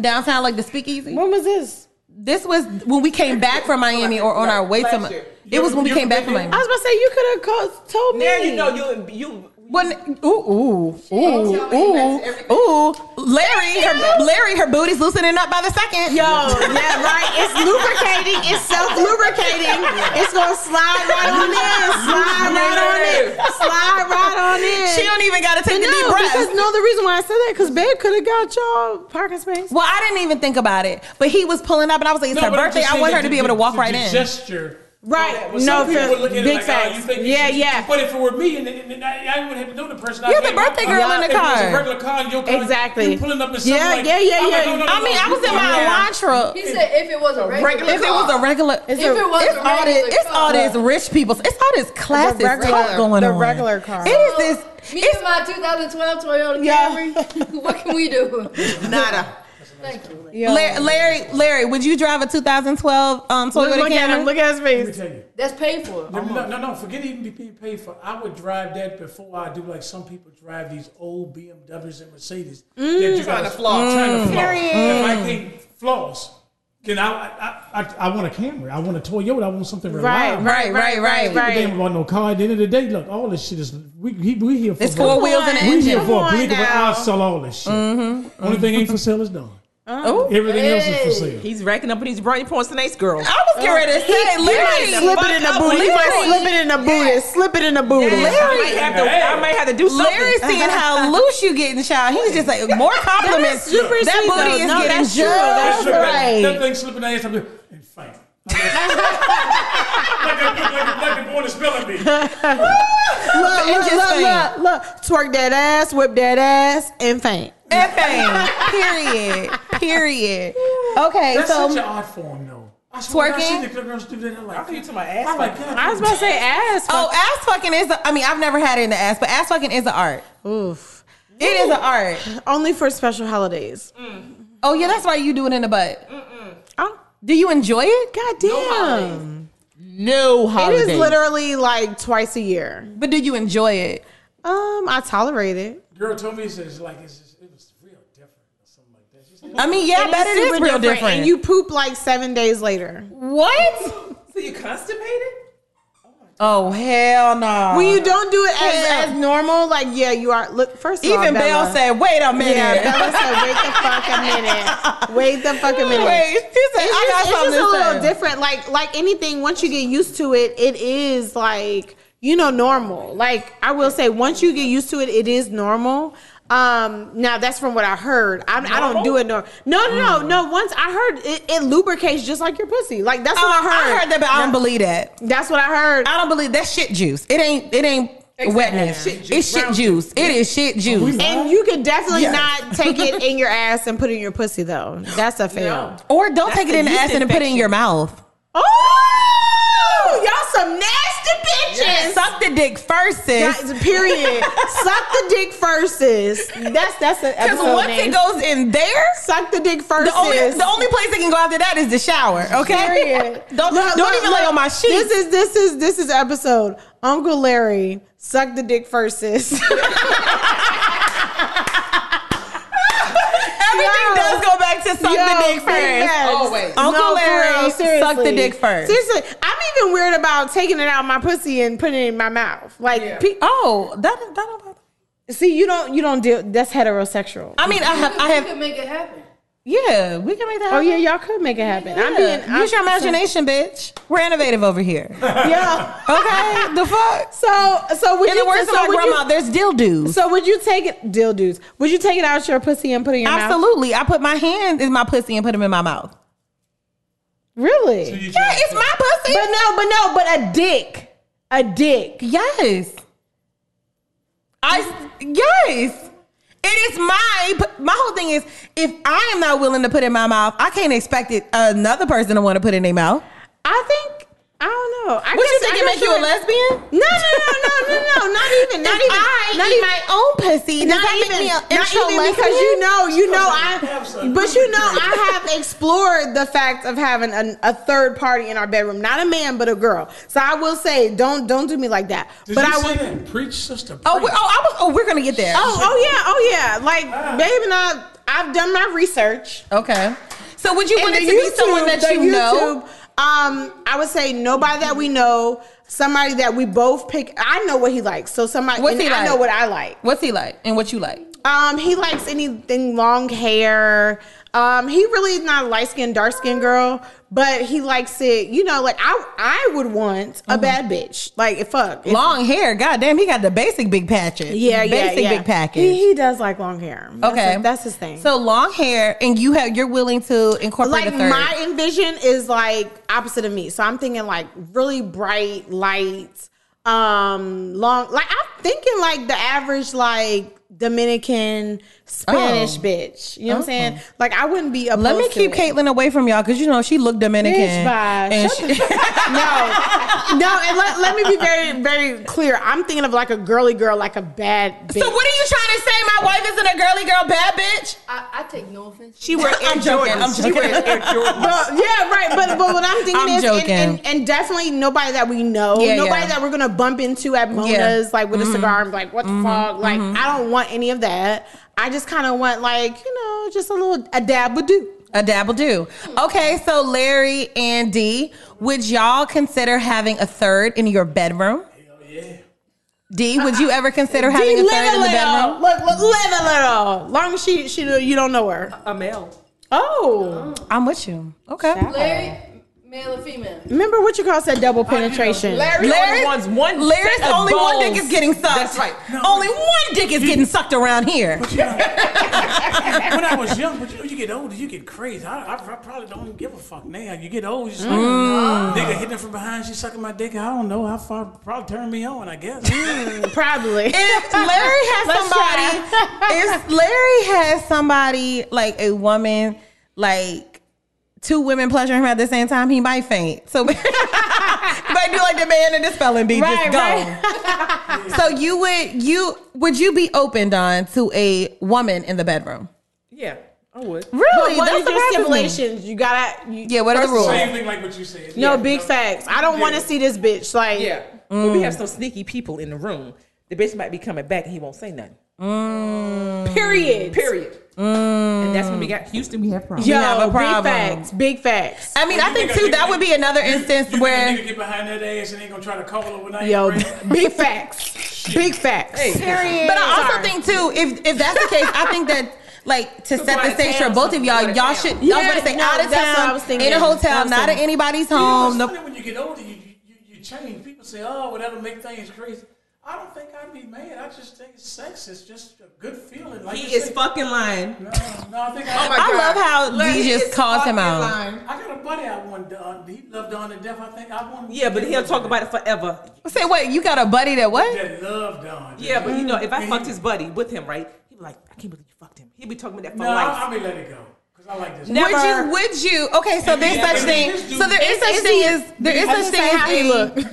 [SPEAKER 6] downtown, like the Speakeasy.
[SPEAKER 7] When was this?
[SPEAKER 6] This was when we came back from Miami, or on our way to. Mi- It was when we came back from Miami.
[SPEAKER 7] I was about to say you could have called, told me.
[SPEAKER 15] There you know you you.
[SPEAKER 6] When, ooh, ooh, ooh, ooh, ooh, Larry, her, Larry, her booty's loosening up by the second.
[SPEAKER 7] Yo, yeah, right. It's lubricating. It's self-lubricating. It's gonna slide right on in. Slide right on in. Slide right on in.
[SPEAKER 6] she don't even got to take a deep
[SPEAKER 7] no,
[SPEAKER 6] breath.
[SPEAKER 7] because no, the reason why I said that because Babe could have got y'all parking space.
[SPEAKER 6] Well, I didn't even think about it, but he was pulling up, and I was like, "It's her birthday. I want her to be able to walk right in."
[SPEAKER 8] Gesture.
[SPEAKER 7] Right.
[SPEAKER 8] Well, some
[SPEAKER 7] No,
[SPEAKER 8] people
[SPEAKER 7] fair.
[SPEAKER 8] would look at it
[SPEAKER 7] Big
[SPEAKER 8] like,
[SPEAKER 7] facts.
[SPEAKER 8] Oh, you think you
[SPEAKER 7] Yeah,
[SPEAKER 8] should-
[SPEAKER 7] yeah.
[SPEAKER 8] But if it were me, and, and, and I, I would have known the person. I
[SPEAKER 6] You're the
[SPEAKER 8] gave my
[SPEAKER 6] birthday
[SPEAKER 8] car.
[SPEAKER 6] girl in the
[SPEAKER 8] If it was
[SPEAKER 6] car.
[SPEAKER 8] a regular car, and your car,
[SPEAKER 7] Exactly.
[SPEAKER 8] You pulling up in
[SPEAKER 7] Yeah,
[SPEAKER 8] something like,
[SPEAKER 7] yeah, yeah,
[SPEAKER 8] I'm like,
[SPEAKER 7] yeah.
[SPEAKER 8] no, no, no,
[SPEAKER 6] I mean, I was in my
[SPEAKER 7] Yeah.
[SPEAKER 6] Elantra.
[SPEAKER 13] He said if it was a regular,
[SPEAKER 6] If it was a regular,
[SPEAKER 7] It's
[SPEAKER 13] If
[SPEAKER 7] a-
[SPEAKER 13] it was
[SPEAKER 6] it's
[SPEAKER 13] a
[SPEAKER 6] all
[SPEAKER 13] regular
[SPEAKER 6] this, it's all
[SPEAKER 13] car.
[SPEAKER 6] this rich people. It's all this classic
[SPEAKER 7] regular-
[SPEAKER 6] talk going
[SPEAKER 7] the
[SPEAKER 6] on.
[SPEAKER 7] regular car.
[SPEAKER 6] It is this.
[SPEAKER 13] Oh, Me
[SPEAKER 6] it's-
[SPEAKER 13] and my 2012 Toyota
[SPEAKER 7] Yeah.
[SPEAKER 13] Camry. what can we do?
[SPEAKER 14] Nada.
[SPEAKER 13] Thank you.
[SPEAKER 7] Yo.
[SPEAKER 6] Larry, Larry, Larry, would you drive a 2012 um, Toyota
[SPEAKER 7] Look, look at
[SPEAKER 6] Camry?
[SPEAKER 7] him. Look at his
[SPEAKER 8] Let me
[SPEAKER 7] face.
[SPEAKER 8] tell you.
[SPEAKER 13] That's paid for.
[SPEAKER 8] No, no, no, no, forget even be being paid for. I would drive that before I do like some people drive these old BMWs and Mercedes.
[SPEAKER 6] Mm.
[SPEAKER 8] that you
[SPEAKER 14] Trying
[SPEAKER 8] gotta-
[SPEAKER 14] to floss.
[SPEAKER 8] Trying to floss. If I can't floss, then I, I, I, I want a Camry. I want a Toyota. I want something reliable.
[SPEAKER 6] Right, right, right,
[SPEAKER 8] People think about no car. At the end of the day, look, all this shit is we he, we here for
[SPEAKER 6] It's four wheels and an
[SPEAKER 8] We
[SPEAKER 6] engine.
[SPEAKER 8] here for a
[SPEAKER 7] Come on
[SPEAKER 8] blink of an
[SPEAKER 7] now.
[SPEAKER 8] eye. Sell all this shit. Only thing ain't for sale is done.
[SPEAKER 6] Mm-hmm, Oh.
[SPEAKER 8] Everything else is for sale.
[SPEAKER 14] He's racking up with these bright points tonight, girl.
[SPEAKER 6] I was getting ready to say, Larry,
[SPEAKER 7] Slip it in the booty. He might slip it in the booty. Slip it in the
[SPEAKER 14] I
[SPEAKER 7] booty.
[SPEAKER 14] might have to, I might have to do something.
[SPEAKER 6] Larry's seeing how loose you getting, child. He was just like more compliments.
[SPEAKER 7] That's super
[SPEAKER 6] that
[SPEAKER 7] sweet,
[SPEAKER 6] booty
[SPEAKER 7] though.
[SPEAKER 6] is
[SPEAKER 7] No,
[SPEAKER 6] getting
[SPEAKER 7] that's true.
[SPEAKER 6] just
[SPEAKER 7] That's
[SPEAKER 8] Slip that-
[SPEAKER 6] right.
[SPEAKER 8] That thing slipping ass. I'm like, and fight. like, a- like, a- like the boy that's spelling bee.
[SPEAKER 7] Look, look,
[SPEAKER 6] engine
[SPEAKER 7] look,
[SPEAKER 6] thing.
[SPEAKER 7] look, look. Twerk that ass, whip that ass, and faint.
[SPEAKER 6] Effing. Period. Period. Okay,
[SPEAKER 8] That's
[SPEAKER 6] so
[SPEAKER 8] such an art form, though. I swear, when I
[SPEAKER 6] Twerking?
[SPEAKER 8] see the good girls do that. I'm like,
[SPEAKER 15] I thought you were talking about ass
[SPEAKER 8] I'm like,
[SPEAKER 15] fucking.
[SPEAKER 8] God,
[SPEAKER 7] I was about to say ass.
[SPEAKER 6] oh, ass fucking is. A, I mean, I've never had it in the ass, but ass fucking is an art.
[SPEAKER 7] Oof.
[SPEAKER 6] It is an art.
[SPEAKER 7] Only for special holidays.
[SPEAKER 6] Oh yeah, that's why you do it in the butt.
[SPEAKER 7] Oh,
[SPEAKER 6] Do you enjoy it? God,
[SPEAKER 7] God damn.
[SPEAKER 14] No
[SPEAKER 7] it
[SPEAKER 14] holiday.
[SPEAKER 7] is literally like twice a year.
[SPEAKER 6] but do you enjoy it?
[SPEAKER 7] Um, I tolerate it.
[SPEAKER 8] girl told me it's just like it's just, it was real different or something like that. She said,
[SPEAKER 6] I mean, yeah, I bet it is
[SPEAKER 7] super
[SPEAKER 6] real different.
[SPEAKER 7] And you poop like seven days later.
[SPEAKER 6] what?
[SPEAKER 15] So you constipated?
[SPEAKER 6] Oh hell no!
[SPEAKER 7] when you don't do it as,
[SPEAKER 6] Hell.
[SPEAKER 7] as normal, like yeah, you are. Look, first of all,
[SPEAKER 6] Even Belle said, "Wait a minute."
[SPEAKER 7] Yeah, Bella said, "Wait the fuck a minute. Wait the fuck a minute."
[SPEAKER 6] Wait, she said,
[SPEAKER 7] It's
[SPEAKER 6] "I got
[SPEAKER 7] just, it's
[SPEAKER 6] something
[SPEAKER 7] just a
[SPEAKER 6] to
[SPEAKER 7] little
[SPEAKER 6] say."
[SPEAKER 7] different. Like like anything, once you get used to it, it is like you know normal. Like I will say, once you get used to it, it is normal. Um, now that's from what I heard. I, I don't do it normal. No, no,
[SPEAKER 6] Hmm.
[SPEAKER 7] no, no. Once I heard it, it lubricates just like your pussy. Like that's
[SPEAKER 6] Oh,
[SPEAKER 7] what I heard.
[SPEAKER 6] I heard that, but I don't believe that.
[SPEAKER 7] That's what I heard.
[SPEAKER 6] I don't believe that shit juice. It ain't. It ain't wetness.
[SPEAKER 15] Shit juice,
[SPEAKER 6] It's shit
[SPEAKER 15] brown
[SPEAKER 6] juice. Oh, It is shit juice.
[SPEAKER 7] And you could definitely
[SPEAKER 6] Yes.
[SPEAKER 7] not take it in your ass and put it in your pussy though. That's a fail.
[SPEAKER 6] Or don't take it in the
[SPEAKER 14] yeast
[SPEAKER 6] ass and put it in
[SPEAKER 14] infection.
[SPEAKER 6] your mouth.
[SPEAKER 7] Oh, y'all some nasty bitches.
[SPEAKER 6] Suck the dick first, sis.
[SPEAKER 7] Guys, period. Suck the dick first, sis. That's that's an
[SPEAKER 6] Because
[SPEAKER 7] episode
[SPEAKER 6] once
[SPEAKER 7] name.
[SPEAKER 6] it goes in there,
[SPEAKER 7] Suck the dick first,
[SPEAKER 6] the only
[SPEAKER 7] sis.
[SPEAKER 6] the only place it can go after that is the shower. Okay.
[SPEAKER 7] Period.
[SPEAKER 6] don't
[SPEAKER 7] Look,
[SPEAKER 6] don't
[SPEAKER 7] look,
[SPEAKER 6] even
[SPEAKER 7] look.
[SPEAKER 6] lay on my sheet.
[SPEAKER 7] This is this is this is episode Uncle Larry. Suck the dick first, sis.
[SPEAKER 6] Everything
[SPEAKER 7] Yo.
[SPEAKER 6] does go back to to suck the dick first.
[SPEAKER 10] Always.
[SPEAKER 6] Uncle
[SPEAKER 7] No, for
[SPEAKER 6] Larry
[SPEAKER 7] real, seriously.
[SPEAKER 6] sucked the dick first.
[SPEAKER 7] Seriously, I'm even weird about taking it out of my pussy and putting it in my mouth. Like, pe-
[SPEAKER 6] Oh, that that. don't-
[SPEAKER 7] see, you don't, you don't deal. That's heterosexual.
[SPEAKER 6] I mean, I have, I
[SPEAKER 11] You
[SPEAKER 6] have.
[SPEAKER 11] can make it happen.
[SPEAKER 6] Yeah, we can make that.
[SPEAKER 7] Oh
[SPEAKER 6] happen.
[SPEAKER 7] yeah, y'all could make it happen. I'm
[SPEAKER 6] Yeah.
[SPEAKER 7] being. I'm,
[SPEAKER 6] Use your imagination, bitch. We're innovative over here.
[SPEAKER 7] Yeah.
[SPEAKER 6] Okay, the fuck.
[SPEAKER 7] So, so would
[SPEAKER 6] In
[SPEAKER 7] you?
[SPEAKER 6] the words
[SPEAKER 7] so
[SPEAKER 6] of my
[SPEAKER 7] would you-
[SPEAKER 6] grandma, there's dildos.
[SPEAKER 7] so would you take it, dildos? Would you take it out your pussy and put it in your mouth?
[SPEAKER 6] Absolutely, I put my hands in my pussy and put them in my mouth.
[SPEAKER 7] Really?
[SPEAKER 6] Yeah, it's my pussy.
[SPEAKER 7] But no, but no, but a dick, a dick.
[SPEAKER 6] Yes. I yes. It is my p- my whole thing is if I am not willing to put it in my mouth, I can't expect it another person to want to put it in their mouth.
[SPEAKER 7] I think I don't know. I
[SPEAKER 6] What you
[SPEAKER 7] guess-
[SPEAKER 6] think
[SPEAKER 7] I
[SPEAKER 6] it
[SPEAKER 7] guess
[SPEAKER 6] make you a
[SPEAKER 7] you're-
[SPEAKER 6] lesbian?
[SPEAKER 7] No, no, no, no, no, no, not even, not
[SPEAKER 6] If
[SPEAKER 7] even,
[SPEAKER 6] I
[SPEAKER 7] not
[SPEAKER 6] eat
[SPEAKER 7] even.
[SPEAKER 6] my own pussy. Does
[SPEAKER 7] not
[SPEAKER 6] that
[SPEAKER 7] even,
[SPEAKER 6] make me an
[SPEAKER 7] not
[SPEAKER 6] intro
[SPEAKER 7] even
[SPEAKER 6] lesbian?
[SPEAKER 7] because you know, you know, I, but you know, I have explored the fact of having an, a third party in our bedroom, not a man, but a girl. So I will say, don't, don't do me like that.
[SPEAKER 8] Did
[SPEAKER 7] but
[SPEAKER 8] you
[SPEAKER 7] I
[SPEAKER 8] say
[SPEAKER 7] would,
[SPEAKER 8] that? Preach, sister.
[SPEAKER 6] Oh, we,
[SPEAKER 8] preach.
[SPEAKER 6] oh, I was, oh, we're gonna get there.
[SPEAKER 7] oh, oh yeah, oh yeah, like
[SPEAKER 8] Ah.
[SPEAKER 7] babe and I, I've done my research.
[SPEAKER 6] okay. So would you
[SPEAKER 7] And
[SPEAKER 6] want it
[SPEAKER 7] the
[SPEAKER 6] to be someone that
[SPEAKER 7] the
[SPEAKER 6] you know?
[SPEAKER 7] Um, I would say nobody that we know, somebody that we both pick. I know what he likes, so somebody.
[SPEAKER 6] What's
[SPEAKER 7] and
[SPEAKER 6] he
[SPEAKER 7] I
[SPEAKER 6] like?
[SPEAKER 7] know what I like.
[SPEAKER 6] What's he like and what you like?
[SPEAKER 7] Um, he likes anything long hair. Um, he really is not a light skinned, dark skinned girl, but he likes it, you know, like I I would want a bad bitch. Like if fuck. if-
[SPEAKER 6] Mm-hmm. Long hair. God damn, he got the basic big patches.
[SPEAKER 7] yeah, yeah,
[SPEAKER 6] basic
[SPEAKER 7] yeah.
[SPEAKER 6] big package.
[SPEAKER 7] He, he does like long hair. That's
[SPEAKER 6] okay,
[SPEAKER 7] his- that's his thing.
[SPEAKER 6] So long hair, and you have you're willing to incorporate
[SPEAKER 7] like
[SPEAKER 6] a third.
[SPEAKER 7] my envision is like opposite of me. So I'm thinking like really bright, light, um, long. Like I'm thinking like the average like Dominican Spanish
[SPEAKER 6] Oh.
[SPEAKER 7] bitch. You know what I'm
[SPEAKER 6] Oh.
[SPEAKER 7] saying? Like I wouldn't be. Opposed
[SPEAKER 6] Let me
[SPEAKER 7] to
[SPEAKER 6] keep
[SPEAKER 7] it.
[SPEAKER 6] Caitlyn away from y'all because you know she looked Dominican.
[SPEAKER 7] Bitch, bye.
[SPEAKER 6] and
[SPEAKER 7] Shut
[SPEAKER 6] she-
[SPEAKER 7] no, no, and let, let me be very, very clear. I'm thinking of like a girly girl, like a bad bitch.
[SPEAKER 6] so what are you trying to say? My wife isn't a girly girl, bad bitch.
[SPEAKER 11] I, I take no offense.
[SPEAKER 10] She wears Air
[SPEAKER 6] I'm joking. I'm
[SPEAKER 10] Jordans. She wears Air Jordans.
[SPEAKER 7] But, yeah, right. But but what I'm thinking
[SPEAKER 6] I'm
[SPEAKER 7] is, and,
[SPEAKER 6] joking.
[SPEAKER 7] and, and definitely nobody that we know,
[SPEAKER 6] Yeah, Mm-hmm.
[SPEAKER 7] nobody
[SPEAKER 6] yeah.
[SPEAKER 7] that we're gonna bump into at Mona's, like with a cigar and be like, what the fuck? Like,
[SPEAKER 6] Mm-hmm.
[SPEAKER 7] I don't want any of that. I just kind of want like you know, just a little a dab would do.
[SPEAKER 6] A dabble do. Okay, so Larry and D, would y'all consider having a third in your bedroom? D, would you ever consider having a
[SPEAKER 7] Live
[SPEAKER 6] third in the
[SPEAKER 7] little.
[SPEAKER 6] bedroom?
[SPEAKER 7] Look, look, live a little. Long as she she you don't know her.
[SPEAKER 10] A male.
[SPEAKER 7] Oh,
[SPEAKER 6] I'm with you. Okay.
[SPEAKER 11] Larry, male or female?
[SPEAKER 7] remember what you call said double penetration?
[SPEAKER 10] Larry, only
[SPEAKER 6] Larry's-
[SPEAKER 10] wants one.
[SPEAKER 6] Larry's
[SPEAKER 10] set of
[SPEAKER 6] only one
[SPEAKER 10] balls.
[SPEAKER 6] dick is getting sucked.
[SPEAKER 10] That's right.
[SPEAKER 6] only one dick is getting sucked around here.
[SPEAKER 8] But you know, when I was young, but you know, you get older, you get crazy. I, I, I probably don't even give a fuck now. You get old, you just like, nigga hitting her from behind, she sucking my dick. I don't know how far, probably turned me on, I guess.
[SPEAKER 7] Mm.
[SPEAKER 10] Oh.
[SPEAKER 7] Probably.
[SPEAKER 6] If Larry has
[SPEAKER 7] Let's
[SPEAKER 6] somebody, if Larry has somebody like a woman, like two women pleasuring him at the same time, he might faint. So, but do like the man in the spelling bee,
[SPEAKER 7] Right,
[SPEAKER 6] just go. so you would you would you be open, Don, to a woman in the bedroom?
[SPEAKER 10] Yeah, I would.
[SPEAKER 7] Really? What
[SPEAKER 6] That
[SPEAKER 7] is your
[SPEAKER 6] surprises me.
[SPEAKER 7] stipulations? You gotta. You,
[SPEAKER 6] Yeah, what are the
[SPEAKER 7] First of all,
[SPEAKER 6] rules?
[SPEAKER 8] thing like what you said.
[SPEAKER 7] No big facts. I don't want to see this bitch. Like,
[SPEAKER 10] Yeah. But we have some sneaky people in the room. The bitch might be coming back and he won't say nothing.
[SPEAKER 7] period.
[SPEAKER 10] Period. And that's when we got Houston. We have problems.
[SPEAKER 7] Yo,
[SPEAKER 6] have a problem.
[SPEAKER 7] big facts. Big facts.
[SPEAKER 6] I mean, I
[SPEAKER 8] you
[SPEAKER 6] think
[SPEAKER 8] think I
[SPEAKER 6] too
[SPEAKER 8] think
[SPEAKER 6] that
[SPEAKER 8] I-
[SPEAKER 6] would be another instance
[SPEAKER 8] You
[SPEAKER 6] where
[SPEAKER 8] think a nigga get behind that ass and ain't gonna try to call her when I ain't
[SPEAKER 7] Yo,
[SPEAKER 8] ready?
[SPEAKER 7] big facts. Big facts. Period.
[SPEAKER 6] But I also think too, if if that's the case, I think that like to set the stage for both of y'all, y'all should. I was
[SPEAKER 7] Yeah,
[SPEAKER 6] gonna say
[SPEAKER 7] no,
[SPEAKER 6] out of
[SPEAKER 7] that's what I was
[SPEAKER 6] town,
[SPEAKER 7] thinking.
[SPEAKER 6] in a
[SPEAKER 7] I
[SPEAKER 6] hotel,
[SPEAKER 7] was
[SPEAKER 6] not at
[SPEAKER 7] thinking.
[SPEAKER 6] anybody's
[SPEAKER 8] You know, it's
[SPEAKER 6] home.
[SPEAKER 8] funny when you get older, you, you, you change. People say, oh, well, that'll make things crazy. I don't think I'd be mad. I just think sex is just a good feeling. Like
[SPEAKER 10] He
[SPEAKER 8] you
[SPEAKER 10] is
[SPEAKER 8] said.
[SPEAKER 10] fucking lying.
[SPEAKER 8] No, no, I think I,
[SPEAKER 10] my
[SPEAKER 6] I love how
[SPEAKER 10] Larry
[SPEAKER 6] D just
[SPEAKER 10] is
[SPEAKER 6] calls him
[SPEAKER 10] fucking
[SPEAKER 6] out.
[SPEAKER 10] lying.
[SPEAKER 8] I got a buddy I want. Uh, he loved Don to death. I think I want.
[SPEAKER 10] Yeah, but he'll talk about it forever.
[SPEAKER 6] No. Say what? You got a buddy that what?
[SPEAKER 8] That love Don.
[SPEAKER 10] Yeah, but you know, if I
[SPEAKER 8] Mhm.
[SPEAKER 10] fucked his buddy with him, right? He'd be like, I can't believe you fucked him. He'd be talking about that for
[SPEAKER 8] No,
[SPEAKER 10] life.
[SPEAKER 8] I, I may let it go because I like this.
[SPEAKER 10] No. Never.
[SPEAKER 6] Would you? Would you? Okay, so there's
[SPEAKER 8] Yeah,
[SPEAKER 6] such
[SPEAKER 8] but
[SPEAKER 6] thing.
[SPEAKER 8] this dude-
[SPEAKER 6] So there is such thing as there is
[SPEAKER 7] I was
[SPEAKER 6] such thing
[SPEAKER 7] gonna say,
[SPEAKER 6] as
[SPEAKER 7] how he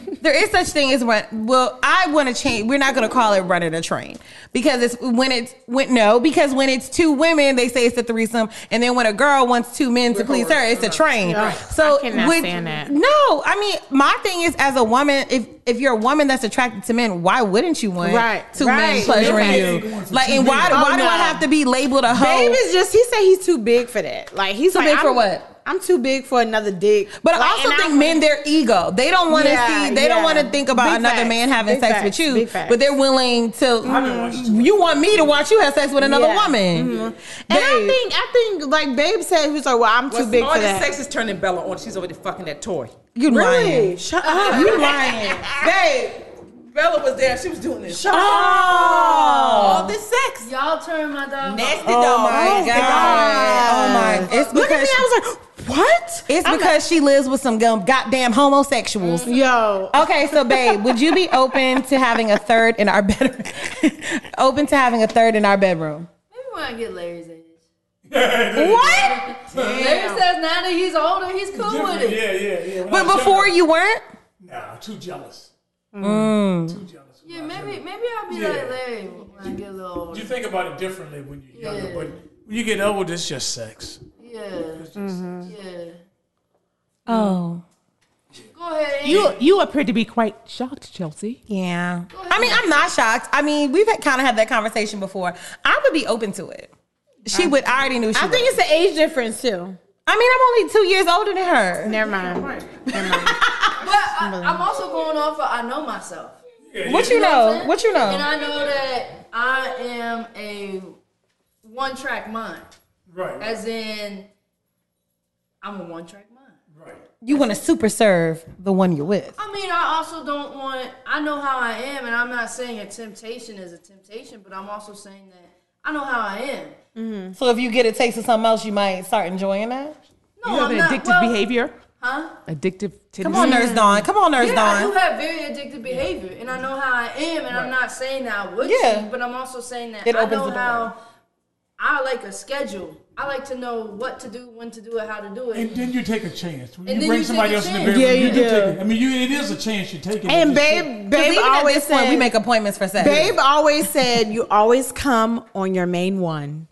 [SPEAKER 6] a,
[SPEAKER 7] look?
[SPEAKER 6] there is such thing as run. Well, I want to change. We're not gonna call it running a train because it's when it's when no because when it's two women they say it's a threesome and then when a girl wants two men to please her it's a train.
[SPEAKER 7] Yeah.
[SPEAKER 6] So
[SPEAKER 7] I cannot
[SPEAKER 6] would-
[SPEAKER 7] stand that.
[SPEAKER 6] No, I mean my thing is as a woman if if you're a woman that's attracted to men, why wouldn't you want
[SPEAKER 7] Right,
[SPEAKER 6] two men
[SPEAKER 7] right.
[SPEAKER 6] pleasuring
[SPEAKER 7] Okay.
[SPEAKER 6] you? Like, and why,
[SPEAKER 7] Oh,
[SPEAKER 6] why do
[SPEAKER 7] no.
[SPEAKER 6] I have to be labeled a hoe?
[SPEAKER 7] Babe is just he said he's too big for that. Like he's
[SPEAKER 6] Too
[SPEAKER 7] like,
[SPEAKER 6] big for
[SPEAKER 7] I'm-
[SPEAKER 6] what?
[SPEAKER 7] I'm too big for another dick.
[SPEAKER 6] But
[SPEAKER 7] Like,
[SPEAKER 6] I also
[SPEAKER 7] and
[SPEAKER 6] think
[SPEAKER 7] I'm-
[SPEAKER 6] men, their ego, they don't want to
[SPEAKER 7] Yeah,
[SPEAKER 6] see, they
[SPEAKER 7] yeah.
[SPEAKER 6] don't want to think about
[SPEAKER 7] Big
[SPEAKER 6] another
[SPEAKER 7] facts,
[SPEAKER 6] man having
[SPEAKER 7] big
[SPEAKER 6] sex
[SPEAKER 7] facts,
[SPEAKER 6] with you,
[SPEAKER 7] big facts.
[SPEAKER 6] but they're willing to. you want me to watch you have sex with another
[SPEAKER 7] Yeah. Mm-hmm.
[SPEAKER 6] woman?
[SPEAKER 7] And I
[SPEAKER 6] Babe.
[SPEAKER 7] think I think like Babe said he was like, well, I'm too big
[SPEAKER 10] all
[SPEAKER 7] for
[SPEAKER 10] this
[SPEAKER 7] that.
[SPEAKER 10] sex is turning Bella on. She's over there fucking that toy.
[SPEAKER 6] You lying?
[SPEAKER 7] Shut up. You lying.
[SPEAKER 10] Babe, Bella was there. She was doing this. Shut
[SPEAKER 7] All this sex.
[SPEAKER 11] Y'all turn my dog.
[SPEAKER 10] Nasty
[SPEAKER 6] Oh
[SPEAKER 10] dog.
[SPEAKER 6] my god! Oh my! It's because
[SPEAKER 7] Look at me. I was like, what?
[SPEAKER 6] it's because she lives with some gum, goddamn homosexuals.
[SPEAKER 7] Mm-hmm. Yo.
[SPEAKER 6] Okay, so babe, would you be open to having a third in our bedroom? open to having a third in our bedroom?
[SPEAKER 11] Maybe when I get Larry's age.
[SPEAKER 6] What?
[SPEAKER 11] Larry says now that he's older, he's cool with it.
[SPEAKER 8] Yeah, yeah, yeah. When
[SPEAKER 6] But
[SPEAKER 8] I was
[SPEAKER 6] before
[SPEAKER 8] younger,
[SPEAKER 6] you weren't.
[SPEAKER 8] nah, too jealous.
[SPEAKER 10] Mm.
[SPEAKER 8] Too jealous.
[SPEAKER 11] Yeah, maybe maybe I'll be
[SPEAKER 8] Yeah.
[SPEAKER 11] like Larry when I get a little older.
[SPEAKER 8] You think about it differently when you're younger,
[SPEAKER 11] Yeah.
[SPEAKER 8] but when you get old, it's just sex.
[SPEAKER 11] Yeah,
[SPEAKER 10] Mm-hmm.
[SPEAKER 11] yeah.
[SPEAKER 6] Oh.
[SPEAKER 11] Go ahead.
[SPEAKER 4] You you appear to be quite shocked, Chelsea.
[SPEAKER 6] Yeah. I mean, I'm not shocked. I mean, we've kind of had that conversation before. I would be open to it. She would. I already knew she.
[SPEAKER 7] I think it's the age difference too.
[SPEAKER 6] I mean, I'm only two years older than her.
[SPEAKER 7] Never mind.
[SPEAKER 11] But I, I'm also going off of I know myself.
[SPEAKER 6] What you know? What you
[SPEAKER 11] And
[SPEAKER 6] know?
[SPEAKER 11] I know that I am a one track mind.
[SPEAKER 8] Right.
[SPEAKER 11] As in, I'm a one track mind.
[SPEAKER 8] right.
[SPEAKER 6] You want to super serve the one you're with.
[SPEAKER 11] I mean, I also don't want, I know how I am, and I'm not saying a temptation is a temptation, but I'm also saying that I know how I am.
[SPEAKER 6] So if you get a taste of something else, you might start enjoying that.
[SPEAKER 11] No,
[SPEAKER 4] You
[SPEAKER 11] I'm
[SPEAKER 4] have an
[SPEAKER 11] not.
[SPEAKER 4] addictive
[SPEAKER 11] well,
[SPEAKER 4] behavior.
[SPEAKER 11] Huh?
[SPEAKER 4] Addictive.
[SPEAKER 6] Come on, Nurse Dawn. Come on, Nurse
[SPEAKER 11] Yeah, I do
[SPEAKER 6] Dawn.
[SPEAKER 11] have very addictive behavior, and I know how I am, and I'm not saying that I would
[SPEAKER 6] Yeah.
[SPEAKER 11] see, but I'm also saying that
[SPEAKER 6] It
[SPEAKER 11] I
[SPEAKER 6] opens
[SPEAKER 11] know
[SPEAKER 6] the door.
[SPEAKER 11] how I like a schedule. I like to know what to do, when to do it, how to do it.
[SPEAKER 8] And then you take a chance. When
[SPEAKER 11] And
[SPEAKER 8] you
[SPEAKER 11] then
[SPEAKER 8] bring
[SPEAKER 11] you take
[SPEAKER 8] somebody
[SPEAKER 11] a
[SPEAKER 8] else in the
[SPEAKER 11] chance.
[SPEAKER 8] bedroom.
[SPEAKER 7] Yeah, you
[SPEAKER 8] do
[SPEAKER 7] do.
[SPEAKER 8] take it. I mean, you, it is a chance you're taking.
[SPEAKER 7] And
[SPEAKER 8] It's just-
[SPEAKER 7] babe,
[SPEAKER 6] Because
[SPEAKER 7] babe
[SPEAKER 6] even at
[SPEAKER 7] always
[SPEAKER 6] this point,
[SPEAKER 7] said
[SPEAKER 6] we make appointments for sex.
[SPEAKER 7] Babe always said, "You always come on your main one."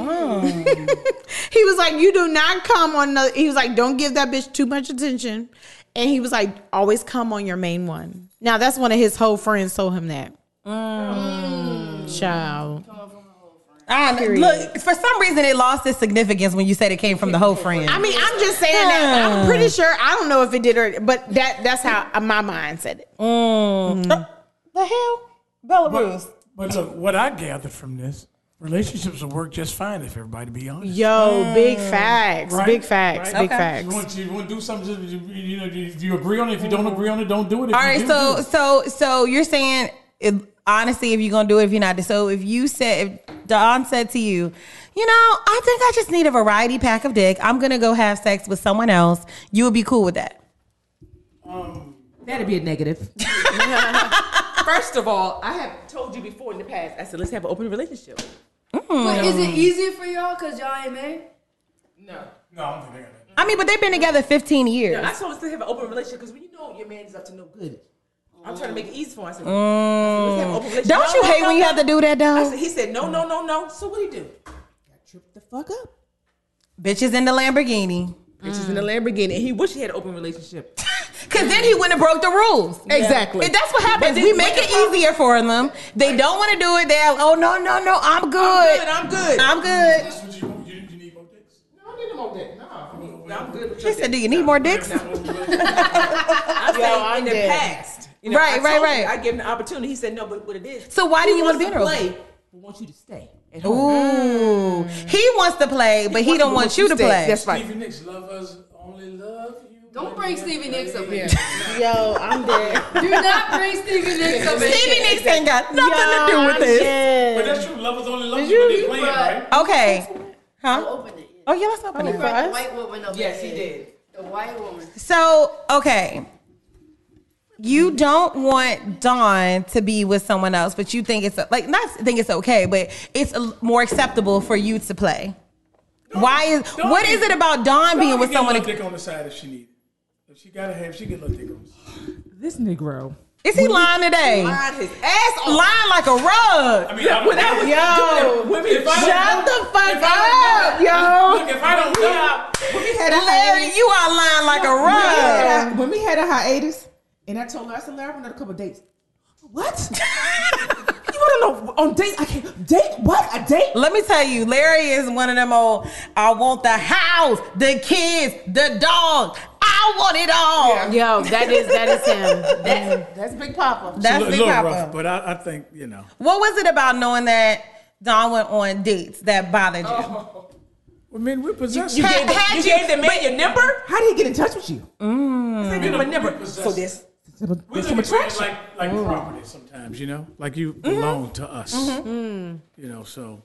[SPEAKER 7] Oh. he was like, "You do not come on." The, he was like, "Don't give that bitch too much attention," and he was like, "Always come on your main one." Now that's one of his whole friends told him that. Mm. Child,
[SPEAKER 6] I, look, for some reason, it lost its significance when you said it came from the whole friend.
[SPEAKER 7] I mean, I'm just saying that. I'm pretty sure. I don't know if it did or, but that that's how my mind said it.
[SPEAKER 6] the hell, Bella Bruce.
[SPEAKER 8] But, but look, what I gathered from this, relationships will work just fine if everybody be honest.
[SPEAKER 7] Yo, big facts,
[SPEAKER 8] Right,
[SPEAKER 7] big facts,
[SPEAKER 8] right.
[SPEAKER 7] big
[SPEAKER 8] Okay. You
[SPEAKER 7] facts.
[SPEAKER 8] want, you want to do something, just, you, you know, if you agree on it, if you don't agree on it, don't do it. If
[SPEAKER 6] All
[SPEAKER 8] you
[SPEAKER 6] right,
[SPEAKER 8] do,
[SPEAKER 6] so
[SPEAKER 8] do it.
[SPEAKER 6] so so you're saying if, honestly, if you're gonna do it, if you're not, so if you said, if Don said to you, you know, I think I just need a variety pack of dick. I'm gonna go have sex with someone else. You would be cool with that.
[SPEAKER 10] Um, That'd be a negative. First of all, I have told you before in the past. I said let's have an open relationship.
[SPEAKER 11] But is it easier for y'all because y'all ain't married?
[SPEAKER 10] No.
[SPEAKER 8] no, I don't think I got it.
[SPEAKER 6] I mean, but they've been together 15 years.
[SPEAKER 10] I told us to have an open relationship because when you know your man is up to no good, I'm trying to make it easy for him. I said, let's have an open relationship.
[SPEAKER 6] Mm. Don't you
[SPEAKER 10] No,
[SPEAKER 6] hate
[SPEAKER 10] no,
[SPEAKER 6] when you
[SPEAKER 10] no,
[SPEAKER 6] have to do that
[SPEAKER 10] no. I
[SPEAKER 6] though?
[SPEAKER 10] said, he said, no, no, no, no. So what do you do? I tripped the fuck up.
[SPEAKER 6] Bitches in the Lamborghini.
[SPEAKER 10] Bitches in the Lamborghini, and he wish he had an open relationship.
[SPEAKER 6] Cause then he wouldn't have broke the rules.
[SPEAKER 10] Exactly.
[SPEAKER 6] And that's what happens.
[SPEAKER 10] But
[SPEAKER 6] we
[SPEAKER 10] then-
[SPEAKER 6] make
[SPEAKER 10] but
[SPEAKER 6] it
[SPEAKER 10] the problem-
[SPEAKER 6] easier for them. They don't want to do it. They're like, oh no, no, no, I'm good.
[SPEAKER 10] I'm good.
[SPEAKER 6] I'm good.
[SPEAKER 8] That's what you want. You, you need more dicks.
[SPEAKER 10] No, I need him on that. No, no, I'm good. With
[SPEAKER 6] She
[SPEAKER 10] your
[SPEAKER 6] said,
[SPEAKER 10] dick.
[SPEAKER 6] do you need more dicks?
[SPEAKER 10] I'm saying in the
[SPEAKER 7] dead.
[SPEAKER 10] past. You know,
[SPEAKER 6] Right,
[SPEAKER 10] I told
[SPEAKER 6] right,
[SPEAKER 10] him,
[SPEAKER 6] right.
[SPEAKER 10] I gave him the opportunity. He said, no, but what it is.
[SPEAKER 6] So why do you want
[SPEAKER 10] wants
[SPEAKER 6] to be in a relationship?
[SPEAKER 10] play? We want you to stay. At home.
[SPEAKER 6] Ooh, he wants to play, but he, don't want you to
[SPEAKER 10] stay.
[SPEAKER 6] play.
[SPEAKER 10] That's right.
[SPEAKER 8] Stevie Nicks, love us, only love you.
[SPEAKER 11] Don't bring Stevie Nicks up here.
[SPEAKER 7] Yo, I'm dead.
[SPEAKER 11] Do not bring Stevie Nicks up here.
[SPEAKER 6] Stevie Nicks ain't got nothing to do with
[SPEAKER 7] I'm
[SPEAKER 6] this.
[SPEAKER 7] dead.
[SPEAKER 8] But that's true. Love us, only love you. When they playing,
[SPEAKER 11] right.
[SPEAKER 8] right?
[SPEAKER 6] Okay, huh?
[SPEAKER 11] Open it.
[SPEAKER 6] Oh yeah, let's open it.
[SPEAKER 11] Brought the white woman up
[SPEAKER 10] Yes,
[SPEAKER 11] in
[SPEAKER 10] he
[SPEAKER 11] here.
[SPEAKER 10] did.
[SPEAKER 11] The white woman.
[SPEAKER 6] So okay, you don't want Dawn to be with someone else, but you think it's like not think it's okay, but it's a- more acceptable for you to play. Why is
[SPEAKER 8] Dawn
[SPEAKER 6] what
[SPEAKER 8] be-
[SPEAKER 6] is it about Dawn being with someone?
[SPEAKER 8] Get a little dick on the side if she need it. If she gotta have, she get a little dick on. The side.
[SPEAKER 10] This Negro.
[SPEAKER 6] Is he lying today?
[SPEAKER 10] Lying his ass off.
[SPEAKER 6] Lying like a
[SPEAKER 8] I
[SPEAKER 6] rug.
[SPEAKER 8] mean, I don't
[SPEAKER 10] When I was
[SPEAKER 8] know.
[SPEAKER 10] yo, doing it, women,
[SPEAKER 8] If I
[SPEAKER 10] shut
[SPEAKER 8] don't
[SPEAKER 10] the fuck
[SPEAKER 8] if I
[SPEAKER 10] up, yo.
[SPEAKER 8] Look, if I don't know,
[SPEAKER 10] When we had a
[SPEAKER 6] Larry,
[SPEAKER 10] hiatus,
[SPEAKER 6] you are lying like a
[SPEAKER 10] when we
[SPEAKER 6] rug.
[SPEAKER 10] had a- when we had a hiatus,
[SPEAKER 4] And I told her, I said, Larry, I want another couple dates. What? you want to know on date? I can't date. What a date?
[SPEAKER 6] Let me tell you, Larry is one of them old. I want the house, the kids, the dog. I want it all.
[SPEAKER 9] Yo, that is that is him.
[SPEAKER 6] That's, that's Big Papa. That's
[SPEAKER 8] a little,
[SPEAKER 6] Big
[SPEAKER 8] little
[SPEAKER 6] Papa.
[SPEAKER 8] rough, but I, I think you know.
[SPEAKER 6] What was it about knowing that Don went on dates that bothered you?
[SPEAKER 8] Well, man, we're possessed.
[SPEAKER 4] Oh. You, gave, the,
[SPEAKER 6] Had
[SPEAKER 4] you
[SPEAKER 6] you-
[SPEAKER 4] gave the man your number? How did he get in touch with you? Mm. He gave him a number.
[SPEAKER 8] possessed.
[SPEAKER 4] So there's,
[SPEAKER 8] we
[SPEAKER 4] there's
[SPEAKER 8] look
[SPEAKER 4] some
[SPEAKER 8] at it
[SPEAKER 4] attraction.
[SPEAKER 8] like like property sometimes, you know, like you belong to us, you know. So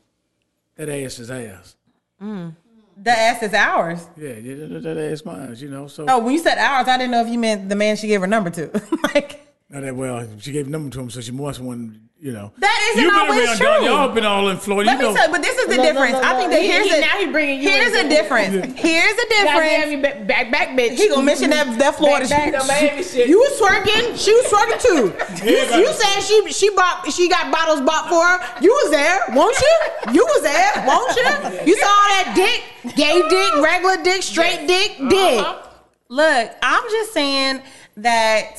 [SPEAKER 8] that ass is ass.
[SPEAKER 6] The ass is ours.
[SPEAKER 8] Yeah, yeah, that, that ass mine, you know. So
[SPEAKER 6] Oh, when you said ours, I didn't know if you meant the man she gave her number to. like,
[SPEAKER 8] Now that well, she gave number to him, so she must one, you know.
[SPEAKER 6] That isn't
[SPEAKER 8] You've been
[SPEAKER 6] always
[SPEAKER 8] around,
[SPEAKER 6] true.
[SPEAKER 8] Don. Y'all been all in Florida.
[SPEAKER 6] let
[SPEAKER 8] you know,
[SPEAKER 6] me tell you, but this is the
[SPEAKER 9] Look, look,
[SPEAKER 6] difference.
[SPEAKER 9] look,
[SPEAKER 6] I
[SPEAKER 9] look.
[SPEAKER 6] think that
[SPEAKER 9] He-
[SPEAKER 6] here's
[SPEAKER 9] he-
[SPEAKER 6] a
[SPEAKER 9] now he bringing you
[SPEAKER 6] here's
[SPEAKER 9] in.
[SPEAKER 6] a difference. Here's a
[SPEAKER 9] Goddamn,
[SPEAKER 6] difference.
[SPEAKER 9] you back, back, back, bitch.
[SPEAKER 6] He gonna mention that that Florida
[SPEAKER 9] Back,
[SPEAKER 6] shit.
[SPEAKER 9] back,
[SPEAKER 6] She-
[SPEAKER 9] Miami shit.
[SPEAKER 7] You was twerking. She was twerking too. You, you said she she bought she got bottles bought for her. You was there, won't you? You was there, won't you? You saw all that dick, gay dick, regular dick, straight dick, dick.
[SPEAKER 8] Uh-huh.
[SPEAKER 6] Look, I'm just saying that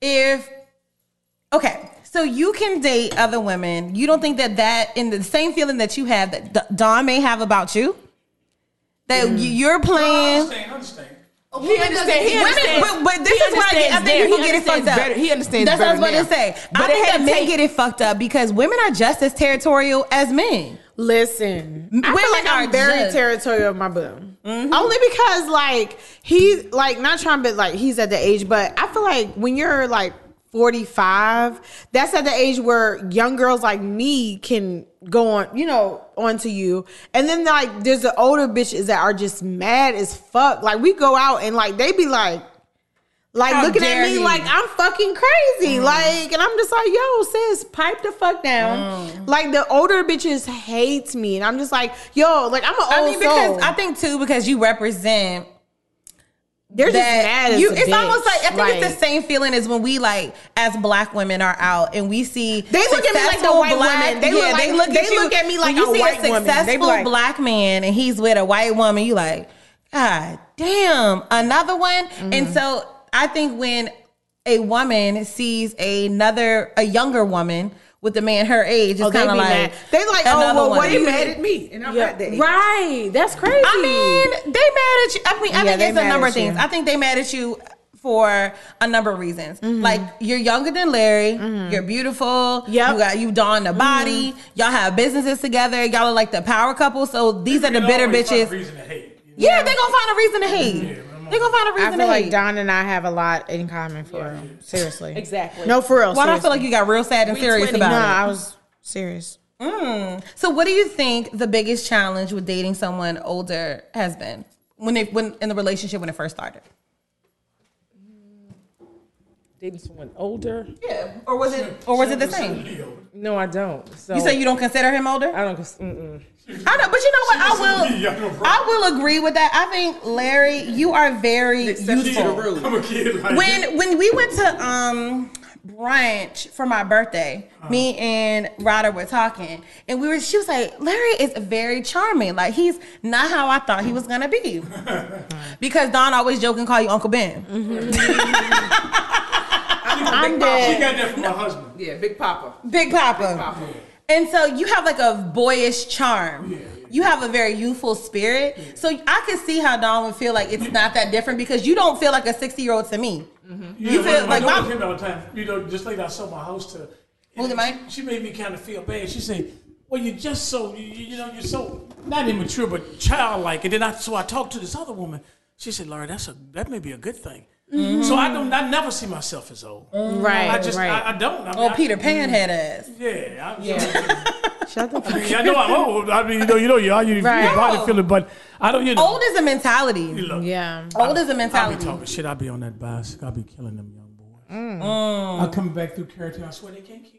[SPEAKER 6] if okay, so you can date other women, you don't think that that in the same feeling that you have that D- Don may have about you, that y- you're playing.
[SPEAKER 8] understand, understand.
[SPEAKER 11] A woman doesn't-
[SPEAKER 4] understand. Mm. He
[SPEAKER 6] Women-
[SPEAKER 4] understands.
[SPEAKER 6] but, but this
[SPEAKER 4] He
[SPEAKER 6] is where I get. I
[SPEAKER 4] understands there.
[SPEAKER 6] think people
[SPEAKER 4] He
[SPEAKER 6] get it fucked
[SPEAKER 4] understands
[SPEAKER 6] up.
[SPEAKER 4] better- he understands
[SPEAKER 6] That's what I was
[SPEAKER 4] better
[SPEAKER 6] about to
[SPEAKER 4] now.
[SPEAKER 6] say.
[SPEAKER 4] But
[SPEAKER 6] I
[SPEAKER 4] it
[SPEAKER 6] think
[SPEAKER 4] had
[SPEAKER 6] that
[SPEAKER 4] to
[SPEAKER 6] men
[SPEAKER 4] take-
[SPEAKER 6] get it fucked up because women are just as territorial as men.
[SPEAKER 7] Listen, I
[SPEAKER 6] Women
[SPEAKER 7] feel like
[SPEAKER 6] are
[SPEAKER 7] I'm Mm-hmm. very
[SPEAKER 6] judged.
[SPEAKER 7] territorial of my boo. Only because like he's like not trying to be like he's at the age, but I feel like when you're like 45, that's at the age where young girls like me can go on, you know, onto you. And then like there's the older bitches that are just mad as fuck. Like we go out and like they be like like
[SPEAKER 6] How
[SPEAKER 7] looking
[SPEAKER 6] dare Mm.
[SPEAKER 7] at me
[SPEAKER 6] you.
[SPEAKER 7] like I'm fucking crazy. Like, and I'm just like, yo, sis, pipe the fuck down.
[SPEAKER 6] Mm.
[SPEAKER 7] Like the older bitches hates me. And I'm just like, yo, like I'm an
[SPEAKER 4] Oh,
[SPEAKER 7] old
[SPEAKER 6] I mean, because
[SPEAKER 7] soul.
[SPEAKER 6] I think too, because you represent
[SPEAKER 7] They're just
[SPEAKER 6] that
[SPEAKER 7] mad as
[SPEAKER 6] you.
[SPEAKER 7] a
[SPEAKER 6] It's
[SPEAKER 7] bitch.
[SPEAKER 6] almost like I think it's
[SPEAKER 7] Like-
[SPEAKER 6] the same feeling as when we like as black women are out and we see
[SPEAKER 7] They look at me like the
[SPEAKER 6] successful
[SPEAKER 7] white woman. They look like- they look at me
[SPEAKER 6] when
[SPEAKER 7] like
[SPEAKER 6] you
[SPEAKER 7] a
[SPEAKER 6] see
[SPEAKER 7] white
[SPEAKER 6] a
[SPEAKER 7] woman. They be
[SPEAKER 6] successful
[SPEAKER 7] like-
[SPEAKER 6] black man and he's with a white woman. You like, God damn, another one.
[SPEAKER 7] Mm-hmm.
[SPEAKER 6] And so I think when a woman sees another a younger woman with a man her age, it's
[SPEAKER 7] Oh, they
[SPEAKER 6] kind of
[SPEAKER 7] be
[SPEAKER 6] like
[SPEAKER 7] mad. They like, oh,
[SPEAKER 6] another
[SPEAKER 7] well, what
[SPEAKER 6] one.
[SPEAKER 7] do you
[SPEAKER 4] Mad at me, and I'm
[SPEAKER 7] Yeah,
[SPEAKER 4] not that.
[SPEAKER 7] Right. That's crazy.
[SPEAKER 6] I mean, they mad at you. I mean, I
[SPEAKER 7] Yeah, they
[SPEAKER 6] think it's a
[SPEAKER 7] mad
[SPEAKER 6] number
[SPEAKER 7] at
[SPEAKER 6] of things.
[SPEAKER 7] you.
[SPEAKER 6] I think they mad at you for a number of reasons. Like you're younger than Larry. You're beautiful.
[SPEAKER 7] Mm-hmm. Yep. Mm-hmm.
[SPEAKER 6] You got you donned a body. Y'all have businesses together. Y'all are like the power couple. So these are the bitter bitches.
[SPEAKER 8] Reason to hate. you know?
[SPEAKER 6] Yeah, they gonna find a reason to hate. they gonna find a
[SPEAKER 7] I
[SPEAKER 6] reason to
[SPEAKER 7] feel like
[SPEAKER 6] hate.
[SPEAKER 7] Don and I have a lot in common for real. Seriously.
[SPEAKER 4] Exactly.
[SPEAKER 7] No, for real.
[SPEAKER 6] Why do I feel
[SPEAKER 7] seriously.
[SPEAKER 6] like you got real sad and serious about
[SPEAKER 7] no,
[SPEAKER 6] it?
[SPEAKER 7] I was serious.
[SPEAKER 6] So, what do you think the biggest challenge with dating someone older has been when it when in the relationship when it first started?
[SPEAKER 10] Mm. Dating someone older?
[SPEAKER 6] Yeah, or was it or was it the same?
[SPEAKER 10] No, I don't. So
[SPEAKER 6] You say you don't consider him older?
[SPEAKER 10] I don't. cons- Mm-mm.
[SPEAKER 6] I know, but you know what? I will. I will agree with that. I think Larry, you are very youthful.
[SPEAKER 8] I'm a kid. Like,
[SPEAKER 6] When when we went to um brunch for my birthday, me and Ryder were talking, and we were. She was like, Larry is very charming. Like he's not how I thought he was gonna be. because Don always joke and call you Uncle Ben.
[SPEAKER 4] I'm
[SPEAKER 8] she
[SPEAKER 4] dead.
[SPEAKER 8] got that from my husband.
[SPEAKER 4] Yeah, Big Papa.
[SPEAKER 6] Big Papa. And so you have like a boyish charm. You have a very youthful spirit. So I can see how Dawn would feel like it's not that different because you don't feel like a 60 year old to me. You feel like
[SPEAKER 8] I
[SPEAKER 6] my-
[SPEAKER 8] was him all the time. You know, just like I sold my house to.
[SPEAKER 6] Who the mic?
[SPEAKER 8] She made me kind of feel bad. She said, "Well, you're just so you, you you know you're so not immature but childlike." And then I so I talked to this other woman. She said, "Laura, that's a that may be a good thing."
[SPEAKER 6] Mm-hmm.
[SPEAKER 8] So I don't I never see myself as old.
[SPEAKER 7] Right.
[SPEAKER 8] I just
[SPEAKER 7] right.
[SPEAKER 8] I, I don't. I mean,
[SPEAKER 6] Oh,
[SPEAKER 8] I-
[SPEAKER 6] Peter Pan had ass.
[SPEAKER 8] Mm-hmm. Yeah. I,
[SPEAKER 7] Shut the fuck
[SPEAKER 8] I mean, I know I'm old. I mean, you know, you know, you are you,
[SPEAKER 7] Right.
[SPEAKER 8] your body feeling, but I don't. You know,
[SPEAKER 6] Old is a mentality.
[SPEAKER 8] you look.
[SPEAKER 7] Yeah.
[SPEAKER 6] Old is a
[SPEAKER 8] I be
[SPEAKER 6] mentality.
[SPEAKER 8] talking shit. I be on that bicycle. I be killing them young boys. I'm coming back through Carrington. I swear they can't keep up.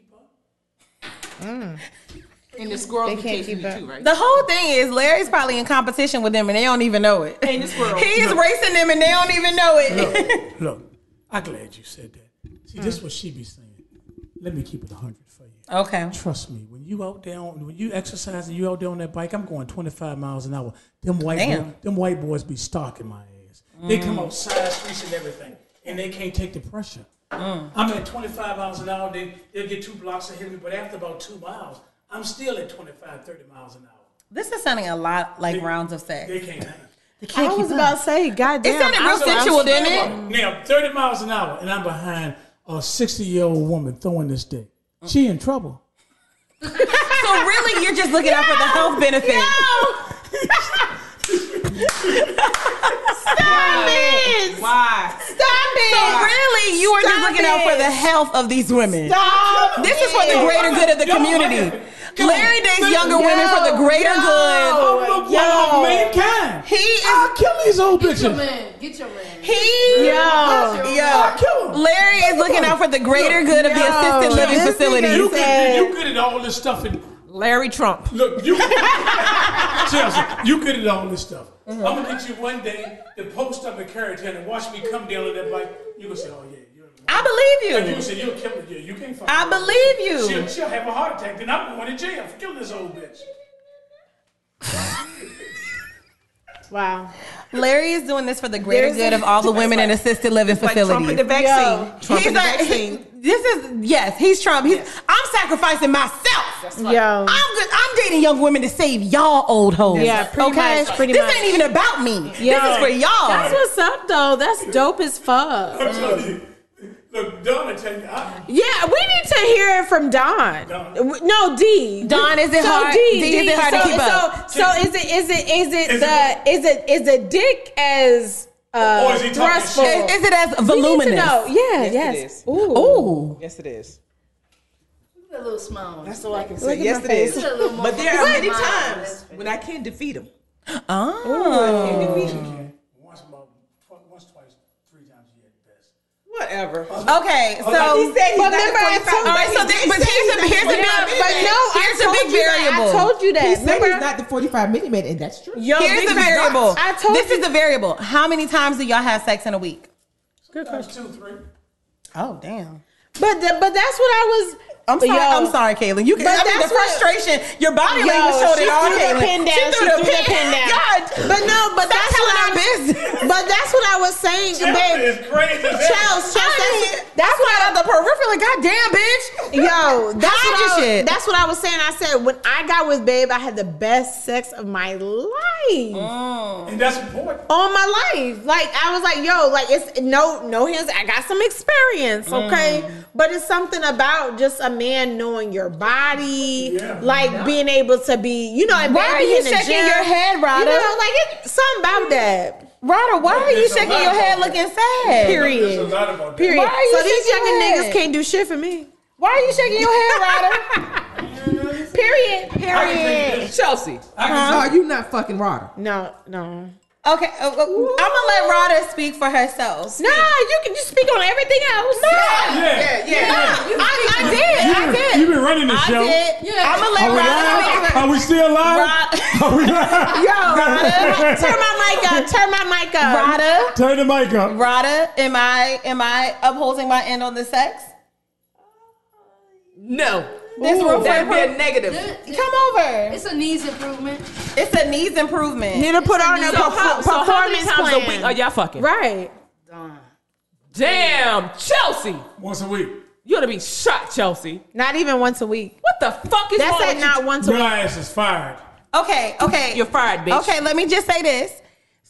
[SPEAKER 4] And the squirrels
[SPEAKER 7] They
[SPEAKER 4] be
[SPEAKER 7] can't
[SPEAKER 4] chasing
[SPEAKER 7] keep
[SPEAKER 4] you
[SPEAKER 7] up.
[SPEAKER 4] too, right?
[SPEAKER 6] The whole thing is Larry's probably in competition with them and they don't even know it.
[SPEAKER 4] And the squirrels.
[SPEAKER 6] He's racing them and they don't even know it.
[SPEAKER 8] Look, I'm glad you said that. See, this is what she be saying. Let me keep it 100 for you.
[SPEAKER 6] okay.
[SPEAKER 8] Trust me, when you out there, on, when you exercise and you out there on that bike, I'm going 25 miles an hour. Them white,
[SPEAKER 6] Damn.
[SPEAKER 8] boy- them white boys be stalking my ass. They come out side streets and everything. and they can't take the pressure. I'm at 25 miles an hour. They, they'll get two blocks ahead of me, but after about two miles, I'm still at 25, 30 miles an hour.
[SPEAKER 6] This is sounding a lot like rounds of sex.
[SPEAKER 8] They can't hang.
[SPEAKER 7] I was about to say, goddamn.
[SPEAKER 6] It sounded real
[SPEAKER 7] I'm- I'm
[SPEAKER 6] sensual,
[SPEAKER 7] scared.
[SPEAKER 6] didn't it?
[SPEAKER 8] Now, 30 miles an hour, and I'm behind a 60 year old woman throwing this dick. She in trouble.
[SPEAKER 6] So really, you're just looking out for the health benefits. Stop it! Why? Stop it! So Oh, really, you are just
[SPEAKER 7] Stop
[SPEAKER 6] looking out for the health of these women.
[SPEAKER 7] Stop
[SPEAKER 6] This is for the
[SPEAKER 7] it.
[SPEAKER 6] greater good of the community. Larry dates younger women for the greater good.
[SPEAKER 8] I'm the one of mankind.
[SPEAKER 6] He is.
[SPEAKER 8] I'll kill these old
[SPEAKER 11] Get your
[SPEAKER 8] bitches.
[SPEAKER 11] man. Get your man.
[SPEAKER 6] He
[SPEAKER 7] Yo.
[SPEAKER 8] I'll
[SPEAKER 6] yo.
[SPEAKER 8] kill 'em.
[SPEAKER 6] Larry is looking out for the greater good of the
[SPEAKER 7] Yo.
[SPEAKER 6] assisted living
[SPEAKER 7] This nigga
[SPEAKER 8] You
[SPEAKER 6] facilities.
[SPEAKER 7] is-
[SPEAKER 8] good, you good at all this stuff. And
[SPEAKER 10] Larry Trump.
[SPEAKER 8] look, you, Chelsea, you good at all this stuff. I'm gonna get you one day to post up in Carrington and watch me come down on that bike. You gonna say, "Oh yeah, you're."
[SPEAKER 6] I
[SPEAKER 8] And you
[SPEAKER 6] believe
[SPEAKER 8] gonna
[SPEAKER 6] you.
[SPEAKER 8] say, "You're killing you. You can't fuck."
[SPEAKER 6] I believe you.
[SPEAKER 8] She'll, she'll have a heart attack. Then I'm going to jail for killing this old bitch.
[SPEAKER 7] Wow.
[SPEAKER 6] Larry is doing this for the greater
[SPEAKER 7] There's-
[SPEAKER 6] good of all the women in assisted living
[SPEAKER 9] Like Trump
[SPEAKER 6] facilities.
[SPEAKER 9] and the vaccine.
[SPEAKER 7] Yo.
[SPEAKER 9] Trump
[SPEAKER 6] he's
[SPEAKER 9] and the
[SPEAKER 6] like,
[SPEAKER 9] vaccine.
[SPEAKER 6] he- this is yes, he's Trump. He's, I'm sacrificing myself.
[SPEAKER 7] Yo.
[SPEAKER 6] I'm good. I'm dating young women to save y'all old hoes.
[SPEAKER 7] Yeah, pretty
[SPEAKER 6] okay.
[SPEAKER 7] much, pretty
[SPEAKER 6] this
[SPEAKER 7] much.
[SPEAKER 6] ain't even about me. This is for y'all.
[SPEAKER 7] That's what's up, though. That's dope as fuck.
[SPEAKER 8] I'm telling you. Look, Donna, tell you, I,
[SPEAKER 7] Yeah, we need to hear it from Don.
[SPEAKER 8] Don.
[SPEAKER 7] W- No, D.
[SPEAKER 6] Don, is it
[SPEAKER 7] so
[SPEAKER 6] hard-
[SPEAKER 7] D,
[SPEAKER 6] D, is it hard to
[SPEAKER 7] so,
[SPEAKER 6] keep
[SPEAKER 7] so,
[SPEAKER 6] up?
[SPEAKER 7] So is it is it is it
[SPEAKER 8] Is
[SPEAKER 7] the is it is it dick as uh,
[SPEAKER 8] Or is he talking
[SPEAKER 7] thrustful?
[SPEAKER 8] shit?
[SPEAKER 6] is, is it as
[SPEAKER 7] We need to
[SPEAKER 6] voluminous?
[SPEAKER 7] know. Yeah. Yes.
[SPEAKER 10] Yes, it is.
[SPEAKER 7] Ooh.
[SPEAKER 6] Ooh.
[SPEAKER 10] Yes, it is.
[SPEAKER 11] Put a little smile on
[SPEAKER 10] That's all I can
[SPEAKER 7] Look
[SPEAKER 10] say.
[SPEAKER 7] at
[SPEAKER 10] Yes,
[SPEAKER 7] my
[SPEAKER 10] it is.
[SPEAKER 11] face. Put a little
[SPEAKER 10] But there are
[SPEAKER 11] more
[SPEAKER 10] many
[SPEAKER 11] smile on
[SPEAKER 10] times
[SPEAKER 11] his face.
[SPEAKER 10] when I can't defeat him.
[SPEAKER 6] Oh.
[SPEAKER 8] once, about, once, twice, three times a year at best.
[SPEAKER 10] Whatever.
[SPEAKER 6] Okay. So.
[SPEAKER 10] Like he said he's
[SPEAKER 7] But
[SPEAKER 10] not
[SPEAKER 7] remember,
[SPEAKER 10] the
[SPEAKER 7] I
[SPEAKER 10] 45
[SPEAKER 7] told-
[SPEAKER 6] all right, so
[SPEAKER 10] he
[SPEAKER 6] th-
[SPEAKER 10] did
[SPEAKER 6] but
[SPEAKER 10] say he's
[SPEAKER 6] here's a,
[SPEAKER 10] not the
[SPEAKER 6] here's a
[SPEAKER 10] 45
[SPEAKER 6] big,
[SPEAKER 7] But no,
[SPEAKER 6] here's a
[SPEAKER 7] I told
[SPEAKER 6] big
[SPEAKER 7] you
[SPEAKER 6] variable.
[SPEAKER 7] That. I told you that.
[SPEAKER 4] He said
[SPEAKER 7] Remember,
[SPEAKER 4] he's not the 45 minute man, and that's true.
[SPEAKER 7] Yo,
[SPEAKER 6] Here's the
[SPEAKER 7] niggas
[SPEAKER 6] variable.
[SPEAKER 7] not- I told
[SPEAKER 6] this
[SPEAKER 7] you.
[SPEAKER 6] is the variable. How many times do y'all have sex in a week?
[SPEAKER 8] Times two, three.
[SPEAKER 6] Oh damn.
[SPEAKER 7] But th- but that's what I was.
[SPEAKER 6] I'm sorry.
[SPEAKER 7] Yo.
[SPEAKER 6] I'm sorry, Caitlin. You can.
[SPEAKER 7] But
[SPEAKER 6] I mean, the
[SPEAKER 7] that's what-
[SPEAKER 6] frustration. your body
[SPEAKER 7] Yo,
[SPEAKER 6] language showed
[SPEAKER 7] she
[SPEAKER 6] it all,
[SPEAKER 7] threw the
[SPEAKER 6] Caitlin.
[SPEAKER 7] pin
[SPEAKER 6] She
[SPEAKER 7] down.
[SPEAKER 6] threw, the, pin,
[SPEAKER 7] down.
[SPEAKER 6] God.
[SPEAKER 7] But no, but that's
[SPEAKER 6] telling
[SPEAKER 7] what
[SPEAKER 6] our
[SPEAKER 7] I was.
[SPEAKER 6] business.
[SPEAKER 7] But that's what I was saying,
[SPEAKER 8] Chelsea
[SPEAKER 7] babe.
[SPEAKER 8] is crazy. as hell.
[SPEAKER 7] Chels, Chels, that's,
[SPEAKER 6] That's why I the peripheral. Like, goddamn, bitch.
[SPEAKER 7] Yo, that's
[SPEAKER 6] Hide
[SPEAKER 7] what, I,
[SPEAKER 6] your shit.
[SPEAKER 7] was- that's what I was saying. I said when I got with Babe, I had the best sex of my life.
[SPEAKER 6] Mm.
[SPEAKER 8] And that's important.
[SPEAKER 7] All my life. Like I was like, yo, like it's no no hands. I got some experience,
[SPEAKER 6] Mm.
[SPEAKER 7] okay? But it's something about just a man knowing your body,
[SPEAKER 8] Yeah.
[SPEAKER 7] like being able to be, you know, and
[SPEAKER 6] Why
[SPEAKER 7] Babe
[SPEAKER 6] are
[SPEAKER 7] be
[SPEAKER 6] you
[SPEAKER 7] in the
[SPEAKER 6] shaking
[SPEAKER 7] gym.
[SPEAKER 6] your head, Rhonda?
[SPEAKER 7] You know, like it's something about that.
[SPEAKER 6] Ryder, why are you
[SPEAKER 8] There's a
[SPEAKER 6] shaking
[SPEAKER 8] lot
[SPEAKER 6] your head
[SPEAKER 8] about
[SPEAKER 6] looking sad?
[SPEAKER 7] Period.
[SPEAKER 8] There's a lot about that.
[SPEAKER 7] Period.
[SPEAKER 6] Why are you
[SPEAKER 7] so these
[SPEAKER 6] shaking your
[SPEAKER 7] younger
[SPEAKER 6] head?
[SPEAKER 7] niggas can't do shit for me.
[SPEAKER 6] Why are you shaking your head, Ryder?
[SPEAKER 7] Period.
[SPEAKER 8] I can
[SPEAKER 7] Period.
[SPEAKER 8] take this.
[SPEAKER 10] Chelsea.
[SPEAKER 8] I can
[SPEAKER 4] No, you not fucking Rodder.
[SPEAKER 7] No, no.
[SPEAKER 6] Okay, uh,
[SPEAKER 7] oh,
[SPEAKER 6] uh, I'm gonna let Ryder speak for herself.
[SPEAKER 7] No, you can just speak on everything else. No.
[SPEAKER 8] Yeah, yeah, yeah.
[SPEAKER 6] I, I did. I
[SPEAKER 8] You've been-
[SPEAKER 6] did.
[SPEAKER 8] you've been running this
[SPEAKER 6] I
[SPEAKER 8] show.
[SPEAKER 6] Did. I'm gonna let
[SPEAKER 8] Are we
[SPEAKER 6] Ryder
[SPEAKER 8] live?
[SPEAKER 6] speak.
[SPEAKER 8] Are we still live?
[SPEAKER 6] Ryder,
[SPEAKER 8] Are we live?
[SPEAKER 7] Yo, Rada, turn my mic up. Turn my mic up.
[SPEAKER 6] Ryder,
[SPEAKER 8] Turn the mic up.
[SPEAKER 6] Ryder, am I am I upholding my end on the sex?
[SPEAKER 10] No.
[SPEAKER 6] This room
[SPEAKER 10] That'd
[SPEAKER 6] for
[SPEAKER 10] be a negative.
[SPEAKER 6] Come over.
[SPEAKER 11] It's a needs improvement.
[SPEAKER 6] It's a needs improvement.
[SPEAKER 7] Need to put on a
[SPEAKER 11] So
[SPEAKER 7] perf-
[SPEAKER 10] How- so how many
[SPEAKER 7] performance
[SPEAKER 10] times
[SPEAKER 7] plan.
[SPEAKER 10] a week are y'all fucking?
[SPEAKER 7] Right.
[SPEAKER 10] Damn, Chelsea.
[SPEAKER 8] Once a week.
[SPEAKER 10] You're gonna be shot, Chelsea.
[SPEAKER 7] Not even once a week.
[SPEAKER 10] What the fuck is
[SPEAKER 7] That's
[SPEAKER 10] wrong
[SPEAKER 7] at
[SPEAKER 10] with
[SPEAKER 7] not
[SPEAKER 10] you?
[SPEAKER 7] once a
[SPEAKER 8] Your
[SPEAKER 7] week.
[SPEAKER 8] ass is fired.
[SPEAKER 6] Okay, okay.
[SPEAKER 10] You're fired, bitch.
[SPEAKER 6] Okay, let me just say this.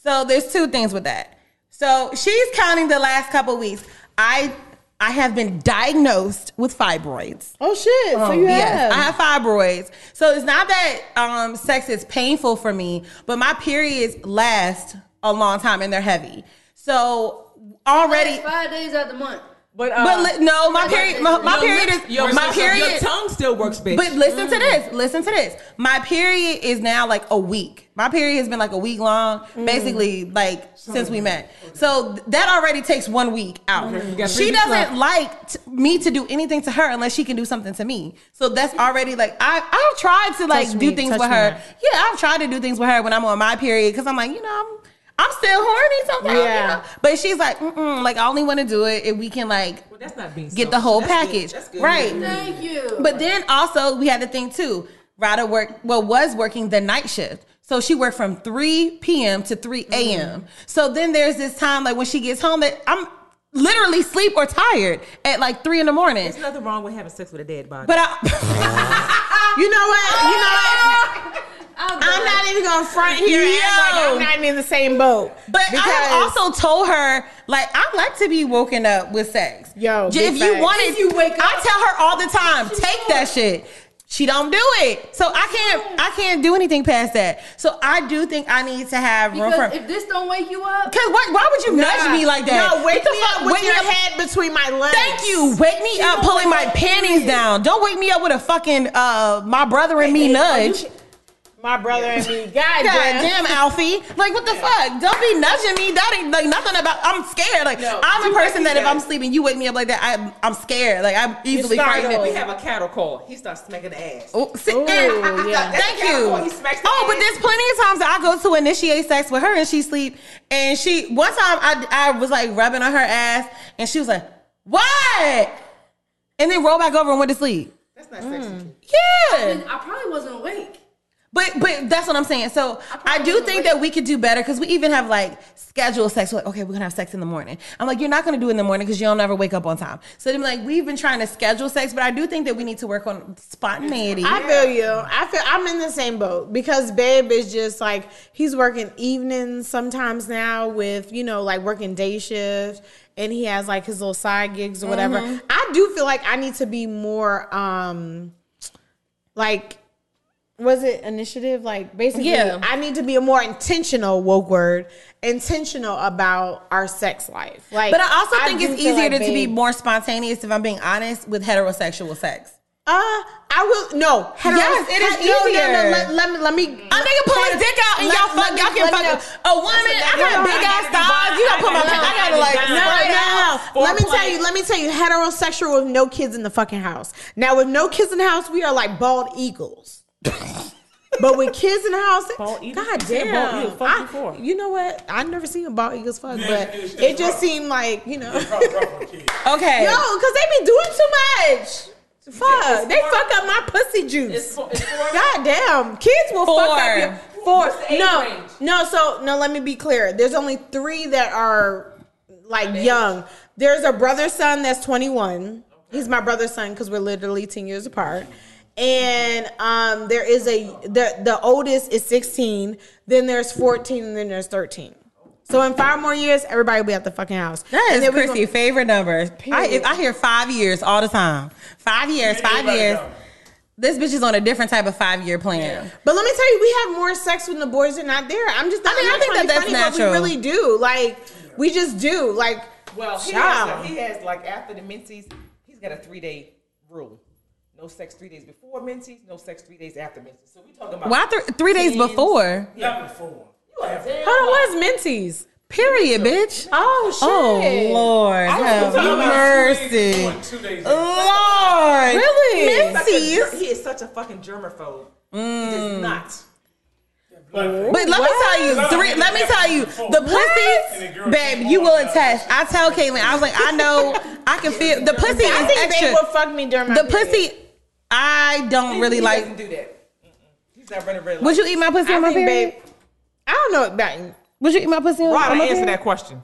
[SPEAKER 6] So there's two things with that. So she's counting the last couple weeks. I I have been diagnosed with fibroids.
[SPEAKER 7] Oh shit. so you
[SPEAKER 6] Yes, I have fibroids. So it's not that um, sex is painful for me, but my periods last a long time and they're heavy. So already,
[SPEAKER 11] Like Five days out the month.
[SPEAKER 10] But, uh,
[SPEAKER 6] but li- no, my period, my, my
[SPEAKER 10] your
[SPEAKER 6] period
[SPEAKER 10] lips-
[SPEAKER 6] is
[SPEAKER 10] your,
[SPEAKER 6] my
[SPEAKER 10] so your
[SPEAKER 6] period.
[SPEAKER 10] tongue still works, bitch.
[SPEAKER 6] But listen to this. Listen to this. My period is now like a week. My period has been like a week long, basically like since we met. So th- that already takes one week out.
[SPEAKER 10] got three
[SPEAKER 6] She
[SPEAKER 10] weeks
[SPEAKER 6] doesn't
[SPEAKER 10] left.
[SPEAKER 6] like t- me to do anything to her unless she can do something to me. So that's already like I I've tried to like
[SPEAKER 7] Touch
[SPEAKER 6] do
[SPEAKER 7] me,
[SPEAKER 6] things
[SPEAKER 7] touch
[SPEAKER 6] with
[SPEAKER 7] me
[SPEAKER 6] her.
[SPEAKER 7] now.
[SPEAKER 6] Yeah, I've tried to do things with her when I'm on my period because I'm like you know I'm. I'm still horny sometimes, you
[SPEAKER 7] Yeah.
[SPEAKER 6] know? but she's like, Mm-mm, like I only want to do it if we can like
[SPEAKER 10] Well, that's not being
[SPEAKER 6] get the whole
[SPEAKER 10] selfish. That's good.
[SPEAKER 6] package,
[SPEAKER 10] That's good.
[SPEAKER 6] right?
[SPEAKER 11] Thank you.
[SPEAKER 6] But then also we had to think too. Rada worked well was working the night shift. So she worked from
[SPEAKER 10] Mm-hmm.
[SPEAKER 6] 3 p.m. to 3 a.m. So then there's this time like when she gets home that I'm literally sleep or tired at like three in the morning.
[SPEAKER 4] There's nothing wrong with having sex with a dead body.
[SPEAKER 6] But I,
[SPEAKER 7] You know what? You know what?
[SPEAKER 11] Oh,
[SPEAKER 7] I'm not even gonna front here and act like
[SPEAKER 6] Yo.
[SPEAKER 7] I'm not even in the same boat.
[SPEAKER 6] but I have
[SPEAKER 7] Because-
[SPEAKER 6] also told her like I like to be woken up with sex.
[SPEAKER 7] Yo,
[SPEAKER 6] J-
[SPEAKER 7] big
[SPEAKER 6] if you
[SPEAKER 7] facts.
[SPEAKER 6] want it, you wake up. I tell her all the time, take that shit. She don't do it, so I can't. I can't do anything past that. So I do think I need to have room
[SPEAKER 10] Because
[SPEAKER 6] for.
[SPEAKER 10] if this don't wake you up,
[SPEAKER 6] Cause why, why would you nudge me like that?
[SPEAKER 7] No, wake
[SPEAKER 6] Get the
[SPEAKER 7] me
[SPEAKER 6] fuck-
[SPEAKER 7] up with
[SPEAKER 6] wake me
[SPEAKER 7] your
[SPEAKER 6] up-
[SPEAKER 7] head between my legs.
[SPEAKER 6] Thank you. Wake me up pulling my panties down. Don't wake me up with a fucking uh my brother and me nudge.
[SPEAKER 7] My brother and me. God,
[SPEAKER 6] God
[SPEAKER 7] damn.
[SPEAKER 6] damn, Alfie. Like what the fuck? Don't be nudging me. That ain't like nothing about I'm scared. Like I'm a person that if I'm sleeping, you wake me up like that, I'm I'm scared. Like I'm easily frightened.
[SPEAKER 4] we have a cattle call. He starts smacking the ass.
[SPEAKER 6] Oh, sit
[SPEAKER 7] Ooh,
[SPEAKER 6] down.
[SPEAKER 7] yeah.
[SPEAKER 6] Thank
[SPEAKER 4] That's
[SPEAKER 6] you.
[SPEAKER 4] how he smacks the
[SPEAKER 6] Oh, but
[SPEAKER 4] ass.
[SPEAKER 6] there's plenty of times that I go to initiate sex with her and she sleep. And she one time I I was like rubbing on her ass and she was like, "What?" And then rolled back over and went to sleep. Mm.
[SPEAKER 4] That's not sexy.
[SPEAKER 6] Yeah.
[SPEAKER 10] I probably wasn't awake.
[SPEAKER 6] But but that's what I'm saying. So I do think that we could do better because we even have like scheduled sex. We're like, okay, we're gonna have sex in the morning. I'm like, you're not gonna do it in the morning because you don't ever wake up on time. So then like we've been trying to schedule sex, but I do think that we need to work on spontaneity.
[SPEAKER 7] I feel you. I feel I'm in the same boat because babe is just like he's working evenings sometimes now with you know like working day shift and he has like his little side gigs or whatever.
[SPEAKER 6] Mm-hmm.
[SPEAKER 7] I do feel like I need to be more um like was it initiative like basically
[SPEAKER 6] Yeah.
[SPEAKER 7] I need to be a more intentional woke word intentional about our sex life. Like
[SPEAKER 6] but I also think
[SPEAKER 7] do
[SPEAKER 6] it's
[SPEAKER 7] feel
[SPEAKER 6] easier
[SPEAKER 7] like,
[SPEAKER 6] to, to be
[SPEAKER 7] babe-
[SPEAKER 6] more spontaneous if I'm being honest with heterosexual sex.
[SPEAKER 7] uh I will no
[SPEAKER 6] Yes, it is
[SPEAKER 7] no, no, no,
[SPEAKER 6] easier.
[SPEAKER 7] let, let me let me
[SPEAKER 6] A nigga pull his dick out and
[SPEAKER 7] Let-
[SPEAKER 6] y'all fuck.
[SPEAKER 7] let me-
[SPEAKER 6] y'all can
[SPEAKER 7] let me
[SPEAKER 6] fuck.
[SPEAKER 7] know.
[SPEAKER 6] A woman, I got
[SPEAKER 7] No,
[SPEAKER 6] big
[SPEAKER 7] I
[SPEAKER 6] ass
[SPEAKER 7] gotta
[SPEAKER 6] thighs. You gotta put my. I gotta like.
[SPEAKER 7] No, no,
[SPEAKER 6] spread out.
[SPEAKER 7] no. Let me tell you. Let me tell you. Heterosexual with no kids in the fucking house. Now with no kids in the house, we are like bald eagles. but with kids in the house,
[SPEAKER 4] Bald eagles?
[SPEAKER 7] god
[SPEAKER 4] You said
[SPEAKER 7] damn.
[SPEAKER 4] bald eagles fuck
[SPEAKER 7] I-
[SPEAKER 4] before.
[SPEAKER 7] you know what? I've never seen a bald eagles fuck,
[SPEAKER 8] Yeah,
[SPEAKER 7] but
[SPEAKER 8] it's- it's
[SPEAKER 7] it just
[SPEAKER 8] rough.
[SPEAKER 7] seemed like you know, yo,
[SPEAKER 6] Okay.
[SPEAKER 7] because they be doing too much. Fuck, they fuck up my pussy juice. God damn, kids will fuck
[SPEAKER 6] Four.
[SPEAKER 7] up your four.
[SPEAKER 4] What's the age
[SPEAKER 7] No,
[SPEAKER 4] range?
[SPEAKER 7] no. So no, let me be clear. There's only three that are like young. There's a brother son that's 21. He's my brother's son because we're literally 10 years apart. And um, there is a the the oldest is 16. Then there's 14, and then there's 13. So in five more years, everybody will be at the fucking house.
[SPEAKER 6] That
[SPEAKER 7] And
[SPEAKER 6] is
[SPEAKER 7] then we
[SPEAKER 6] Christy's
[SPEAKER 7] gon-
[SPEAKER 6] favorite number. I,
[SPEAKER 7] Period.
[SPEAKER 6] I hear five years all the time. Five years, five years. This bitch is on a different type of five year plan.
[SPEAKER 7] But let me tell you, we have more sex when the boys are not there. I'm just not.
[SPEAKER 6] I mean,
[SPEAKER 7] I'm
[SPEAKER 6] I
[SPEAKER 7] not
[SPEAKER 6] think
[SPEAKER 7] trying
[SPEAKER 6] that
[SPEAKER 7] to be
[SPEAKER 6] that's
[SPEAKER 7] funny, but
[SPEAKER 6] natural.
[SPEAKER 7] We really do. Like we just do. Like
[SPEAKER 4] Well, he
[SPEAKER 7] Child.
[SPEAKER 4] has, he has like after the menses, he's got a three day rule. No sex three days before menses, no sex three days after menses. So we talking about
[SPEAKER 6] Why th- three days
[SPEAKER 4] tens.
[SPEAKER 6] before?
[SPEAKER 8] Not before.
[SPEAKER 7] Hold on, what is Mentees?
[SPEAKER 6] Period, bitch.
[SPEAKER 7] Oh shit!
[SPEAKER 6] Oh Lord, have mercy.
[SPEAKER 8] One, two days.
[SPEAKER 6] Lord,
[SPEAKER 7] Really?
[SPEAKER 4] Such a ger-
[SPEAKER 6] Menses?
[SPEAKER 4] he is such a fucking germaphobe. He
[SPEAKER 7] Mm.
[SPEAKER 4] does not.
[SPEAKER 6] But let me tell you, three, let me tell you, the pussy, babe, you will attest. I tell Caitlin, I was like, I know, I can feel the pussy is
[SPEAKER 7] I think they would
[SPEAKER 6] extra.
[SPEAKER 7] fuck me during my
[SPEAKER 6] The
[SPEAKER 7] period.
[SPEAKER 6] pussy, I don't really
[SPEAKER 4] he
[SPEAKER 6] like.
[SPEAKER 4] doesn't do that. Mm-mm. He's not running red lights.
[SPEAKER 6] Would you eat my pussy
[SPEAKER 7] I
[SPEAKER 6] on my
[SPEAKER 7] think,
[SPEAKER 6] period?
[SPEAKER 7] babe. I don't know about.
[SPEAKER 6] Would you eat my pussy on,
[SPEAKER 4] Rod,
[SPEAKER 6] on my
[SPEAKER 4] answer
[SPEAKER 6] period?
[SPEAKER 4] that question.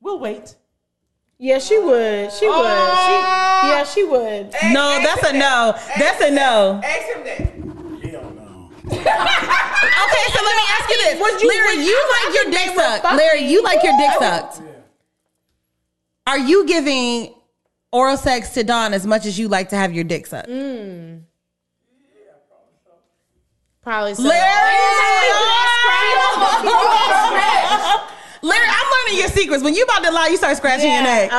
[SPEAKER 4] We'll wait.
[SPEAKER 7] Yeah, she would. She would. She,
[SPEAKER 6] Ah.
[SPEAKER 7] yeah, she would.
[SPEAKER 6] No, that's a no. That's a no.
[SPEAKER 4] Ask him that.
[SPEAKER 6] Okay, so let me ask you this.
[SPEAKER 7] Would you-
[SPEAKER 6] Larry,
[SPEAKER 7] would-
[SPEAKER 6] you
[SPEAKER 7] I- I
[SPEAKER 6] like your
[SPEAKER 7] think they
[SPEAKER 6] dick
[SPEAKER 7] would
[SPEAKER 6] sucked.
[SPEAKER 7] fuck
[SPEAKER 6] Larry,
[SPEAKER 7] me.
[SPEAKER 6] you like your dick sucked. Are you giving oral sex to Dawn as much as you like to have your dick sucked?
[SPEAKER 7] Probably. So.
[SPEAKER 6] Larry! Larry, I'm learning your secrets. When you about to lie, you start scratching your neck.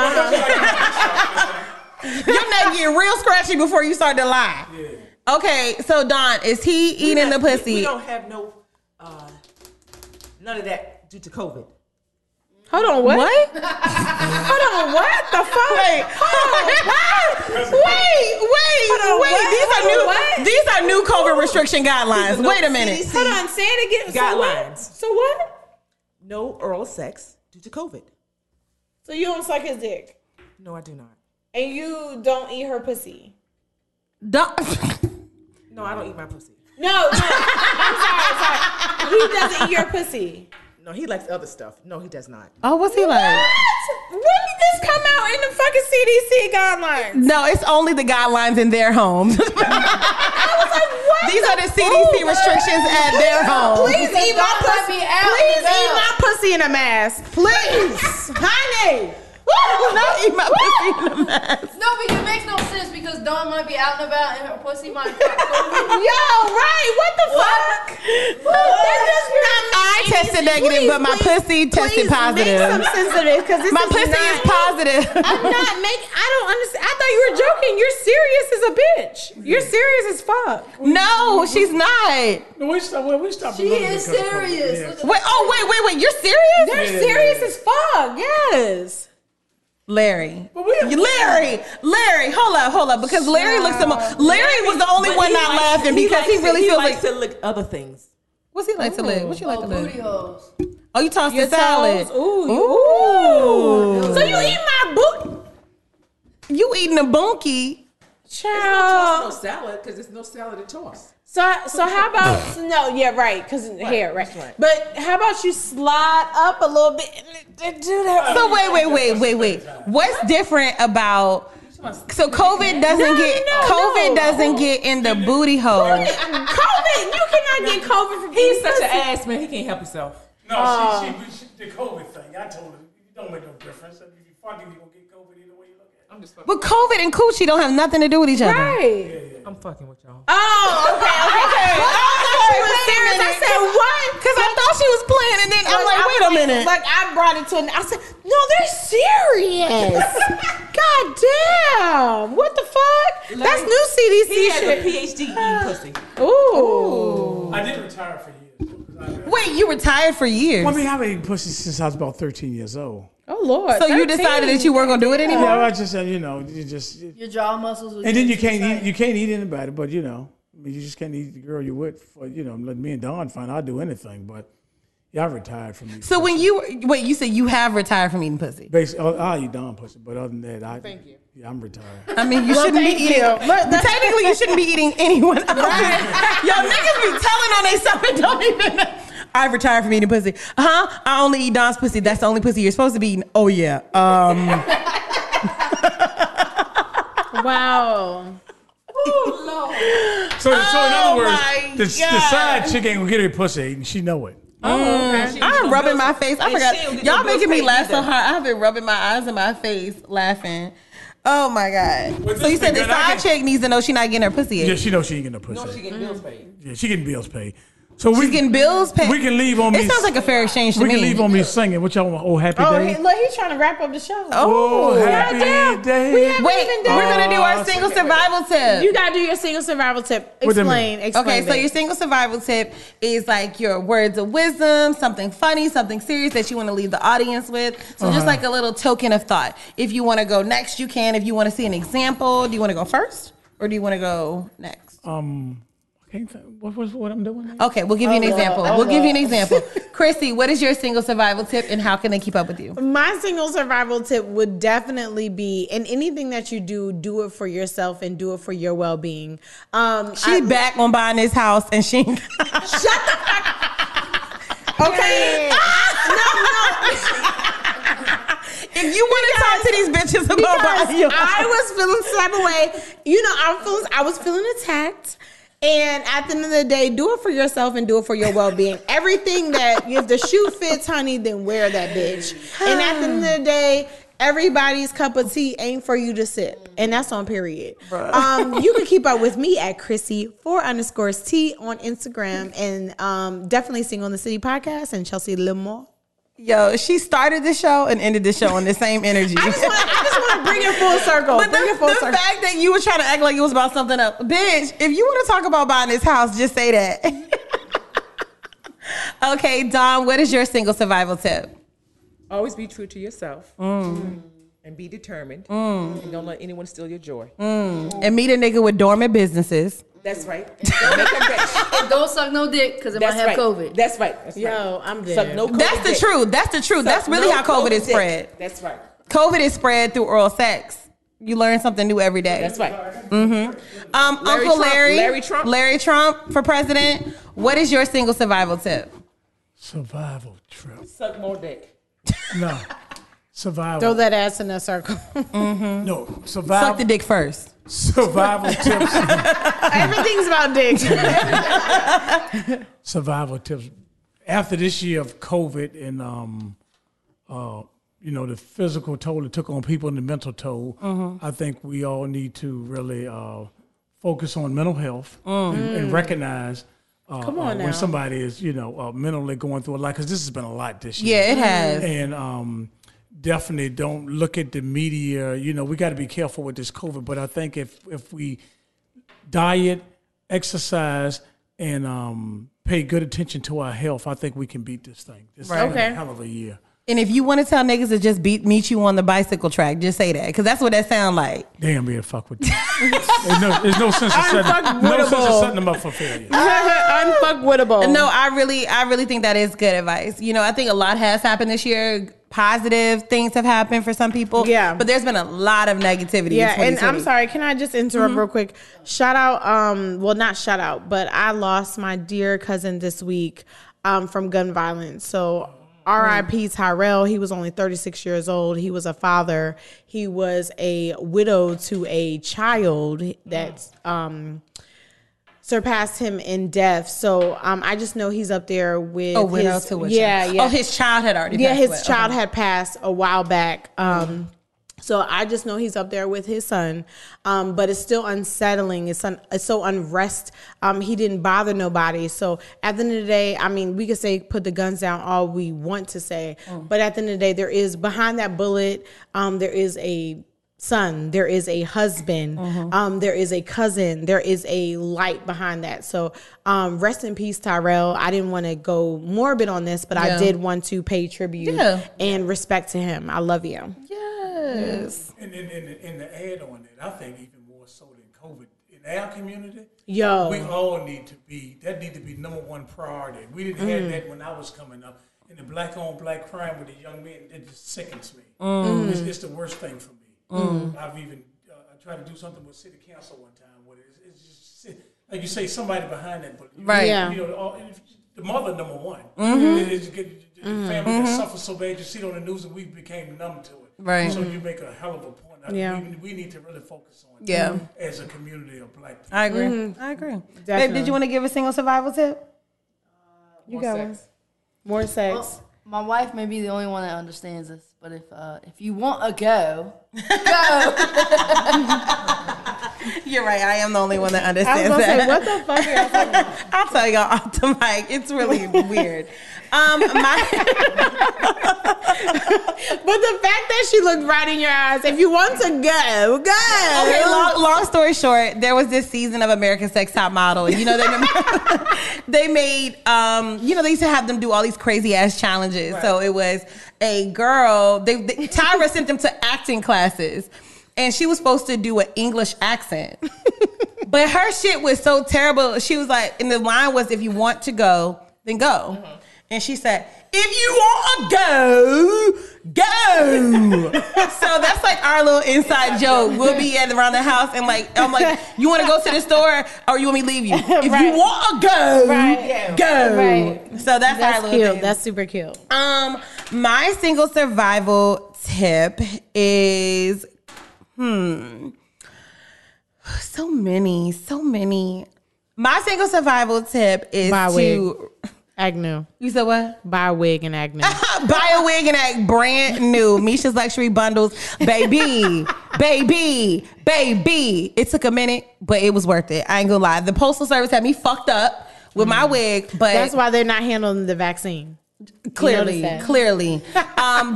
[SPEAKER 6] your neck get real scratchy before you start to lie. Okay, so Don, is he eating the
[SPEAKER 4] not- we- We,
[SPEAKER 6] pussy?
[SPEAKER 4] don't have no uh, none of that due to COVID.
[SPEAKER 7] Hold on, what?
[SPEAKER 6] What?
[SPEAKER 7] Hold on, what the fuck?
[SPEAKER 6] Wait, wait, wait,
[SPEAKER 7] Hold on,
[SPEAKER 6] wait.
[SPEAKER 7] what?
[SPEAKER 6] These are
[SPEAKER 7] Hold on,
[SPEAKER 6] new.
[SPEAKER 7] what?
[SPEAKER 6] These are new COVID restriction guidelines.
[SPEAKER 4] These are
[SPEAKER 6] Wait a
[SPEAKER 4] no
[SPEAKER 6] minute.
[SPEAKER 4] CDC
[SPEAKER 7] Hold on, say it again.
[SPEAKER 4] Guidelines.
[SPEAKER 7] So what? So what?
[SPEAKER 4] No oral sex due to COVID.
[SPEAKER 7] So you don't suck his dick,
[SPEAKER 4] No, I do not.
[SPEAKER 7] and you don't eat her pussy.
[SPEAKER 6] Don-
[SPEAKER 4] No, I don't eat my pussy.
[SPEAKER 7] No, no. I'm sorry, sorry. He doesn't eat your pussy.
[SPEAKER 4] No, he likes other stuff. No, he does not.
[SPEAKER 6] oh, what's he like?
[SPEAKER 7] What? When did
[SPEAKER 10] this come out in the fucking CDC guidelines?
[SPEAKER 6] No, it's only the guidelines in their homes. These are the CDC restrictions at their home.
[SPEAKER 7] Please eat my pussy. Please eat my pussy in a mask. Please, honey.
[SPEAKER 6] Woo, not eat my pussy in a mask.
[SPEAKER 11] No, because it makes no sense because Dawn might be out and about and her pussy might got
[SPEAKER 7] Yo,
[SPEAKER 11] COVID.
[SPEAKER 7] right? What the fuck? That does not
[SPEAKER 6] I
[SPEAKER 7] make any
[SPEAKER 6] tested
[SPEAKER 7] sense.
[SPEAKER 6] negative, but my
[SPEAKER 7] Please,
[SPEAKER 6] pussy
[SPEAKER 7] please
[SPEAKER 6] tested
[SPEAKER 7] Make
[SPEAKER 6] positive.
[SPEAKER 7] some sense of this, because this
[SPEAKER 6] My
[SPEAKER 7] is
[SPEAKER 6] pussy
[SPEAKER 7] not,
[SPEAKER 6] is positive.
[SPEAKER 7] I'm not making. I don't understand. I thought you were joking. You're serious as a bitch. You're serious as fuck.
[SPEAKER 6] No, she's not.
[SPEAKER 8] No, we stopped. well, We stopped.
[SPEAKER 11] She is serious. Look at
[SPEAKER 6] Wait, oh, wait, wait, wait. You're serious?
[SPEAKER 7] They're serious as fuck. Yes.
[SPEAKER 6] Larry.
[SPEAKER 8] But we-
[SPEAKER 6] Larry, Larry, hold up, hold up, because Larry looks the most. Larry was the only
[SPEAKER 3] But
[SPEAKER 6] one
[SPEAKER 3] he
[SPEAKER 6] not
[SPEAKER 3] likes-
[SPEAKER 6] laughing because
[SPEAKER 3] likes
[SPEAKER 6] he,
[SPEAKER 3] to-
[SPEAKER 6] really
[SPEAKER 3] he
[SPEAKER 6] feels
[SPEAKER 3] likes
[SPEAKER 6] like.
[SPEAKER 3] to lick other things.
[SPEAKER 6] What's he like to lick? What you like to
[SPEAKER 11] Oh, booty
[SPEAKER 6] lick?
[SPEAKER 11] holes.
[SPEAKER 6] Oh, you tossed the salad.
[SPEAKER 7] Ooh,
[SPEAKER 6] Ooh.
[SPEAKER 7] So you eat my boot?
[SPEAKER 6] You eating a bunkie?
[SPEAKER 7] Child.
[SPEAKER 4] no salad because there's no salad to toss.
[SPEAKER 7] So so how about no? Yeah, right. Cause hair, right.
[SPEAKER 4] right.
[SPEAKER 7] But how about you slide up a little bit? and Do that.
[SPEAKER 6] So wait, wait, wait, wait, wait. What's different about? So COVID doesn't
[SPEAKER 7] No,
[SPEAKER 6] get
[SPEAKER 7] no,
[SPEAKER 6] COVID
[SPEAKER 7] no.
[SPEAKER 6] doesn't get in the booty hole.
[SPEAKER 7] COVID. You cannot get COVID from
[SPEAKER 3] He's
[SPEAKER 7] eating
[SPEAKER 3] such an
[SPEAKER 7] pussy.
[SPEAKER 3] ass man. He can't help himself.
[SPEAKER 8] No, she, she, she, the COVID thing. I told her, it don't make no difference. If you fucking, you gonna get COVID either way you look at it.
[SPEAKER 3] I'm just fucking.
[SPEAKER 6] But COVID and coochie don't have nothing to do with each other.
[SPEAKER 7] Right.
[SPEAKER 3] I'm fucking with y'all.
[SPEAKER 7] Oh, okay, okay. Well, I thought she was serious. I said what?
[SPEAKER 6] Because I thought she was playing, and then I'm
[SPEAKER 7] Like,
[SPEAKER 6] like,
[SPEAKER 7] I
[SPEAKER 6] wait a
[SPEAKER 7] was like-
[SPEAKER 6] minute.
[SPEAKER 7] Like I brought it to an. I said, no, they're serious. God damn! What the fuck? That's new CDC
[SPEAKER 3] He has a
[SPEAKER 7] shit.
[SPEAKER 3] PhD eating pussy.
[SPEAKER 7] Ooh.
[SPEAKER 8] I did retire for years.
[SPEAKER 6] Wait, you retired for years.
[SPEAKER 8] Well, I mean, I've been pussy since I was about 13 years old.
[SPEAKER 7] Oh lord.
[SPEAKER 6] So you decided that you weren't gonna do it anymore?
[SPEAKER 8] Yeah, I just said, you know, you just,
[SPEAKER 11] Your jaw muscles. will
[SPEAKER 8] and then
[SPEAKER 11] get
[SPEAKER 8] you can't
[SPEAKER 11] tight.
[SPEAKER 8] eat, you can't eat anybody, but you know, I mean, you just can't eat the girl you with. For you know, let me and Don find. I'll do anything, but yeah, I retired from you.
[SPEAKER 6] So when you wait, you said you have retired from eating pussy.
[SPEAKER 8] Basically, I'll, I'll eat Don ah, pussy, but other than that, I thank you. Yeah, I'm retired.
[SPEAKER 6] I mean, you shouldn't be
[SPEAKER 7] thank
[SPEAKER 6] eating.
[SPEAKER 7] you. Look, that-
[SPEAKER 6] technically, you shouldn't be eating anyone else. Y'all niggas be telling on themselves and don't even. I've retired from eating pussy. Huh? I only eat Don's pussy. That's the only pussy you're supposed to be eating. Oh yeah. Um.
[SPEAKER 7] Wow.
[SPEAKER 8] So, so in
[SPEAKER 6] Oh
[SPEAKER 8] other
[SPEAKER 6] my
[SPEAKER 8] words, the, the
[SPEAKER 6] God.
[SPEAKER 8] side chick ain't gonna get her pussy eaten. She know it.
[SPEAKER 6] I'm rubbing my face. I
[SPEAKER 3] And she don't
[SPEAKER 6] forgot.
[SPEAKER 3] get
[SPEAKER 6] Y'all
[SPEAKER 3] no bills
[SPEAKER 6] making me
[SPEAKER 3] paid
[SPEAKER 6] laugh so
[SPEAKER 3] either.
[SPEAKER 6] hard. I've been rubbing my eyes in my face laughing. Oh my god.
[SPEAKER 8] With
[SPEAKER 6] So you
[SPEAKER 8] this
[SPEAKER 6] said
[SPEAKER 8] thing,
[SPEAKER 6] the
[SPEAKER 8] girl, I
[SPEAKER 6] side
[SPEAKER 8] can-
[SPEAKER 6] chick needs to know she not getting her pussy.
[SPEAKER 8] Yeah,
[SPEAKER 6] ate.
[SPEAKER 8] she know she ain't getting no pussy.
[SPEAKER 3] No, she getting bills paid.
[SPEAKER 8] yeah, she getting bills paid. So we
[SPEAKER 6] She's getting bills paid.
[SPEAKER 8] We can leave on
[SPEAKER 6] It
[SPEAKER 8] me-
[SPEAKER 6] sounds like a fair exchange to
[SPEAKER 8] We
[SPEAKER 6] me.
[SPEAKER 8] can leave on me singing. What y'all want? Oh, happy
[SPEAKER 7] Oh,
[SPEAKER 8] day.
[SPEAKER 7] he, look, he's trying to wrap up the show.
[SPEAKER 8] Oh, happy
[SPEAKER 7] goddamn.
[SPEAKER 8] day.
[SPEAKER 7] We haven't
[SPEAKER 6] Wait,
[SPEAKER 7] even done.
[SPEAKER 6] we're gonna do our
[SPEAKER 8] Oh,
[SPEAKER 6] single survival tip.
[SPEAKER 7] You gotta do your single survival tip.
[SPEAKER 8] What that
[SPEAKER 7] Explain.
[SPEAKER 8] mean?
[SPEAKER 7] Explain.
[SPEAKER 6] Okay, so
[SPEAKER 7] that.
[SPEAKER 6] your single survival tip is like your words of wisdom, something funny, something serious that you want to leave the audience with. So just like a little token of thought. If you want to go next, you can. If you want to see an example, do you want to go first or do you want to go next?
[SPEAKER 8] Um, I can't think, what was what I'm doing?
[SPEAKER 6] Okay, we'll give you an example. We'll give you an example. Chrissy, what is your single survival tip and how can they keep up with you?
[SPEAKER 7] My single survival tip would definitely be, and anything that you do, do it for yourself and do it for your well being. Um,
[SPEAKER 6] She back on buying this house and she
[SPEAKER 7] okay.
[SPEAKER 6] If you want to talk to these bitches about
[SPEAKER 7] because
[SPEAKER 6] buying your
[SPEAKER 7] I
[SPEAKER 6] house.
[SPEAKER 7] was feeling some type of way. You know, I was feeling, I was feeling attacked. And at the end of the day, do it for yourself and do it for your well being. Everything that if the shoe fits, honey, then wear that bitch. And at the end of the day, everybody's cup of tea ain't for you to sip, and that's on period. Um, you can keep up with me at Chrissy four underscores T on Instagram, and um, definitely sing on the city podcast and Chelsea Limore.
[SPEAKER 6] Yo, she started the show and ended the show on the same energy.
[SPEAKER 7] I just want to I just want to bring it full circle.
[SPEAKER 6] But the,
[SPEAKER 7] bring it full
[SPEAKER 6] the
[SPEAKER 7] circle.
[SPEAKER 6] fact that you were trying to act like it was about something else, bitch. If you want to talk about buying this house, just say that. okay, Dom, what is your single survival tip?
[SPEAKER 10] Always be true to yourself.
[SPEAKER 6] Mm.
[SPEAKER 10] And be determined. And don't let anyone steal your joy.
[SPEAKER 6] Mm. And meet a nigga with dormant businesses.
[SPEAKER 10] That's right. Don't make them rich.
[SPEAKER 11] And don't suck no dick because it
[SPEAKER 10] That's
[SPEAKER 11] might have
[SPEAKER 10] right.
[SPEAKER 11] COVID.
[SPEAKER 10] That's right. That's
[SPEAKER 7] Yo,
[SPEAKER 10] right.
[SPEAKER 7] I'm
[SPEAKER 10] Suck
[SPEAKER 7] dead.
[SPEAKER 10] no COVID
[SPEAKER 6] That's the
[SPEAKER 10] dick.
[SPEAKER 6] truth. That's the truth. That's
[SPEAKER 10] Suck
[SPEAKER 6] really
[SPEAKER 10] no
[SPEAKER 6] how COVID is
[SPEAKER 10] dick.
[SPEAKER 6] spread.
[SPEAKER 10] That's right.
[SPEAKER 6] COVID is spread through oral sex. You learn something new every day.
[SPEAKER 10] That's right.
[SPEAKER 6] Um,
[SPEAKER 10] Larry
[SPEAKER 6] Uncle
[SPEAKER 10] Trump.
[SPEAKER 6] Larry,
[SPEAKER 10] Larry Trump.
[SPEAKER 6] Larry Trump for president. What is your single survival tip?
[SPEAKER 8] Survival trip.
[SPEAKER 10] Suck more dick.
[SPEAKER 8] No. Survival.
[SPEAKER 7] Throw that ass in that circle.
[SPEAKER 8] No,
[SPEAKER 6] Suck the
[SPEAKER 8] survival.
[SPEAKER 6] dick first.
[SPEAKER 8] Survival tips.
[SPEAKER 7] Everything's about dick.
[SPEAKER 8] survival tips. After this year of COVID and um, uh, you know the physical toll it took on people and the mental toll,
[SPEAKER 6] Mm-hmm.
[SPEAKER 8] I think we all need to really uh, focus on mental health and,
[SPEAKER 6] Mm.
[SPEAKER 8] and recognize uh, uh, when somebody is you know uh, mentally going through a lot because this has been a lot this year.
[SPEAKER 6] Yeah, it has.
[SPEAKER 8] And um, definitely don't look at the media. You know, we got to be careful with this COVID. But I think if if we diet, exercise, and um, pay good attention to our health, I think we can beat this thing. This right.
[SPEAKER 6] Okay.
[SPEAKER 8] hell of a year.
[SPEAKER 7] Mm.
[SPEAKER 6] And if you want to tell niggas to just beat meet you on the bicycle track, just say that because that's what that sound like.
[SPEAKER 8] Damn, yeah, fuck with that. there's, no, there's no sense of setting, no sense of
[SPEAKER 7] Unfuckable.
[SPEAKER 8] setting them up for failure.
[SPEAKER 7] Unfuckwittable.
[SPEAKER 6] No, I really, I really think that is good advice. You know, I think a lot has happened this year. Positive things have happened for some people.
[SPEAKER 7] Yeah.
[SPEAKER 6] but there's been a lot of negativity. in Mm-hmm.
[SPEAKER 7] Yeah, and I'm
[SPEAKER 6] 2020.
[SPEAKER 7] sorry. Can I just interrupt real quick? Shout out, um, well, not shout out, but I lost my dear cousin this week um, from gun violence. So R.I.P.
[SPEAKER 6] Mm.
[SPEAKER 7] Tyrell. He was only 36 years old. He was a father. He was a widow to a child that's um, surpassed him in death. So um, I just know he's up there with
[SPEAKER 6] Oh, widow
[SPEAKER 7] his,
[SPEAKER 6] to a
[SPEAKER 7] yeah,
[SPEAKER 6] child.
[SPEAKER 7] yeah.
[SPEAKER 6] Oh, his child had already.
[SPEAKER 7] Yeah,
[SPEAKER 6] passed
[SPEAKER 7] his
[SPEAKER 6] away.
[SPEAKER 7] child
[SPEAKER 6] Okay.
[SPEAKER 7] had passed a while back. Um, so I just know he's up there with his son, um, but it's still unsettling. It's, un- it's so unrest. Um, he didn't bother nobody. So at the end of the day, I mean, we could say put the guns down all we want to say,
[SPEAKER 6] Mm.
[SPEAKER 7] but at the end of the day, there is behind that bullet, um, there is a son there is a husband
[SPEAKER 6] Mm-hmm.
[SPEAKER 7] um there is a cousin there is a light behind that so um rest in peace tyrell i didn't want to go morbid on this but i
[SPEAKER 6] Yeah.
[SPEAKER 7] did want to pay tribute
[SPEAKER 6] Yeah.
[SPEAKER 7] and respect to him i love you
[SPEAKER 6] Yes.
[SPEAKER 8] And, and, and, and to add on that, I think even more so than COVID, in our community,
[SPEAKER 7] Yo.
[SPEAKER 8] we all need to be, that need to be number one priority. We didn't have that when I was coming up. And the black on black crime with the young men, it just sickens me. It's, it's the worst thing for me. I've even, uh, I tried to do something with city council one time with it. It's, it's just, si- like you say, somebody behind that. But
[SPEAKER 6] Right.
[SPEAKER 7] Yeah.
[SPEAKER 8] You know, the- all- the mother, number one. It- it's get- the family that suffers so bad, you see it on the news, and we became numb to it.
[SPEAKER 6] Right.
[SPEAKER 8] So you make a hell of a point. I-
[SPEAKER 7] Yeah.
[SPEAKER 8] We, we need to really focus on
[SPEAKER 6] Mm. Yeah.
[SPEAKER 8] that as a community of black people.
[SPEAKER 6] I agree. I agree. Babe,
[SPEAKER 7] Mm-hmm. Definitely.
[SPEAKER 6] did you want to give a single survival tip?
[SPEAKER 16] You got sex.
[SPEAKER 7] more sex
[SPEAKER 10] Well, my wife may be the only one that understands this, but if uh, if you want a go, go.
[SPEAKER 6] You're right. I am the only one that
[SPEAKER 7] i was
[SPEAKER 6] understands
[SPEAKER 7] gonna
[SPEAKER 6] that.
[SPEAKER 7] say what the fuck are y'all talking about?
[SPEAKER 6] I'll tell y'all off the mic. It's really weird. Um, my
[SPEAKER 7] but the fact that she looked right in your eyes if you want to go go
[SPEAKER 6] okay. Long, long story short, there was this season of American Sex Top Model, and you know they they made um, you know they used to have them do all these crazy ass challenges. So it was a girl. They, they Tyra sent them to acting classes, and she was supposed to do an English accent. But her shit was so terrible. She was like, and the line was, if you want to go, then go.
[SPEAKER 7] Mm-hmm.
[SPEAKER 6] And she said, if you want to go, go. so that's like our little inside joke. We'll be at around the house and like, I'm like, you want to go to the store or you want me to leave you? If you
[SPEAKER 7] Right.
[SPEAKER 6] want to go,
[SPEAKER 7] Right.
[SPEAKER 6] go.
[SPEAKER 7] Right.
[SPEAKER 6] So that's, our
[SPEAKER 7] that's
[SPEAKER 6] little
[SPEAKER 7] cute
[SPEAKER 6] thing.
[SPEAKER 7] that's super cute
[SPEAKER 6] Um, my single survival tip is hmm so many, so many. My single survival tip is
[SPEAKER 7] Buy a
[SPEAKER 6] to
[SPEAKER 7] agnew
[SPEAKER 6] you said what?
[SPEAKER 7] buy a wig and agnew
[SPEAKER 6] Buy a wig and act brand new. Misha's luxury bundles, baby, baby, baby. It took a minute, but it was worth it. I ain't gonna lie. The postal service had me fucked up with my wig, but
[SPEAKER 7] Mm. that's why they're not handling the vaccine
[SPEAKER 6] clearly
[SPEAKER 7] noticed that.
[SPEAKER 6] clearly um,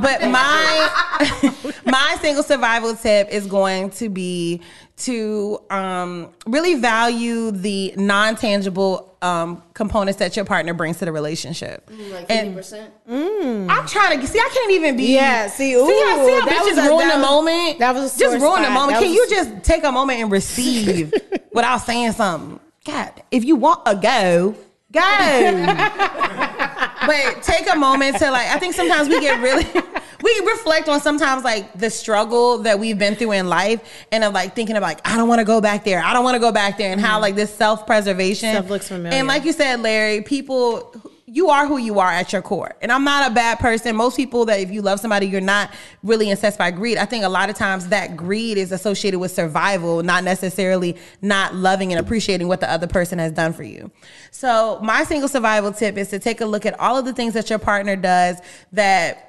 [SPEAKER 6] but my my single survival tip is going to be to um, really value the non-tangible um, components that your partner brings to the relationship
[SPEAKER 10] like fifty
[SPEAKER 6] And- Mm.
[SPEAKER 10] percent.
[SPEAKER 6] i'm trying to see i can't even be
[SPEAKER 7] Yeah, see,
[SPEAKER 6] Mm. see how,
[SPEAKER 7] ooh,
[SPEAKER 6] see how
[SPEAKER 7] that was
[SPEAKER 6] bitches
[SPEAKER 7] a- that
[SPEAKER 6] ruin the
[SPEAKER 7] was-
[SPEAKER 6] moment
[SPEAKER 7] that was a
[SPEAKER 6] just
[SPEAKER 7] sore
[SPEAKER 6] ruin the
[SPEAKER 7] spot.
[SPEAKER 6] moment
[SPEAKER 7] That
[SPEAKER 6] can
[SPEAKER 7] was
[SPEAKER 6] you
[SPEAKER 7] a-
[SPEAKER 6] just take a moment and receive without saying something god if you want a go go but take a moment to like i think sometimes we get really we reflect on sometimes like the struggle that we've been through in life and of like thinking about like i don't want to go back there i don't want to go back there and how like this self-preservation
[SPEAKER 7] Stuff looks Mm-hmm. familiar.
[SPEAKER 6] and like you said larry people you are who you are at your core. And I'm not a bad person. Most people that if you love somebody, you're not really incensed by greed. I think a lot of times that greed is associated with survival, not necessarily not loving and appreciating what the other person has done for you. So my single survival tip is to take a look at all of the things that your partner does that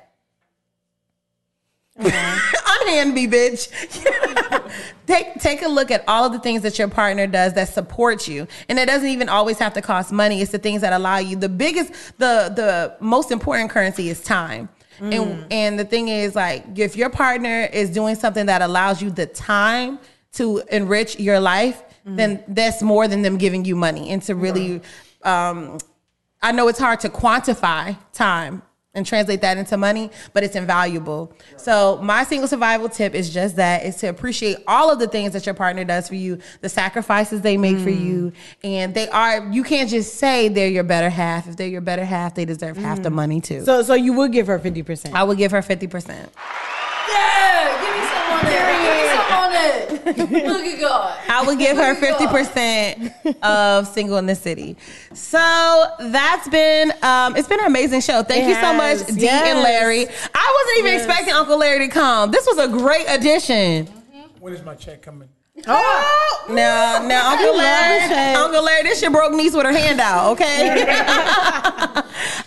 [SPEAKER 6] unhand me, bitch. take take a look at all of the things that your partner does that supports you, and it doesn't even always have to cost money. It's the things that allow you. The biggest, the the most important currency is time. And and the thing is, like, if your partner is doing something that allows you the time to enrich your life, then that's more than them giving you money. And to really, um, I know it's hard to quantify time and translate that into money, but it's invaluable. So my single survival tip is just that is to appreciate all of the things that your partner does for you, the sacrifices they make for you. And they are you can't just say they're your better half. If they're your better half, they deserve half the money too.
[SPEAKER 7] So, so you would give her fifty percent.
[SPEAKER 6] I would give her fifty percent.
[SPEAKER 11] Yeah, give me some on that. Give me some on that. Look at God.
[SPEAKER 6] I would give her
[SPEAKER 11] Look at God.
[SPEAKER 6] 50% of single in the city. So that's been um, it's been an amazing show. Thank you so
[SPEAKER 7] has.
[SPEAKER 6] much, D and Larry. I wasn't even expecting Uncle Larry to come. This was a great addition.
[SPEAKER 8] When is my check coming?
[SPEAKER 6] Oh no, no, Uncle Larry, Uncle Larry, this your broke niece with her hand out. Okay.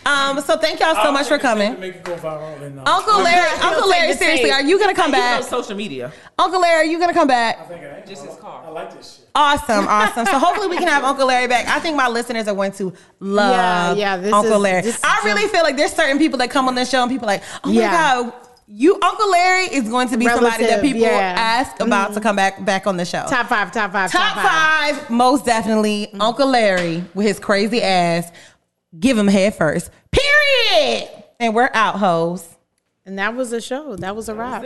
[SPEAKER 6] um, so thank y'all so
[SPEAKER 8] I'll
[SPEAKER 6] much for
[SPEAKER 8] take the check
[SPEAKER 6] coming.
[SPEAKER 8] to Make it go viral and, uh,
[SPEAKER 6] Uncle Larry, Uncle Larry,
[SPEAKER 10] take the
[SPEAKER 6] seriously,
[SPEAKER 10] tape.
[SPEAKER 6] are you gonna come
[SPEAKER 10] You know,
[SPEAKER 6] back?
[SPEAKER 10] social media.
[SPEAKER 6] Uncle Larry, are you gonna come back?
[SPEAKER 8] I think I am.
[SPEAKER 10] Just his car.
[SPEAKER 8] I like this shit.
[SPEAKER 6] Awesome, awesome. So hopefully we can have Uncle Larry back. I think my listeners are going to love
[SPEAKER 7] Yeah, yeah, this
[SPEAKER 6] Uncle
[SPEAKER 7] is-
[SPEAKER 6] Larry.
[SPEAKER 7] this is
[SPEAKER 6] I really feel like there's certain people that come on this show and people are like, oh my
[SPEAKER 7] Yeah.
[SPEAKER 6] god, you Uncle Larry is going to be somebody that
[SPEAKER 7] Relative,
[SPEAKER 6] people
[SPEAKER 7] yeah. Mm-hmm.
[SPEAKER 6] ask about to come back back on the show.
[SPEAKER 7] Top five, top five, Mm.
[SPEAKER 6] Top five, most definitely Uncle Larry with his crazy ass. Give him head first. Period. And we're out, hoes.
[SPEAKER 7] And that was a show. That was a wrap.